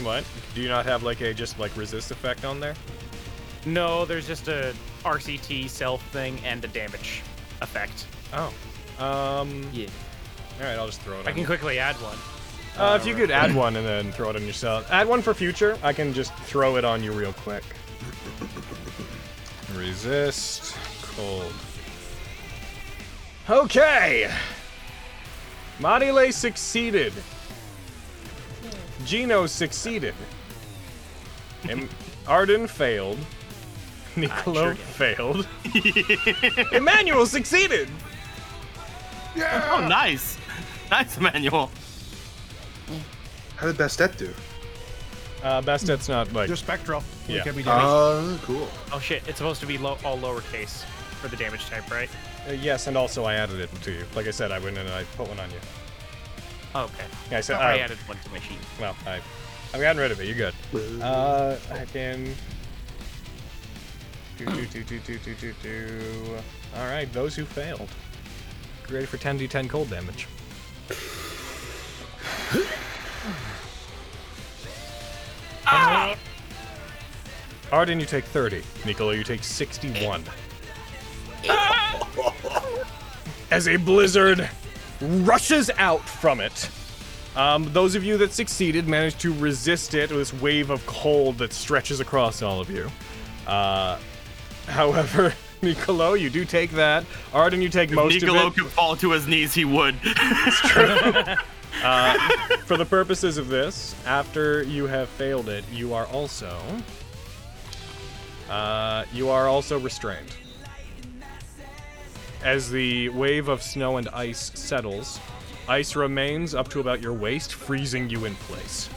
S1: What? Do you not have like a just like resist effect on there?
S5: No, there's just a RCT self thing and a damage effect.
S1: Oh. Um.
S5: Yeah.
S1: All right, I'll just throw it.
S5: I
S1: on
S5: can
S1: you.
S5: quickly add one.
S1: Uh, if you could add one and then throw it on yourself. Add one for future. I can just throw it on you real quick. Resist cold. Okay. Marile succeeded. Gino succeeded. Im- Arden failed. Niccolo failed. Uh, Emmanuel succeeded.
S9: Oh, nice. Nice, Emmanuel.
S2: How did Bastet do?
S1: Uh, Bastet's not like.
S6: Just spectral.
S1: Yeah.
S6: It can be damaged.
S9: Uh,
S2: Oh, cool.
S5: Oh shit! It's supposed to be low, all lowercase for the damage type, right?
S1: Uh, yes, and also I added it to you. Like I said, I went and I put one on you.
S5: Okay.
S1: Yeah, I said-
S5: Oh, I
S1: uh,
S5: added one to my sheet.
S1: Well, I, I've gotten rid of it. You're good. Uh, I can. Do, do, do, do, do, do, do, do. All right, those who failed. Get ready for 10d10 cold damage. Arden, you take 30. Nicola, you take 61. As a blizzard rushes out from it. Um, those of you that succeeded managed to resist it, this wave of cold that stretches across all of you. Uh, however, Nicolo, you do take that. Arden, you take most
S9: Niccolo
S1: of
S9: could fall to his knees, he would.
S1: it. Uh, for the purposes of this, after you have failed it, you are also uh, you are also restrained. As the wave of snow and ice settles, ice remains up to about your waist, freezing you in place.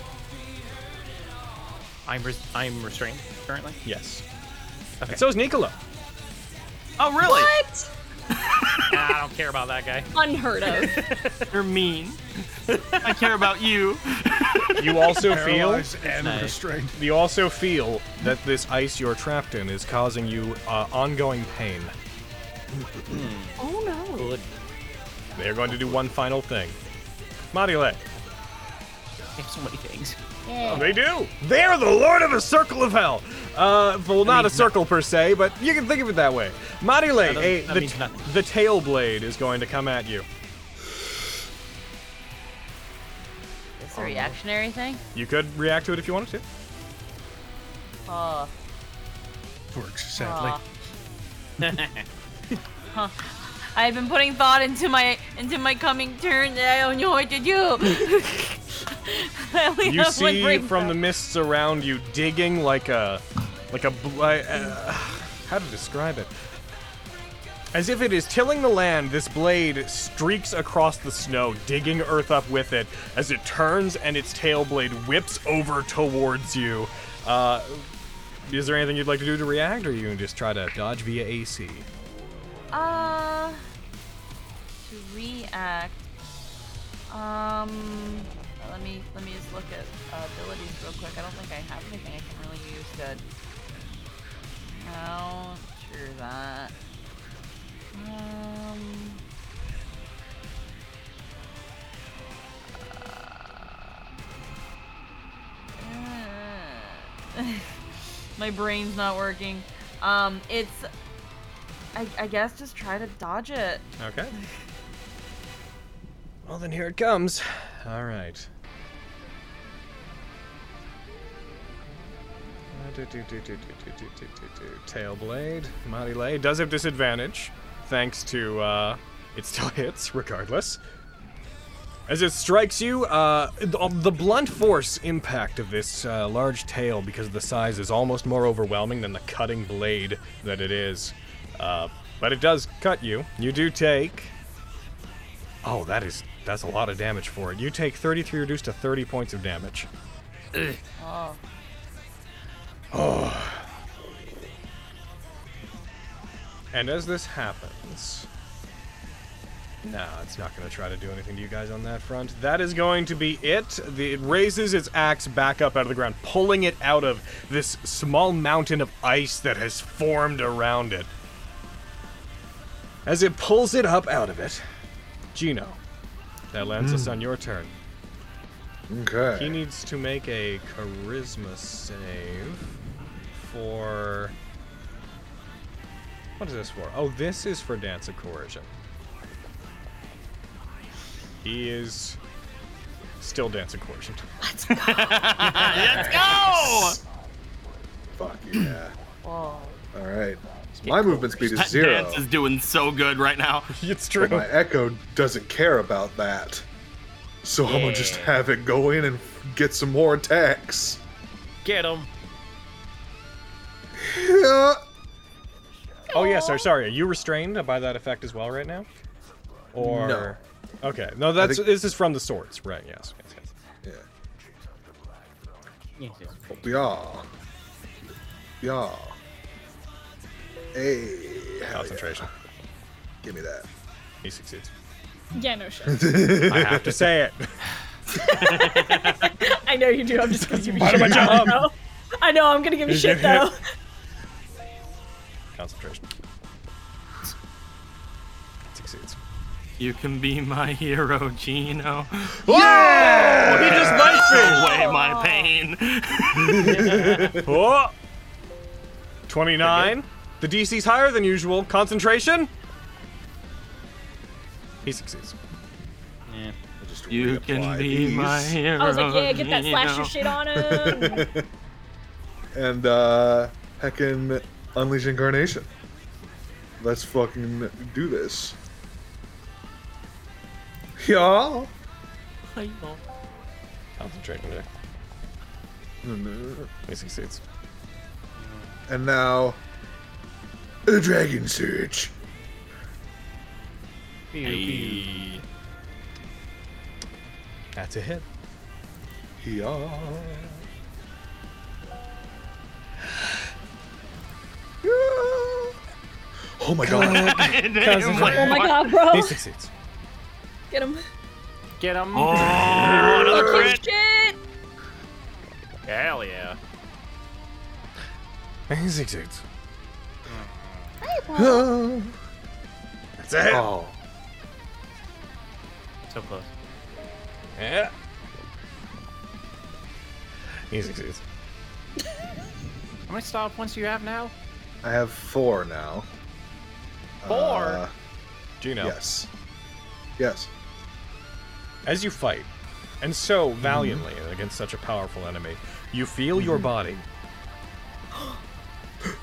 S5: I'm res- I'm restrained currently.
S1: Yes. And so is Nicola.
S9: Oh, really?
S7: What?
S5: Nah, I don't care about that guy.
S7: Unheard of.
S9: You're mean. I care about you.
S1: You also feel
S6: Paralyzed and
S9: Nice.
S6: restrained.
S1: you also feel that this ice you're trapped in is causing you uh, ongoing pain.
S7: Oh no.
S5: Good.
S1: They are going to do one final thing. Marile.
S5: I have so many things.
S3: Yeah.
S1: Oh, They do. They are the lord of a circle of hell. Uh, well, not a circle per se, but you can think of it that way. Marile,
S5: doesn't-
S1: a,
S5: that
S1: the,
S5: means nothing.
S1: the tail blade is going to come at you.
S11: It's a reactionary thing.
S1: You could react to it if you wanted to.
S11: Oh.
S6: Works sadly.
S11: Aw. Huh. I've been putting thought into my into my coming turn, and I don't know what to do. I only
S1: You
S11: have one
S1: see
S11: brain
S1: from
S11: cell.
S1: the mists around you digging like a, like a, bl- I- uh, how to describe it? As if it is tilling the land, this blade streaks across the snow, digging earth up with it as it turns and its tail blade whips over towards you. Uh, is there anything you'd like to do to react, or you can just try to dodge via AC?
S11: Uh, to react. Um, let me let me just look at uh, abilities real quick. I don't think I have anything I can really use that Counter that. Um. uh, My brain's not working. Um, it's. I, I guess just try to dodge it.
S1: Okay. Well, then here it comes. All right. Uh, do, do, do, do, do, do, do, do, do, do. Tail blade, mighty lay does have disadvantage, thanks to uh, it still hits regardless. As it strikes you, uh, th- the blunt force impact of this uh, large tail, because of the size, is almost more overwhelming than the cutting blade that it is. Uh, but it does cut you. You do take. Oh, that is that's a lot of damage for it. You take 33 reduced to 30 points of damage.
S11: Oh.
S1: Oh. And as this happens, no, it's not going to try to do anything to you guys on that front. That is going to be it. The, it raises its axe back up out of the ground, pulling it out of this small mountain of ice that has formed around it. As it pulls it up out of it, Gino, that lands us on your turn.
S2: Okay.
S1: He needs to make a charisma save for. What is this for? Oh, this is for Dance of Coercion. He is still Dance of Coercion. Let's go!
S9: Let's go!
S2: Fuck yeah.
S11: Whoa.
S2: All right. My movement speed is zero.
S9: Dance is doing so good right now.
S1: It's
S2: But my Echo doesn't care about that. So I'm gonna just
S5: Yeah.
S2: have it go in and get some more attacks.
S5: Get him.
S1: Oh yeah, sorry, sorry. Are you restrained by that effect as well right now? Or
S2: No.
S1: Okay. No, that's
S2: think-
S1: this is from the swords, right? Yes. yes, yes.
S2: Yeah. Yeah. Hey.
S1: Concentration.
S2: Give me that.
S1: He succeeds.
S7: Yeah, no shit.
S1: I have to say it.
S7: I know you do. I'm just gonna give you
S1: Part of
S7: shit.
S1: my job.
S7: though. I know. I'm gonna give you
S1: You're
S7: shit
S1: gonna-
S7: though.
S1: Concentration. Succeeds.
S9: You can be my hero, Gino.
S1: Yeah!
S9: He just lets me away my pain.
S1: oh! 29. The DC's higher than usual. Concentration? He succeeds.
S5: Yeah.
S9: You can be my hero.
S7: I was like, yeah, get Oh, that slasher shit on him.
S2: and uh heckin unleash incarnation. Let's fucking do this. Yeah.
S1: Concentrating there. He succeeds.
S2: Mm-hmm. And now the dragon surge.
S9: Hey.
S1: That's a hit.
S2: Yeah. Oh my god.
S7: Oh my god, bro.
S1: He succeeds.
S7: Get him.
S5: Get him.
S2: Oh.
S5: Oh,
S7: Fuck you, shit.
S5: Hell yeah.
S1: He succeeds.
S2: That's
S1: a hit.
S2: Oh.
S5: So close.
S1: Yeah. He succeeds.
S5: How many style points do you have now?
S2: I have four now.
S5: Four?
S2: Uh,
S1: Gino.
S2: Yes. Yes.
S1: As you fight, and so valiantly against such a powerful enemy, you feel your
S2: Mm-hmm.
S1: body.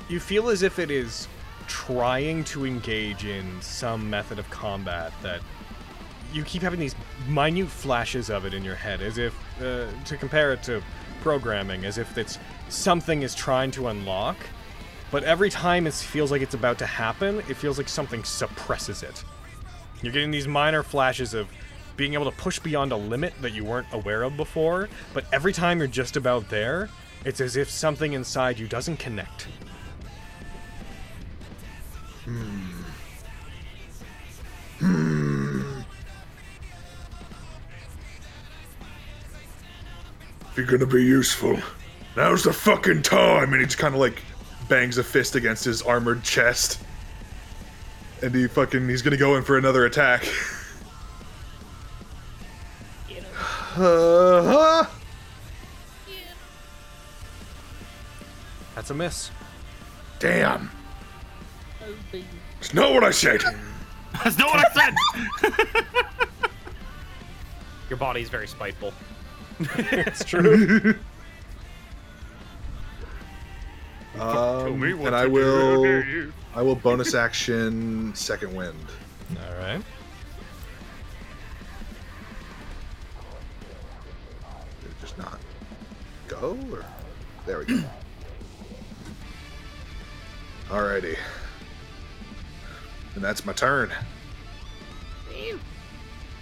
S1: You feel as if it is trying to engage in some method of combat that you keep having these minute flashes of it in your head, as if, uh, to compare it to programming, as if it's something is trying to unlock. But every time it feels like it's about to happen, it feels like something suppresses it. You're getting these minor flashes of being able to push beyond a limit that you weren't aware of before, but every time you're just about there, it's as if something inside you doesn't connect.
S2: If you're gonna be useful, now's the fucking time. And he just kind of like bangs a fist against his armored chest. And he fucking he's gonna go in for another attack. Uh-huh.
S1: That's a miss.
S2: Damn. It's not what I said.
S9: That's not what I said.
S5: Your body's very spiteful.
S1: it's true.
S2: Um,
S9: me what
S2: and
S9: to
S2: I
S9: do,
S2: will,
S9: I'll do you.
S2: I will bonus action second wind.
S1: All right.
S2: Did it just not go? Or there we go. Alrighty. And that's my turn.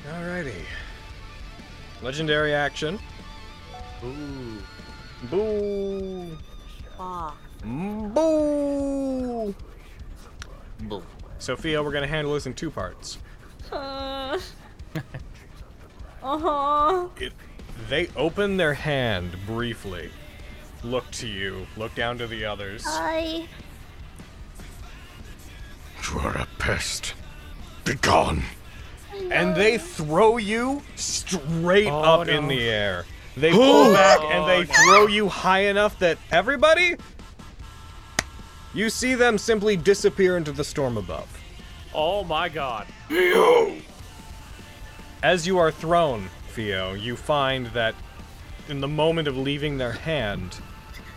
S1: Alrighty. Legendary action.
S5: Ooh.
S1: Boo.
S11: Ah.
S1: Boo. Boo. Sophia, we're gonna handle this in two parts.
S11: Uh-huh.
S4: Uh huh.
S11: Oh,
S1: They open their hand briefly, look to you, look down to the others.
S3: Hi.
S12: You are a pest. Begone.
S1: and they throw you straight up in the air. They
S12: Who?
S1: pull back and
S12: Oh,
S1: they throw you high enough that everybody you see them simply disappear into the storm above.
S5: Oh my god.
S1: As you are thrown, Theo, you find that in the moment of leaving their hand,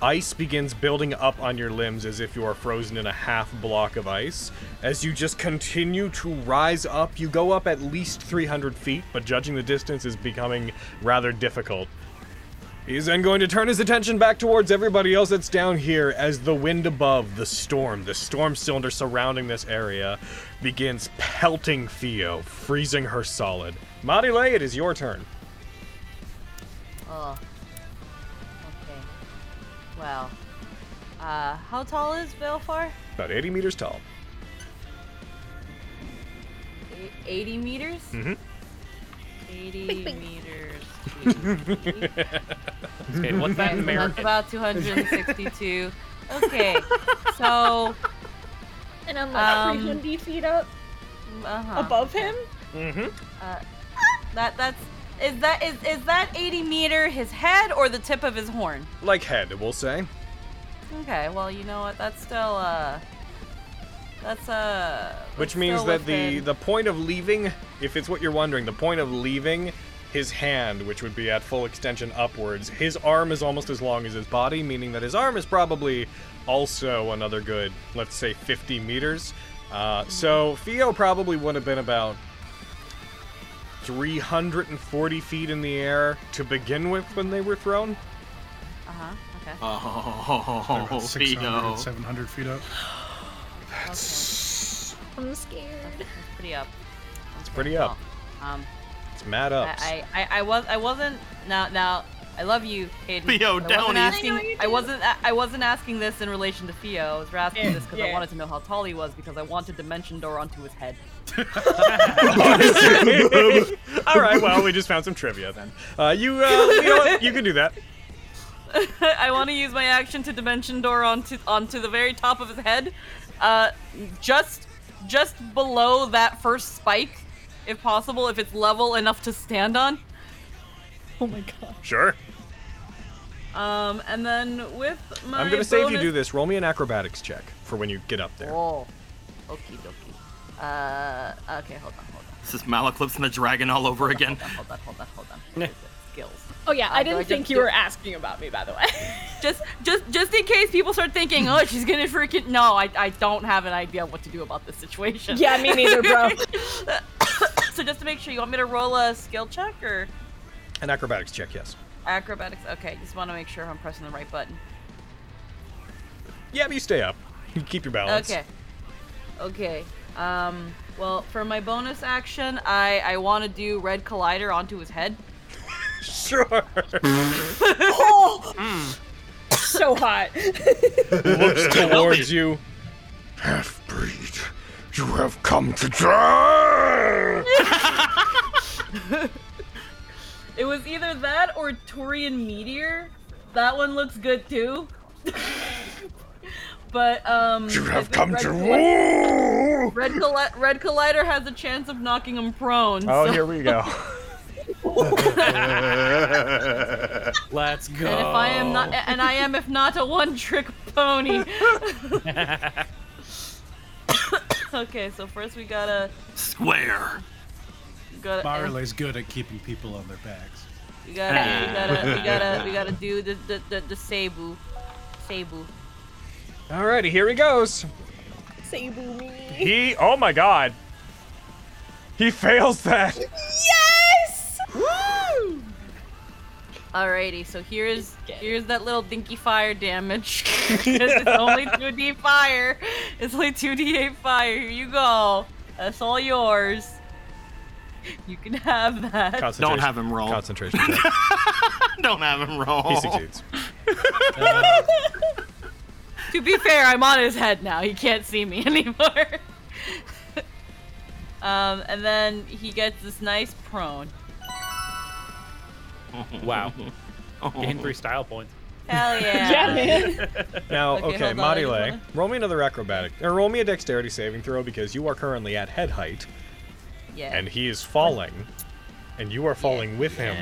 S1: ice begins building up on your limbs as if you are frozen in a half block of ice. As you just continue to rise up, you go up at least 300 feet, but judging the distance is becoming rather difficult. He's then going to turn his attention back towards everybody else that's down here as the wind above, the storm, the storm cylinder surrounding this area, begins pelting Theo, freezing her solid. Marile, it is your turn.
S11: Oh. Okay. Well. Uh, how tall is Belfar?
S1: About 80 meters tall.
S11: E- 80 meters?
S1: Mm-hmm.
S11: 80 meters.
S5: Okay, what's that in
S11: Okay, so That's
S5: American?
S11: about 262. Okay. So.
S4: And I'm like
S11: Um,
S4: 300 feet up
S11: Uh-huh.
S4: above him.
S1: Mm-hmm.
S11: Uh, that that's is that is is that 80 meter his head or the tip of his horn?
S1: Like head, we'll say.
S11: Okay, well you know what? That's still uh. That's uh.
S1: Which means
S11: still
S1: that the,
S11: within-
S1: the point of leaving, if it's what you're wondering, the point of leaving his hand, which would be at full extension upwards, his arm is almost as long as his body, meaning that his arm is probably also another good, let's say, 50 meters. Uh, so Theo probably would have been about 340 feet in the air to begin with when they were thrown.
S11: Uh-huh. Okay.
S6: They're about
S9: Oh,
S6: 600,
S9: Theo.
S6: 700 feet up.
S4: I'm scared.
S11: That's pretty up.
S1: It's pretty up.
S11: Um.
S1: It's mad ups.
S11: I, I, I, I was I wasn't now now I love you, Hayden.
S9: Theo
S11: but I
S9: Downey.
S11: wasn't
S9: I
S11: asking.
S9: know
S11: I, wasn't I- I wasn't asking this in relation to Theo. I was asking
S13: Yeah,
S11: this because I
S13: yeah.
S11: wanted to know how tall he was because I wanted dimension door onto his head.
S1: All right, well, we just found some trivia then. Uh, you, uh, you know what? You can do that.
S11: I want to use my action to dimension door onto onto the very top of his head, uh, just just below that first spike, if possible, if it's level enough to stand on.
S15: Oh my god.
S1: Sure.
S11: Um, and then with my
S1: I'm gonna say if you
S11: bonus-
S1: do this, roll me an acrobatics check for when you get up there.
S11: Oh, okie dokie. Uh, okay, hold on, hold on.
S9: This is Malaclips and the Dragon all over again.
S11: Hold on, hold on, hold on. Skills.
S4: Oh yeah, I
S11: Uh, do
S4: didn't
S11: get-
S4: think you
S11: do-
S4: were asking about me, by the way.
S11: Just, just, just in case people start thinking, oh, she's gonna freaking. No, I, I don't have an idea what to do about this situation.
S4: yeah, me neither, bro.
S11: so just to make sure, you want me to roll a skill check or
S1: An acrobatics check, yes.
S11: acrobatics? Okay, just want to make sure I'm pressing the right button.
S1: Yeah, but you stay up. You keep your balance.
S11: Okay. Okay. Um. Well, for my bonus action, I I want to do red collider onto his head.
S1: Sure.
S11: oh.
S9: Mm-hmm.
S4: so hot.
S1: Looks towards you.
S12: Half breed. You have come to die.
S11: It was either that or Turian Meteor. That one looks good too. But um,
S12: You
S11: I
S12: have
S11: think
S12: come
S11: Red
S12: to
S11: Colli- Red, Colli- Red Collider has a chance of knocking him prone.
S1: Oh,
S12: Oh,
S11: so-
S5: Let's go.
S11: And if I am not, and I am if not a one-trick pony. okay, so first we gotta
S8: Square.
S11: gotta uh,
S6: Marley's good at keeping people on their backs.
S11: we gotta we gotta we gotta we gotta do the the the, the Seibu, Seibu.
S1: Alrighty, here he goes.
S11: Seibu me.
S26: He. Oh my god. He fails that.
S11: Yes! Woo! Alrighty, so here's here's that little dinky fire damage. 'Cause it's only 2d fire. It's only 2d8 fire. Here you go. That's all yours. You can have that.
S1: Concentration-
S9: have him roll.
S1: Concentration.
S9: Don't have him roll.
S1: He succeeds.
S11: Uh, to be fair, I'm on his head now. He can't see me anymore. um, and then he gets this nice prone.
S5: Wow. Gain three style points.
S11: Hell yeah.
S5: Yeah, man.
S1: Now, okay,
S5: Okay, hold on, I just
S1: Marile,
S5: wanna-
S1: roll me another acrobatic, or roll me a dexterity saving throw because you are currently at head height,
S11: Yeah.
S1: and he is falling, and you are falling with him.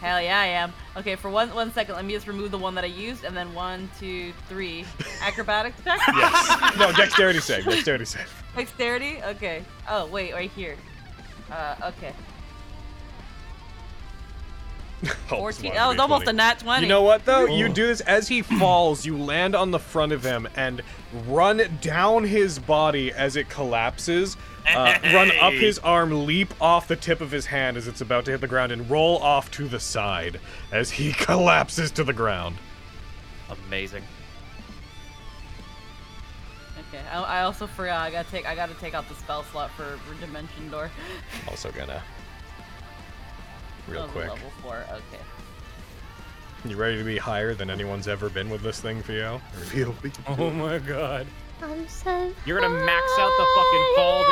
S11: Hell yeah, I am. Okay, for one one second, let me just remove the one that I used, and then one, two, three. Acrobatic check.
S1: Yes. No, dexterity save. Dexterity save.
S11: Dexterity. Okay. Oh wait, right here. Uh, okay. Fourteen. That was almost a nat twenty.
S1: You know what though? You do this as he falls. You land on the front of him and run down his body as it collapses. uh, Run up
S17: Hey.
S1: his arm, leap off the tip of his hand as it's about to hit the ground, and roll off to the side as he collapses to the ground.
S5: Amazing.
S11: Okay. I, I also forgot. I gotta take. I gotta take out the spell slot for, for Dimension Door.
S1: Also gonna. Real
S11: That was a
S1: quick.
S11: Level four. Okay.
S1: You ready to be higher than anyone's ever been with this thing, Theo?
S2: Theo, we can do it.
S1: my god.
S3: I'm so
S5: You're gonna max out the fucking fall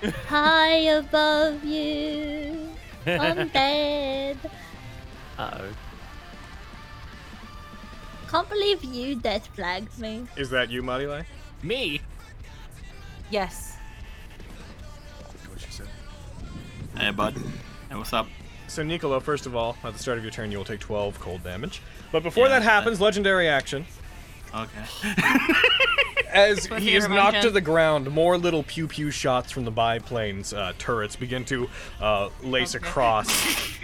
S5: damage.
S3: high, high above you. I'm dead.
S5: Uh oh.
S3: Can't believe you death flagged me.
S1: Is that you, Marile?
S5: Me?
S11: Yes.
S1: What she said.
S9: Hey, bud. Hey, what's up?
S1: So, Nicolo, first of all, at the start of your turn, you will take 12 cold damage. But before that happens, legendary action.
S9: Okay.
S1: As
S9: What's
S1: he
S9: your
S1: is
S9: revenge
S1: knocked
S9: hand?
S1: to the ground, more little pew pew shots from the biplane's uh, turrets begin to uh, lace across,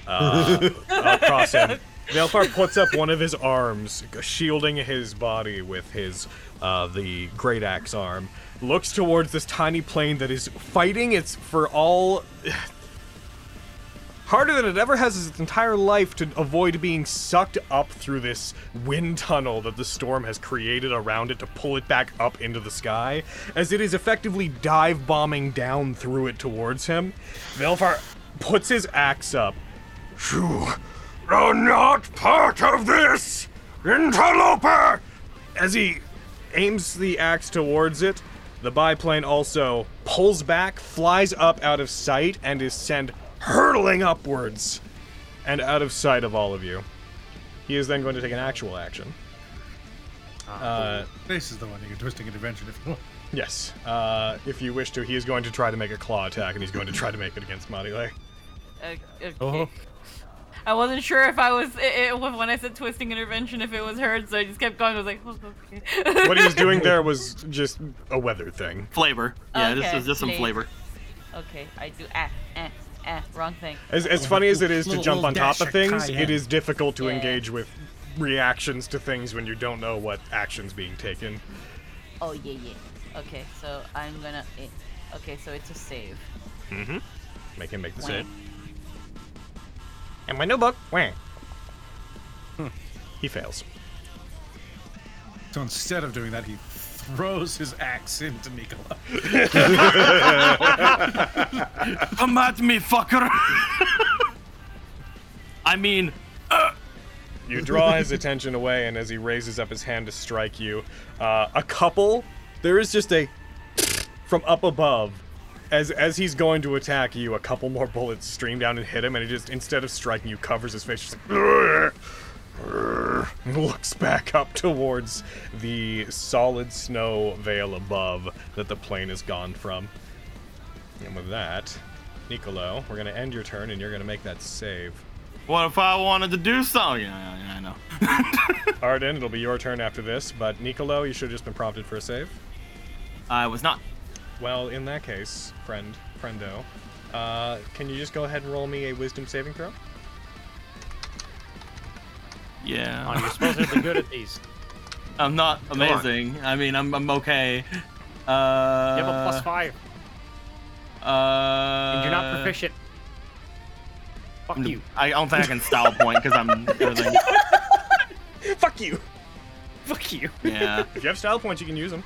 S1: uh, across him. Velfar puts up one of his arms, shielding his body with his uh, the great axe arm. Looks towards this tiny plane that is fighting. It's for all harder than it ever has its entire life to avoid being sucked up through this wind tunnel that the storm has created around it to pull it back up into the sky, as it is effectively dive bombing down through it towards him. Velfar puts his axe up.
S12: You are not part of this, interloper!
S1: As he aims the axe towards it, the biplane also pulls back, flies up out of sight, and is sent hurtling upwards and out of sight of all of you. He is then going to take an actual action.
S9: Oh.
S6: Ah.
S1: Uh,
S6: this is the one you can twisting intervention if you want.
S1: Yes. Uh, if you wish to, he is going to try to make a claw attack, and he's going to try to make it against Marile.
S11: O- Okay.
S1: Oh.
S11: I wasn't sure if I was i i when I said twisting intervention if it was heard, so I just kept going. I was like, oh, okay.
S1: What he was doing there was just a weather thing.
S9: Flavor. Yeah, this
S11: Okay,
S9: is just some
S11: please.
S9: flavor.
S11: Okay, I do. Ah, ah, ah, wrong thing.
S1: As, as funny as it is to
S11: Little-
S1: jump
S11: little
S1: on top
S11: dash
S1: of
S11: of
S1: things, it
S11: cayenne.
S1: is difficult to engage with reactions to things when you don't know what action's being taken.
S11: Oh yeah, yeah. Okay, so I'm gonna. eh. Okay, so it's a save.
S1: Mm-hmm. Make him make the save. And my notebook. Wah. Hmm. He fails.
S6: So instead of doing that, he throws his axe into Nicola.
S9: Come at me, fucker! I mean, uh.
S1: You draw his attention away, and as he raises up his hand to strike you, uh, a couple. There is just a from up above. As as he's going to attack you, a couple more bullets stream down and hit him, and he just instead of striking you, covers his face. Just like,
S12: Brr.
S1: looks back up towards the solid snow veil above that the plane has gone from. And with that, Nicolo, we're gonna end your turn, and you're gonna make that save.
S9: What if I wanted to do something? Yeah, yeah, yeah, I know.
S1: Arden, it'll be your turn after this, but Nicolo, you should have just been prompted for a save.
S5: Uh,
S9: I was not.
S1: Well, in that case, friend, friendo, uh, can you just go ahead and roll me a wisdom saving throw?
S9: Yeah.
S5: Oh, you're supposed to be good at these.
S9: I'm not
S5: Come on.
S9: amazing. I mean, I'm, I'm okay. Uh,
S5: You have a plus five.
S9: Uh,
S5: and you're not proficient. Fuck you.
S9: I don't think I can style point because I'm everything.
S1: Fuck you.
S5: Fuck you.
S9: Yeah.
S1: If you have style points, you can use them.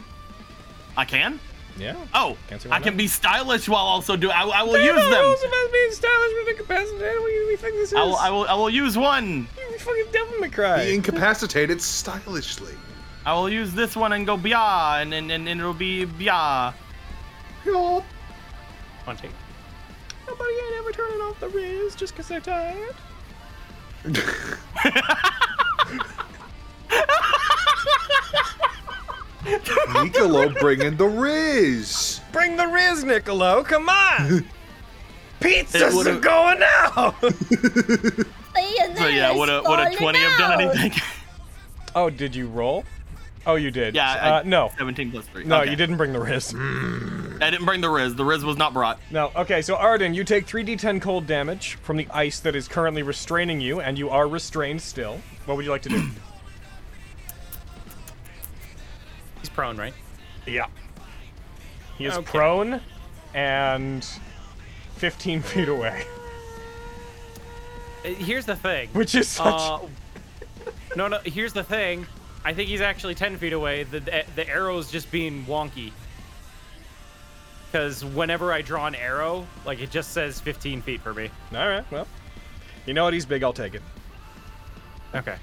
S9: I can?
S1: Yeah.
S9: Oh,
S1: Can't see why
S9: I can
S1: not.
S9: be stylish while also do. I, I will
S1: There are
S9: use
S1: no
S9: them.
S1: rules about being stylish with incapacitated. What do you think this is?
S9: I will, I will. I will use one.
S1: You fucking devil may cry.
S2: Be incapacitated stylishly.
S9: I will use this one and go bia, and and, and it'll be bia.
S5: Hunting.
S1: Nobody ain't ever turning off the riz just 'cause they're tired.
S24: Nicolo bringing the Riz.
S1: Bring the Riz, Nicolo. Come on. Pizzas are
S9: would've-
S1: going out.
S9: So yeah, would a would a twenty have done anything?
S1: oh, did you roll? Oh, you did.
S9: Yeah, I-
S1: Uh, no.
S9: Seventeen plus three.
S1: No,
S9: Okay. Mm.
S1: you didn't bring the Riz.
S9: I didn't bring the Riz. The Riz was not brought.
S1: No. Okay, so Arden, you take 3d10 cold damage from the ice that is currently restraining you, and you are restrained still. What would you like to do?
S5: He's prone, right?
S1: yeah. He is
S5: Okay.
S1: prone and 15 feet away.
S5: Uh, Here's the thing.
S1: Which is such-
S5: Uh, no, no. Here's the thing. I think he's actually ten feet away. The the, the arrow's just being wonky. Because whenever I draw an arrow, like it just says fifteen feet for me.
S1: All right. Well, you know what? He's big. I'll take it.
S5: Okay.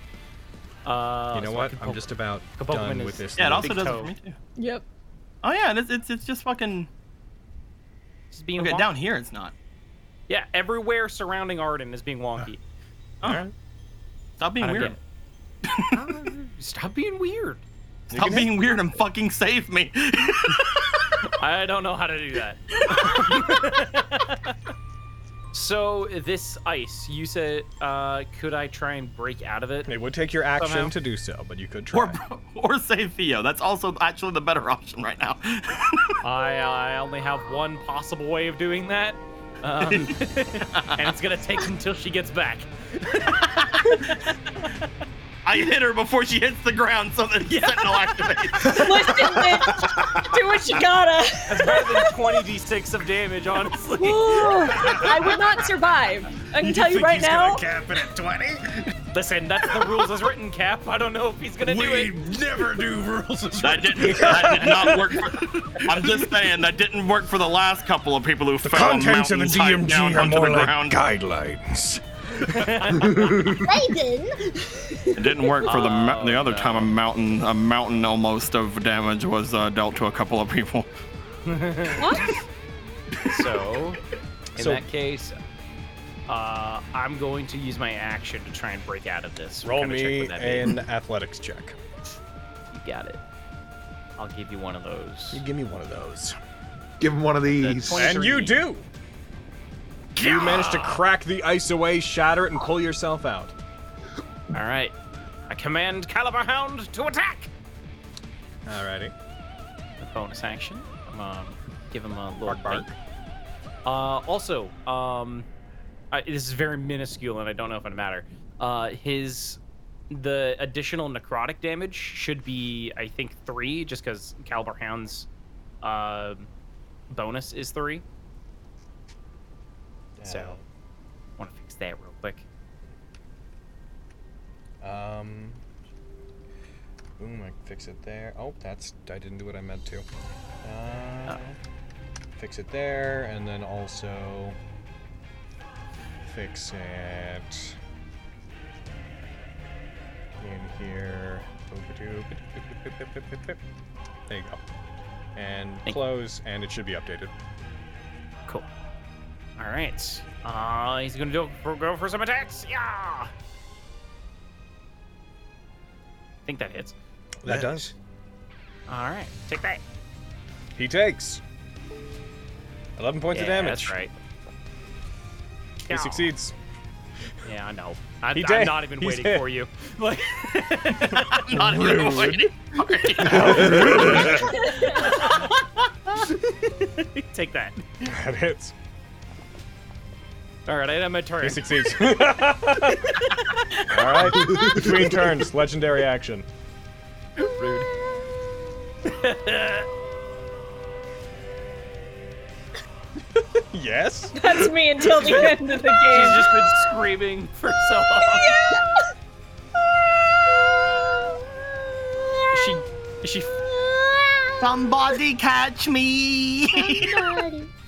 S5: Uh,
S1: you know
S5: so I
S1: what?
S5: can
S1: I'm
S5: poke-
S1: just about
S5: can poke him
S1: done
S5: in
S1: with
S5: his
S1: this.
S9: Yeah, it
S1: little-
S9: also does it for
S5: toe.
S9: me too.
S7: Yep.
S9: Oh yeah, and it's it's, it's just fucking.
S5: Just being
S9: okay,
S5: wonky.
S9: down here it's not.
S5: Yeah, everywhere surrounding Arden is being wonky.
S9: Oh. Stop being
S5: I don't
S9: weird.
S5: Stop being weird.
S9: Stop being weird and fucking save me.
S5: I don't know how to do that. so this ice, you said, uh, could I try and break out of it?
S1: It would take your action
S5: Somehow.
S1: to do so, but you could try.
S9: or save Theo. That's also actually the better option right now.
S5: I, I only have one possible way of doing that, um, and it's gonna take until she gets back.
S9: I hit her before she hits the ground, so that Sentinel activates.
S7: Listen, bitch. Do what you gotta.
S5: That's better than 20d6 of damage, honestly.
S7: Ooh, I would not survive. I can tell you right now.
S5: cap it at 20? Listen, that's the rules as written, Cap. I don't know if he's gonna do it.
S16: Never do rules as
S9: That didn't. That did not work. For, I'm just saying that didn't work for the last couple of people who fell
S12: Contents of the
S9: mountains high down
S12: DMG are
S9: onto
S12: more
S9: the
S12: like
S9: ground.
S12: guidelines.
S9: It didn't work for the ma- the other
S5: no.
S9: time. A mountain, a mountain almost of damage was uh, dealt to a couple of people.
S5: So, in
S1: So-
S5: that case, uh, I'm going to use my action to try and break out of this.
S1: Roll
S5: Kinda check
S1: me
S5: what that means.
S1: an athletics check.
S5: You got it. I'll give you one of those.
S1: You give me one of those.
S24: Give him one of these.
S1: And you do. You manage to crack the ice away, shatter it, and pull yourself out.
S5: All right. I command Caliber Hound to attack.
S1: Alrighty.
S5: A bonus action. I'm um, give him a little bark. Uh, also, um, I, this is very minuscule, and I don't know if it'll matter. Uh, his the additional necrotic damage should be, I think, three, just because Caliber Hound's uh, bonus is three. So, want to fix that real quick.
S1: Um. Boom, I fix it there. Oh, that's. I didn't do what I meant to. Uh, Fix it there, and then also. Fix it. In here. There you go. And close, and it should be updated.
S5: Cool. All right. Uh, he's gonna do, go for some attacks. Yeah. think that hits.
S1: That does.
S5: All right, take that.
S1: He takes 11 points of
S5: Yeah,
S1: damage.
S5: That's right.
S1: He succeeds.
S5: Yeah, I know. I,
S1: He
S5: I'm
S1: did.
S5: not even
S1: He
S5: waiting
S1: did.
S5: for you. Like, I'm not even
S1: Rude.
S5: waiting for you. Take that.
S1: That hits.
S5: All right, I am my turn.
S1: He succeeds. All right. Between turns, legendary action.
S5: Rude.
S1: yes.
S7: That's me until the end of the game.
S5: She's just been screaming for so long. She, she.
S27: Somebody catch me!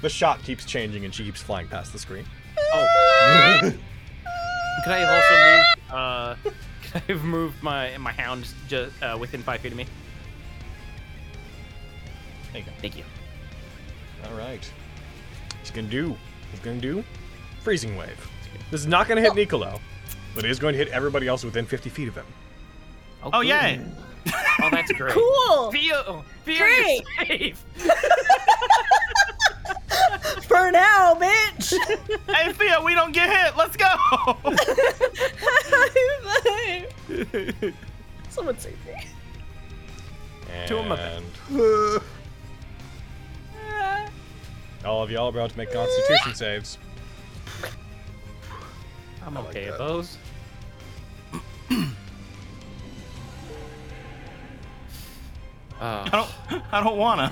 S1: The shot keeps changing and she keeps flying past the screen.
S5: Oh. Could I have also moved? Uh, could I have moved my my hound just uh, within five feet of me? There you go. Thank you.
S1: All right. He's gonna do. He's gonna do. Freezing wave. This is not gonna hit Nicolo, but it is going to hit everybody else within 50 feet of him.
S5: Oh,
S9: yeah.
S5: Oh, that's great.
S11: Cool.
S5: Feel, feel
S11: Great.
S5: safe.
S11: For now, bitch.
S9: hey, Fia, we don't get hit. Let's
S11: go.
S7: Someone save me.
S5: To a mother.
S1: And all of y'all are about to make Constitution saves.
S5: I'm okay with those. Uh,
S9: I don't. I don't wanna.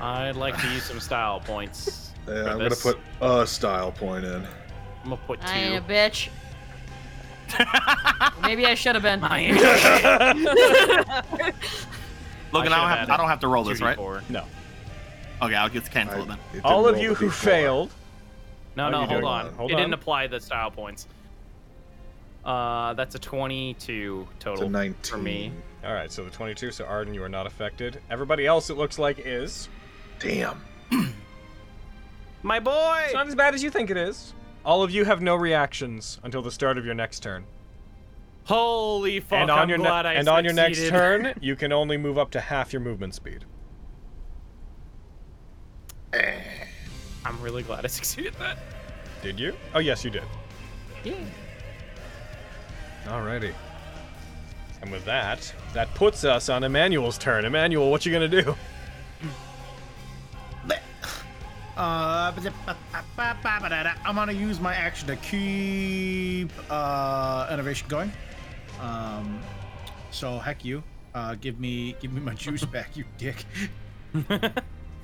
S5: I'd like to use some style points.
S2: Yeah, I'm gonna put a style point in.
S5: I'm gonna put two.
S11: I ain't a bitch. Maybe I should have been.
S9: Logan, I, don't have, I don't have to roll this, right?
S1: No.
S9: Okay, I'll just cancel it then.
S1: All of you who failed.
S5: No,
S1: Oh,
S5: no,
S1: you
S5: hold
S1: don't.
S5: on.
S1: Hold
S5: it
S1: on.
S5: didn't apply the style points. Uh, that's a 22 total for me.
S1: All right, so the 22. So Arden, you are not affected. Everybody else, it looks like, is.
S2: Damn.
S5: My boy.
S1: It's not as bad as you think it is. All of you have no reactions until the start of your next turn.
S5: Holy fuck!
S1: and on
S5: I'm
S1: your ne-
S5: glad I
S1: and on your next
S5: succeeded.
S1: turn, you can only move up to half your movement speed.
S5: I'm really glad I succeeded that.
S1: Did you? Oh yes, you did.
S5: Yeah.
S1: Alrighty. And with that, that puts us on Emmanuel's turn. Emmanuel, what you gonna do?
S6: Uh, I'm gonna use my action to keep uh, innovation going. Um, so heck you. Uh, give me give me my juice back, you dick.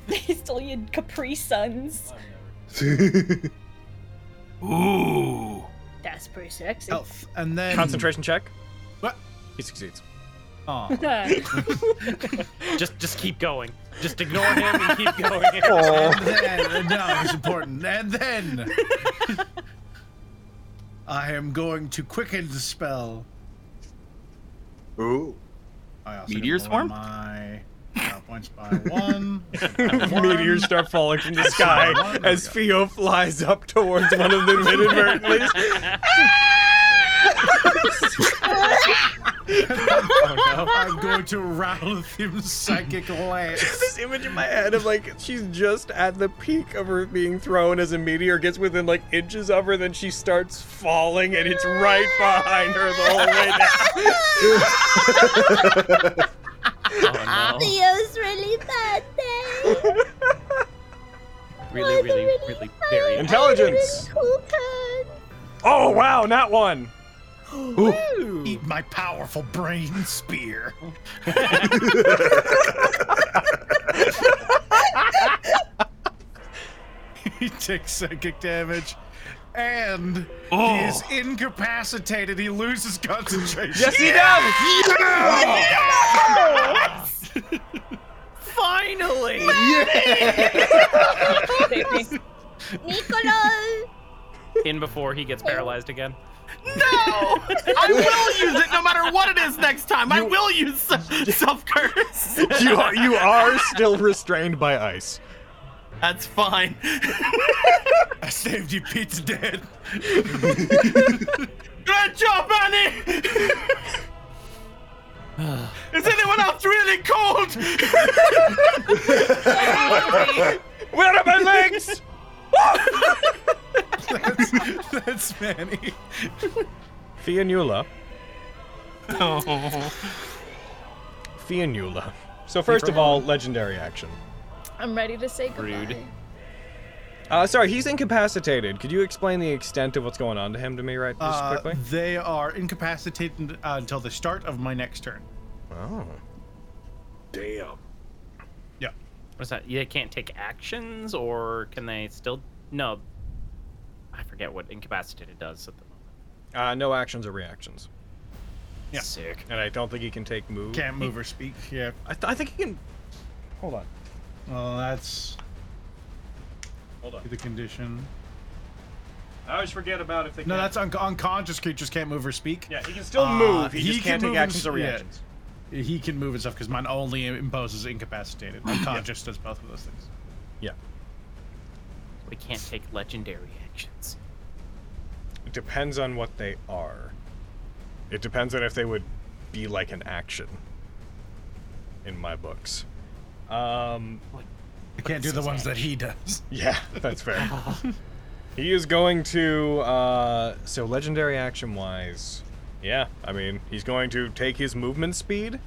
S7: He's still in Capri Suns.
S6: Ooh.
S7: That's pretty sexy.
S1: Oh.
S6: Health, and then
S1: Concentration check.
S6: What?
S1: He succeeds.
S6: Oh.
S5: just, just keep going. Just ignore him and keep going.
S6: And then, no, it's important. And then I am going to quicken the spell.
S2: Ooh.
S6: I also
S9: Meteor
S6: can lower
S9: swarm?
S6: My uh, points by one.
S1: Meteors start falling from the sky as Theo flies up towards one of them inadvertently.
S6: Oh, I'm going to rattle him psychic lance.
S1: this image in my head of like she's just at the peak of her being thrown as a meteor gets within like inches of her, then she starts falling and it's right behind her the whole way
S12: Oh,
S5: Oh,
S1: down.
S3: Theo's really bad day.
S5: Really, really, really, very
S1: Intelligence. Oh wow, not one.
S6: Eat my powerful brain spear. he takes psychic damage. And
S16: Oh.
S6: he is incapacitated. He loses concentration.
S16: Yes, he does.
S6: Yeah!
S5: Finally.
S3: Niccolo!
S5: In before he gets paralyzed again.
S9: I will use it no matter what it is next time. I will use self curse.
S1: you are, you are still restrained by ice.
S9: That's fine.
S6: I saved you, Pete's dead.
S9: Good job, Annie. Is anyone else really cold?
S26: Where are my legs?
S6: that's, that's Manny.
S1: Fionula.
S9: Oh.
S1: Fionula. So first of all, legendary action.
S7: I'm ready to say goodbye.
S1: Uh, sorry, he's incapacitated. Could you explain the extent of what's going on to him to me right just
S6: Uh,
S1: quickly?
S6: they are incapacitated uh, until the start of my next turn.
S1: Oh.
S2: Damn.
S6: Yeah.
S5: What's that? They can't take actions, or can they still? No. I forget what incapacitated does at the moment.
S1: Uh, no actions or reactions.
S6: Yeah.
S5: Sick.
S1: And I don't think he can take move.
S6: Can't move or speak. Yeah.
S1: I, th- I think he can. Hold on.
S6: Well, that's
S1: Hold on.
S6: the condition.
S1: I always forget about if they
S6: No, that's un- unconscious creatures can't move or speak. Uh,
S1: Yeah, he can still move, he just
S6: can
S1: can't take
S6: move and
S1: actions or
S6: s- yeah.
S1: reactions.
S6: He can move and stuff because mine only imposes incapacitated. Unconscious does both of those things.
S1: Yeah.
S5: We can't take legendary actions.
S1: It depends on what they are. It depends on if they would be like an action. In my books. Um.
S6: I can't do the ones that he does.
S1: Yeah, that's fair. he is going to. Uh, so legendary action wise, yeah. I mean, he's going to take his movement speed.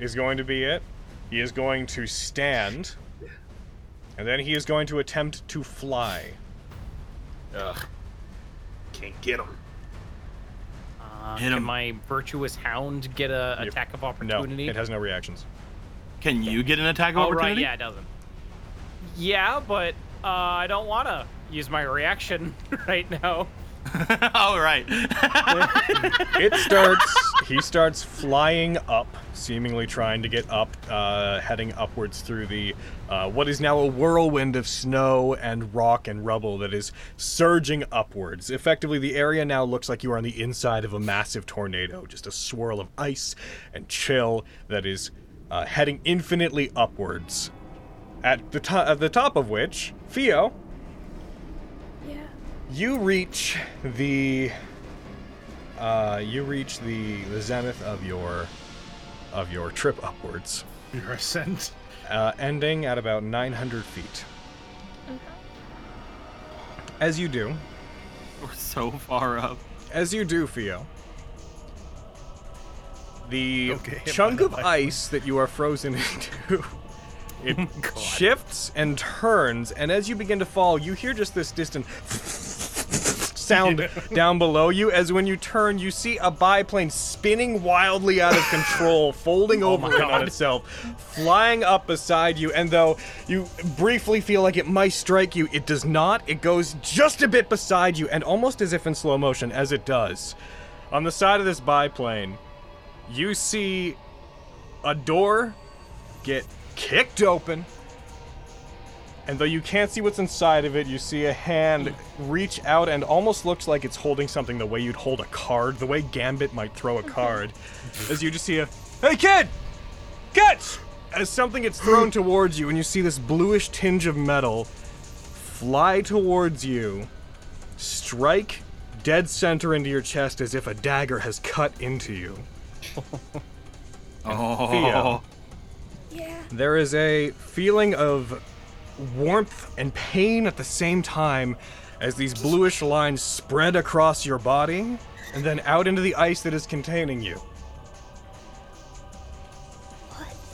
S1: Is going to be it. He is going to stand. And then he is going to attempt to fly.
S2: Ugh. Can't get him.
S5: Uh,
S9: Hit
S5: can
S9: him.
S5: my virtuous hound get a attack of opportunity?
S1: No, it has no reactions.
S9: Can you get an attack of
S5: Oh, right,
S9: opportunity?
S5: yeah, it doesn't. Yeah, but uh, I don't want to use my reaction right now.
S9: All right.
S1: it starts. He starts flying up, seemingly trying to get up, uh, heading upwards through the uh, what is now a whirlwind of snow and rock and rubble that is surging upwards. Effectively, the area now looks like you are on the inside of a massive tornado, just a swirl of ice and chill that is uh, heading infinitely upwards. At the to- at the top of which, Theo,
S7: Yeah.
S1: you reach the uh, you reach the the zenith of your of your trip upwards,
S6: Your ascent.
S1: uh, ending at about 900 feet. As you do,
S9: We're so far up.
S1: as you do, Theo, the
S9: Okay,
S1: chunk
S9: I'm
S1: of ice that you are frozen into. It shifts and turns, and as you begin to fall, you hear just this distant sound down below you. As when you turn, you see a biplane spinning wildly out of control, folding over in on itself, flying up beside you. And though you briefly feel like it might strike you, it does not. It goes just a bit beside you, and almost as if in slow motion, as it does. On the side of this biplane, you see a door get kicked open. And though you can't see what's inside of it, you see a hand reach out and almost looks like it's holding something the way you'd hold a card, the way Gambit might throw a card. as you just see a, hey kid! Catch! As something gets thrown towards you, and you see this bluish tinge of metal fly towards you, strike dead center into your chest as if a dagger has cut into you.
S9: Oh.
S1: Theo. There is a feeling of warmth and pain at the same time as these bluish lines spread across your body and then out into the ice that is containing you.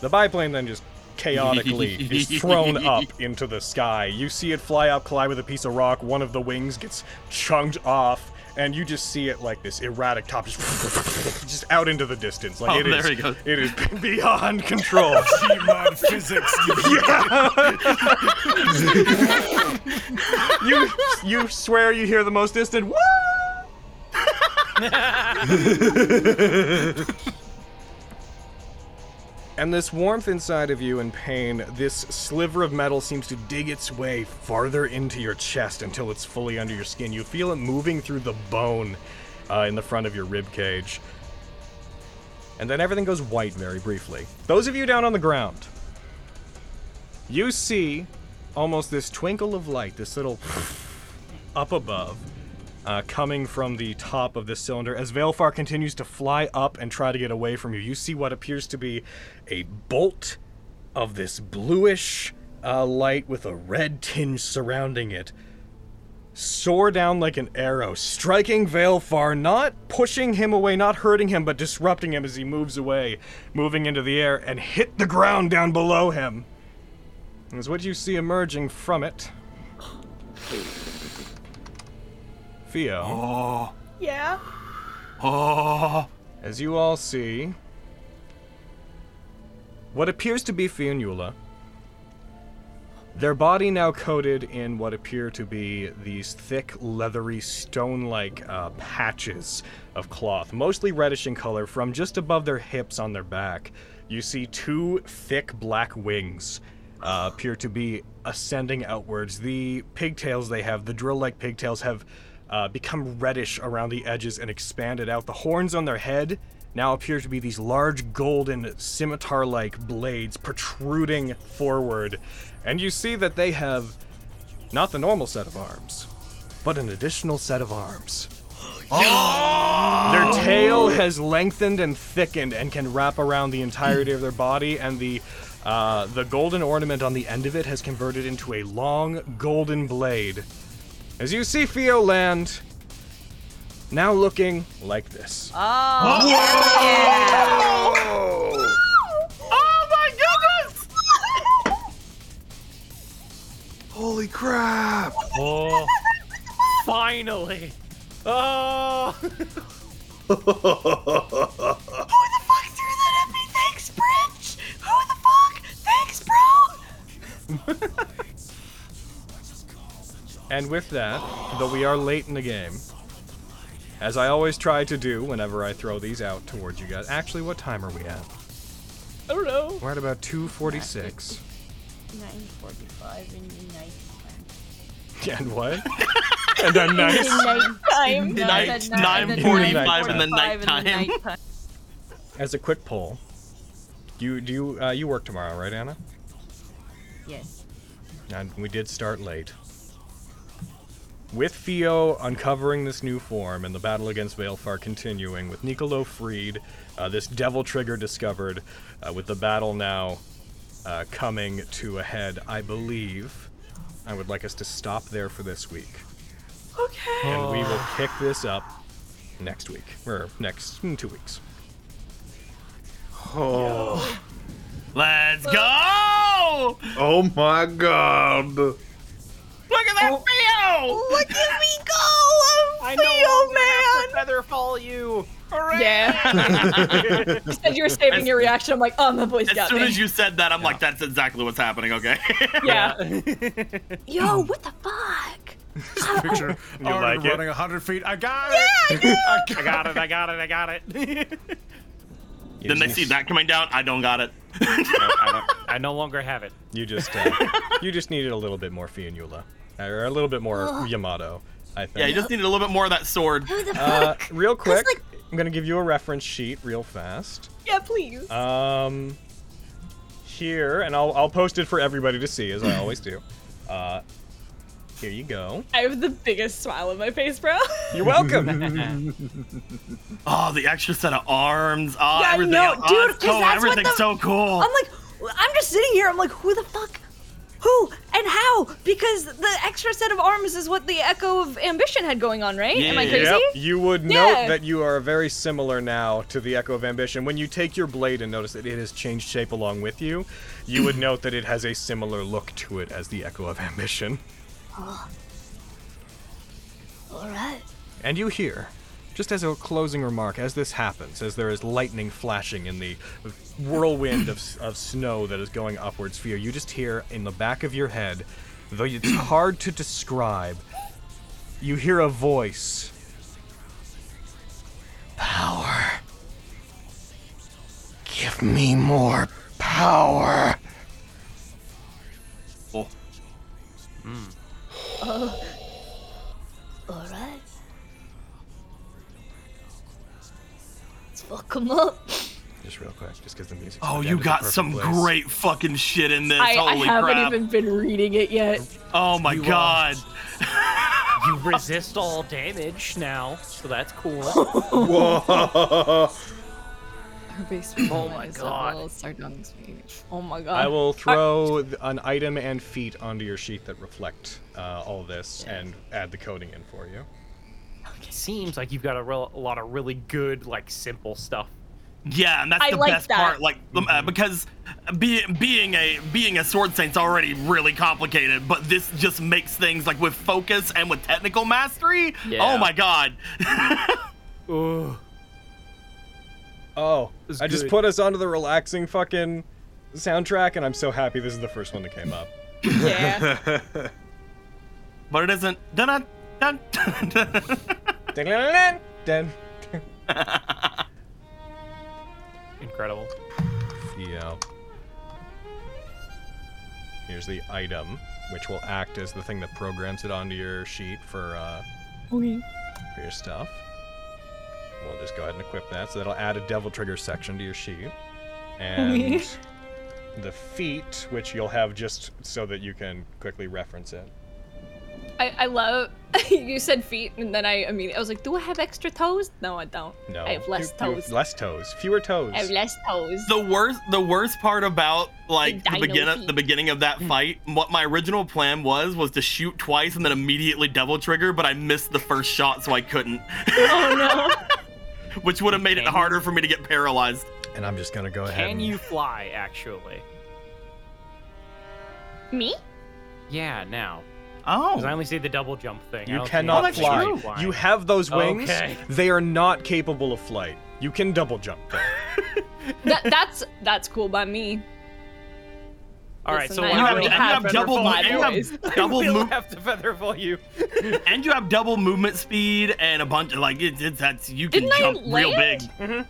S1: The biplane then just chaotically is thrown up into the sky. You see it fly up, collide with a piece of rock, one of the wings gets chunked off, and you just see it like this erratic top just, just out into the distance. Like
S9: Oh,
S1: it is-
S9: there he goes.
S1: it is beyond control.
S16: Gmod physics.
S1: you you swear you hear the most distant woo And this warmth inside of you and pain, this sliver of metal seems to dig its way farther into your chest until it's fully under your skin. You feel it moving through the bone uh, in the front of your rib cage. And then everything goes white very briefly. Those of you down on the ground, you see almost this twinkle of light, this little up above, uh, coming from the top of this cylinder. As Veilfar continues to fly up and try to get away from you, you see what appears to be a bolt of this bluish uh, light with a red tinge surrounding it soar down like an arrow, striking Veilfar, not pushing him away, not hurting him, but disrupting him as he moves away, moving into the air, and hit the ground down below him. Is what you see emerging from it. Theo.
S9: Oh.
S7: Yeah.
S9: Oh.
S1: Ah. As you all see, what appears to be Fionula. Their body now coated in what appear to be these thick, leathery, stone like uh, patches of cloth, mostly reddish in color, from just above their hips on their back. You see two thick black wings uh, appear to be ascending outwards. The pigtails they have, the drill like pigtails, have uh, become reddish around the edges and expanded out. The horns on their head now appear to be these large golden scimitar like blades protruding forward. And you see that they have not the normal set of arms, but an additional set of arms. Their tail has lengthened and thickened and can wrap around the entirety of their body, and the uh, the golden ornament on the end of it has converted into a long golden blade. As you see Fioland, now looking like this.
S11: Oh.
S9: Whoa!
S11: Oh my goodness!
S2: Holy crap!
S5: Oh, finally. Oh.
S11: Thanks, Bridge! Who the fuck? Thanks, bro!
S1: And with that, though we are late in the game, as I always try to do whenever I throw these out towards you guys. Actually, what time are we at?
S4: I don't know.
S1: We're at about 2:46.
S11: 945 in the night time.
S1: And what? and then nice.
S11: time.
S9: Night,
S11: No, I said night-
S9: 9:45 in the
S11: 9:45
S9: nighttime.
S11: in the nighttime.
S1: As a quick poll, you do you uh, you work tomorrow, right, Anna?
S11: Yes.
S1: And we did start late. With Theo uncovering this new form and the battle against Veilfar continuing, with Niccolo freed, uh, this devil trigger discovered, uh, with the battle now uh, coming to a head, I believe I would like us to stop there for this week.
S11: Okay.
S1: And we will pick this up next week, or next mm, two weeks.
S2: Oh.
S9: Let's go!
S2: Oh my god.
S9: Look at that
S25: Oh.
S9: Theo!
S11: Look at me go! I'm Theo,
S5: man! Feather fall you.
S7: Yeah. you said you were saving
S9: As-
S7: your reaction. I'm like, oh, my voice
S9: As
S7: got
S9: soon
S7: me.
S9: as you said that, I'm like, that's exactly what's happening, okay?
S7: yeah.
S11: Yo, what the fuck?
S6: Picture
S9: You
S6: Arn
S9: like it?
S6: running 100 feet. I got it!
S5: I got it. I got it. I got it.
S9: then they see that coming down. I don't got it.
S5: I no longer have it.
S1: You just uh, you just needed a little bit more Fionula, or a little bit more
S9: Ugh.
S1: Yamato. I think.
S9: Yeah, you just needed a little bit more of that sword.
S1: Uh, real quick, I'm gonna give you a reference sheet real fast.
S7: Yeah, please.
S1: Um, here, and I'll I'll post it for everybody to see as I always do. Uh, here you go.
S7: I have the biggest smile on my face, bro.
S1: You're welcome.
S9: oh, the extra set of arms. Oh,
S7: Yeah, I
S9: everything.
S7: know,
S9: else. Oh,
S7: dude,
S9: it's
S7: 'cause
S9: cool.
S7: that's what the-
S9: Everything's so cool.
S7: I'm like,
S11: I'm just sitting here. I'm like, who the fuck? Who and how? Because the extra set of arms is what the echo of ambition had going on, right? Am I crazy?
S1: Yep, You would
S7: Yeah.
S1: note that you are very similar now to the Echo of Ambition. When you take your blade and notice that it has changed shape along with you, you would note that it has a similar look to it as the Echo of Ambition.
S25: Oh. All right.
S1: And you hear, just as a closing remark, as this happens, as there is lightning flashing in the whirlwind of, of snow that is going upwards for you, you just hear in the back of your head, though it's hard to describe, you hear a voice.
S12: Power. Give me more power.
S9: Oh.
S7: Mm-hmm.
S25: Oh. All right. Let's fuck 'em up.
S1: Just real quick, just because the music.
S9: Oh, you got some great fucking shit in this.
S7: I, I
S9: Holy Oh
S7: haven't
S9: crap.
S1: Oh
S7: even been reading it yet.
S9: Oh my god.
S5: You resist all damage now, so that's cool.
S2: Whoa.
S7: Her base
S5: Oh my god.
S7: Oh my god.
S1: I will throw th- an item and feat onto your sheet that reflect uh, all this and add the coding in for you.
S5: It seems like you've got a, real, a lot of really good, like, simple stuff.
S9: Yeah, and that's
S5: I
S9: the
S5: like
S9: best
S5: that.
S9: part. Like, um,
S1: Mm-hmm.
S9: uh, because be, being a being a sword saint's already really complicated, but this just makes things like with focus and with technical mastery.
S1: Yeah.
S9: Oh my god!
S5: Ooh.
S1: Oh,
S9: This is
S1: I just
S9: good.
S1: put us onto the relaxing fucking soundtrack, and I'm so happy this is the first one that came up.
S9: Yeah. but it isn't. Dun dun dun.
S1: Dun-dun-dun-dun. Dun.
S5: Incredible.
S1: Yeah. Here's the item, which will act as the thing that programs it onto your sheet for uh, for your stuff. We'll just go ahead and equip that. So that'll add a devil trigger section to your sheet. And
S17: Okay.
S1: the feat, which you'll have just so that you can quickly reference it.
S7: I, I love. you said feet, and then I immediately I was like, do I have extra toes? No, I don't.
S1: No.
S7: I have less
S1: You- you-
S7: toes.
S1: Less toes. Fewer toes.
S7: I have less toes.
S9: the worst the worst part about like the
S7: dino
S9: beginning
S7: feet.
S9: the beginning of
S7: Mm.
S9: that fight what my original plan was was to shoot twice and then immediately double trigger but i missed the first shot so i couldn't
S7: oh
S9: no which would have made it harder for me to get paralyzed
S1: and i'm just gonna go
S9: ahead
S5: Can you fly, actually?
S7: Me?
S5: Yeah, now.
S9: Oh.
S5: Because I only see the double jump thing. I
S1: You
S5: don't see
S1: cannot
S5: the
S1: fly.
S5: double jump
S1: You
S5: flying.
S1: have those wings.
S5: Okay.
S1: They are not capable of flight. You can double jump though.
S7: that, that's that's cool by me.
S5: All right,
S7: Listen,
S5: so
S7: I
S5: what
S7: don't
S5: I
S7: really
S5: will
S7: have
S5: have
S7: double
S5: double
S7: my
S5: my
S7: voice.
S9: double
S5: I will
S9: move-
S5: have to feather for you.
S9: and you have double movement speed and a bunch of like it, it, that's you can
S7: Didn't I
S9: jump real big
S7: land?
S11: Mm-hmm.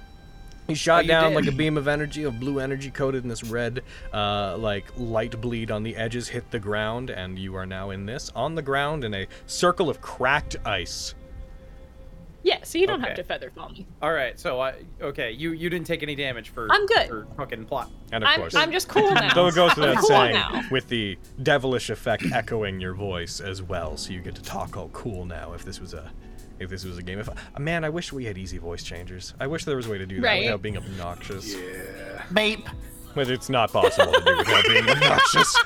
S1: He shot
S9: you
S1: down
S9: did.
S1: like a beam of energy, of blue energy coated in this red, uh, like light bleed on the edges, hit the ground, and you are now in this on the ground in a circle of cracked ice.
S7: Yeah, so you don't have to
S5: Okay.
S7: feather fall me.
S5: All right, so I okay, you you didn't take any damage for
S7: I'm good.
S5: for fucking plot.
S1: And of
S7: I'm-
S1: course,
S7: I'm just cool now.
S1: Though it goes without
S7: I'm cool
S1: saying,
S7: now.
S1: with the devilish effect echoing your voice as well, so you get to talk all cool now. If this was a, if this was a game, if man, I wish we had easy voice changers. I wish there was a way to do that
S27: Right.
S1: without being obnoxious. Yeah.
S27: Bape.
S1: But it's not possible to do without being obnoxious.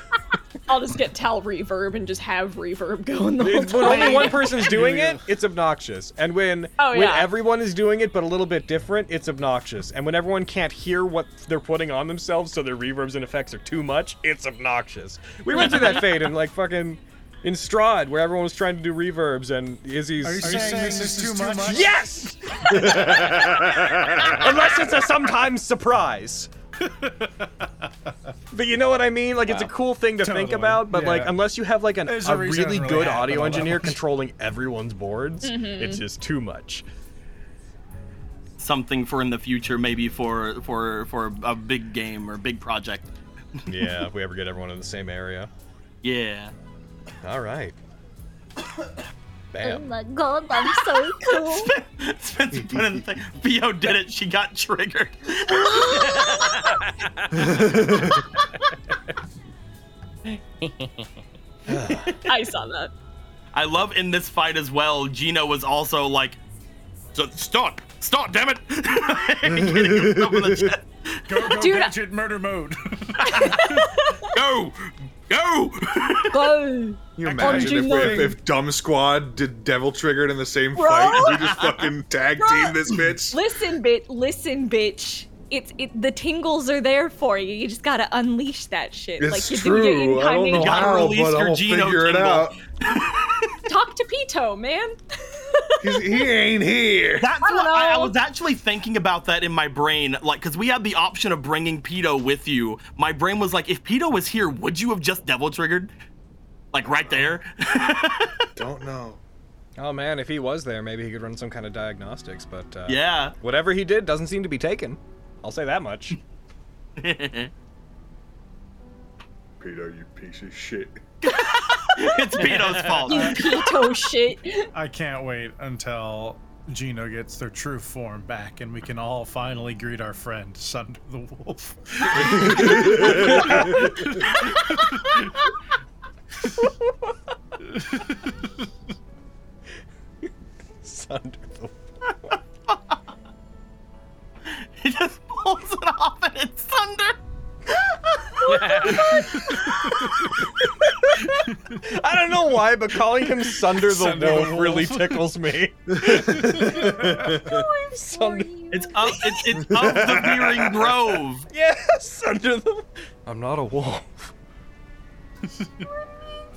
S7: I'll just get tell reverb and just have reverb going the whole
S1: It's-
S7: time.
S1: when only one person's doing it, it's obnoxious. And when
S7: Oh,
S1: when
S7: yeah.
S1: everyone is doing it but a little bit different, it's obnoxious. And when everyone can't hear what they're putting on themselves, so their reverbs and effects are too much, it's obnoxious. We went through that fade in like fucking in Strahd, where everyone was trying to do reverbs and Izzy's.
S6: Are you saying, this is too much?
S1: Yes! Unless it's a sometimes surprise. but you know what I mean? Like it's a
S17: Wow.
S1: cool thing to think
S17: Totally.
S1: about, but like
S17: Yeah.
S1: unless you have like an,
S17: There's
S1: a
S17: a reason
S1: really
S17: it really
S1: good
S17: happened
S1: audio
S17: all that
S1: engineer
S17: much.
S1: controlling everyone's boards,
S7: Mhm.
S12: Mm-hmm.
S1: it's just too much.
S9: something for in the future maybe for for for a big game or big project
S1: yeah, if we ever get everyone in the same area.
S9: Yeah.
S1: All right.
S3: Oh
S1: Bam.
S3: my god, I'm so cool.
S9: Spencer put in the thing. Theo did it. She got triggered.
S7: I saw that.
S9: I love in this fight as well. Gino was also like, "So- "Stop! Stop! Damn it!" Hitting himself in the chest.
S6: Go, go,
S7: Dude, I-
S6: gadget, murder mode.
S9: go, go.
S7: Go.
S2: You imagine if, we, if, if Dumb Squad did Devil Triggered in the same
S7: Bro.
S2: fight? We just fucking tag
S7: Bro.
S2: team this bitch.
S7: Listen, bit. Listen, bitch. It's it. The tingles are there for you. You just gotta unleash that shit.
S2: It's
S7: like you
S2: true.
S7: you
S2: I don't know
S7: gotta
S2: how,
S7: release
S2: but
S7: your
S2: I'll
S7: Geno
S2: figure it
S7: tingle.
S2: out.
S7: Talk to Pito, man.
S2: He's, he ain't here.
S9: That's what I, I was actually thinking about that in my brain, like, because we had the option of bringing Pito with you. My brain was like, if Pito was here, would you have just devil triggered, like right there?
S2: Don't know.
S1: Oh man, if he was there, maybe he could run some kind of diagnostics, but uh,
S9: Yeah.
S1: Whatever he did doesn't seem to be taken. I'll say that much.
S9: it's
S2: Peter, you piece of shit.
S9: Pito's fault.
S7: You Pito Oh, shit.
S6: I can't wait until Gino gets their true form back and we can all finally greet our friend, Sunder the Wolf.
S1: it's under the
S11: He just pulls it off and it's thunder.
S1: I don't know why, but calling him Sunder the
S17: Sunder the
S1: Wolf
S17: Wolf.
S1: really tickles me. Sunder.
S9: It's of, it's, it's of the Veering Grove.
S1: Yes, under the. I'm not a wolf.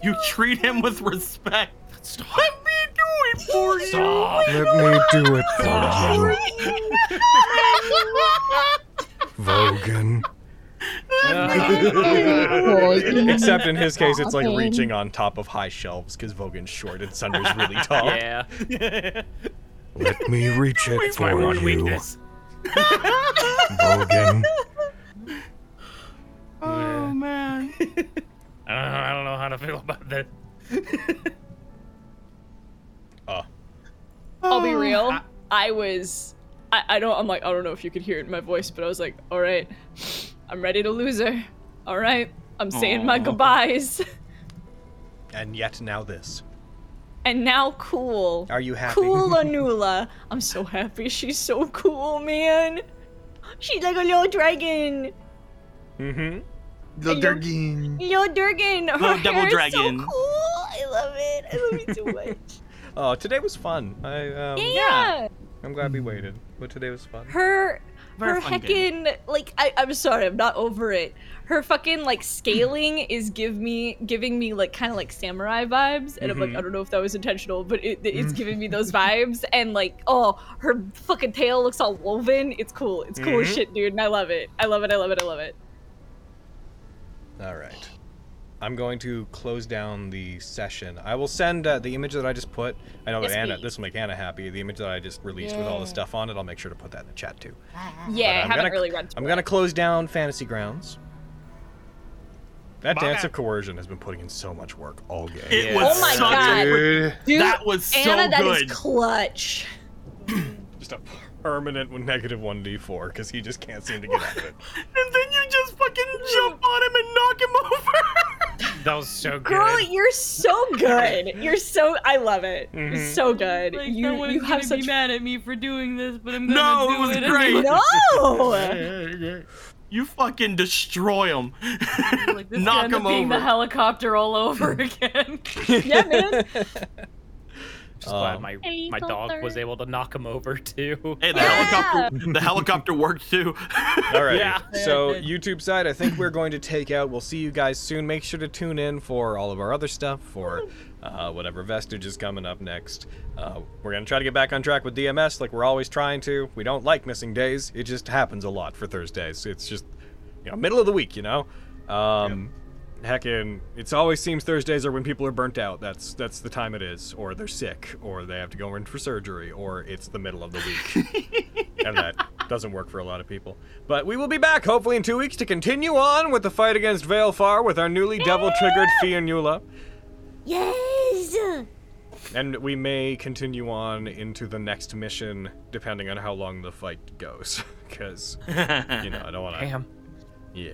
S9: You treat him with respect.
S11: Let me do it for you.
S12: Stop. Let me do it for you, Vogan.
S1: Except in his case, it's like
S12: Okay.
S1: reaching on top of high shelves because Vogan's short and Sunder's really tall.
S5: Yeah.
S12: Let me reach it
S5: It's
S12: for
S5: my one
S12: you,
S5: weakness.
S12: Vogan.
S5: Yeah.
S27: Oh man.
S5: I don't, know, I don't know how to feel about that. Ah.
S1: Uh.
S7: I'll
S1: Oh,
S7: be real. I was. I, I don't. I'm like. I don't know if you could hear it in my voice, but I was like, all right, I'm ready to lose her. All right, I'm saying my
S1: Aw.
S7: goodbyes.
S1: And yet now this.
S7: And now, cool.
S1: Are you happy?
S7: Cool Anula. I'm so happy. She's so cool, man. She's like a little dragon.
S1: Mm-hmm.
S27: The
S7: Hello.
S1: Mm.
S27: Durgin.
S7: Little dragon. Her
S1: Little devil
S7: hair is
S1: dragon.
S7: so cool. I love it. I love it so much.
S1: Oh, today was fun. I um,
S7: yeah.
S1: I'm glad we waited, but today was fun.
S7: her
S1: Very
S7: her
S1: fun
S7: heckin'
S1: game.
S7: like I, i'm sorry i'm not over it her fucking like scaling is give me giving me like kind of like samurai vibes and i'm like
S15: Mhm.
S7: i don't know if that was intentional but it, it's giving me those vibes and like oh her fucking tail looks all woven it's cool it's cool as
S1: Mhm.
S7: shit dude and i love it i love it i love it i love it
S1: All right. I'm going to close down the session. I will send uh, the image that I just put. I know
S7: Yes,
S1: that Anna,
S7: please.
S1: this will make Anna happy. The image that I just released with all the
S7: Yeah.
S1: stuff on it, I'll make sure to put that in the chat too.
S7: yeah i
S1: But I'm
S7: haven't
S1: gonna-
S7: really read
S1: I'm gonna close down Fantasy Grounds. That
S7: Bye.
S1: dance of coercion has been putting in so much work all game.
S9: It was
S7: Oh my
S9: so
S7: God.
S9: good.
S7: Dude,
S9: that was so
S7: Anna, that is
S9: good.
S7: clutch
S1: Just a permanent negative one d four because he just can't seem to get out of it.
S9: and then you just fucking jump on him and knock him over.
S5: That was so good.
S7: Girl, you're so good. You're so I love it. You're
S5: Mhm.
S7: so good.
S15: Like,
S7: you
S15: someone's
S7: you have
S15: gonna
S7: such
S15: be mad at me for doing this, but I'm gonna
S9: No,
S15: do
S9: it was
S15: it
S9: great.
S7: No.
S9: You fucking destroy him.
S15: This
S9: Knock
S15: end up
S9: him
S15: being the
S9: over.
S15: helicopter all over again.
S7: yeah, man.
S5: Just glad my, my dog
S15: Helicopter.
S5: was able to knock him over too.
S9: Hey, the helicopter. The helicopter worked too.
S1: All right.
S5: Yeah.
S1: So YouTube side, I think we're going to take out. We'll see you guys soon. Make sure to tune in for all of our other stuff, for uh, whatever vestige is coming up next. Uh, we're gonna try to get back on track with DMS, like we're always trying to. We don't like missing days. It just happens a lot for Thursdays. It's just, you know, middle of the week. You know. Um, Heckin', it's always seems Thursdays are when people are burnt out. That's that's the time it is, or they're sick, or they have to go in for surgery, or it's the middle of the week and that doesn't work for a lot of people. But we will be back hopefully in two weeks to continue on with the fight against Veilfar with our newly devil triggered Fionula.
S3: Yes.
S1: And we may continue on into the next mission depending on how long the fight goes. Because, you know, I don't want to.
S5: Damn.
S1: Yeah.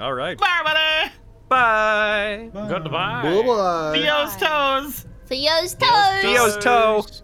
S1: All right.
S9: Bye, buddy.
S1: Bye.
S5: Goodbye.
S1: Bye-bye.
S9: Theo's toes.
S3: Theo's toes.
S1: Theo's toe.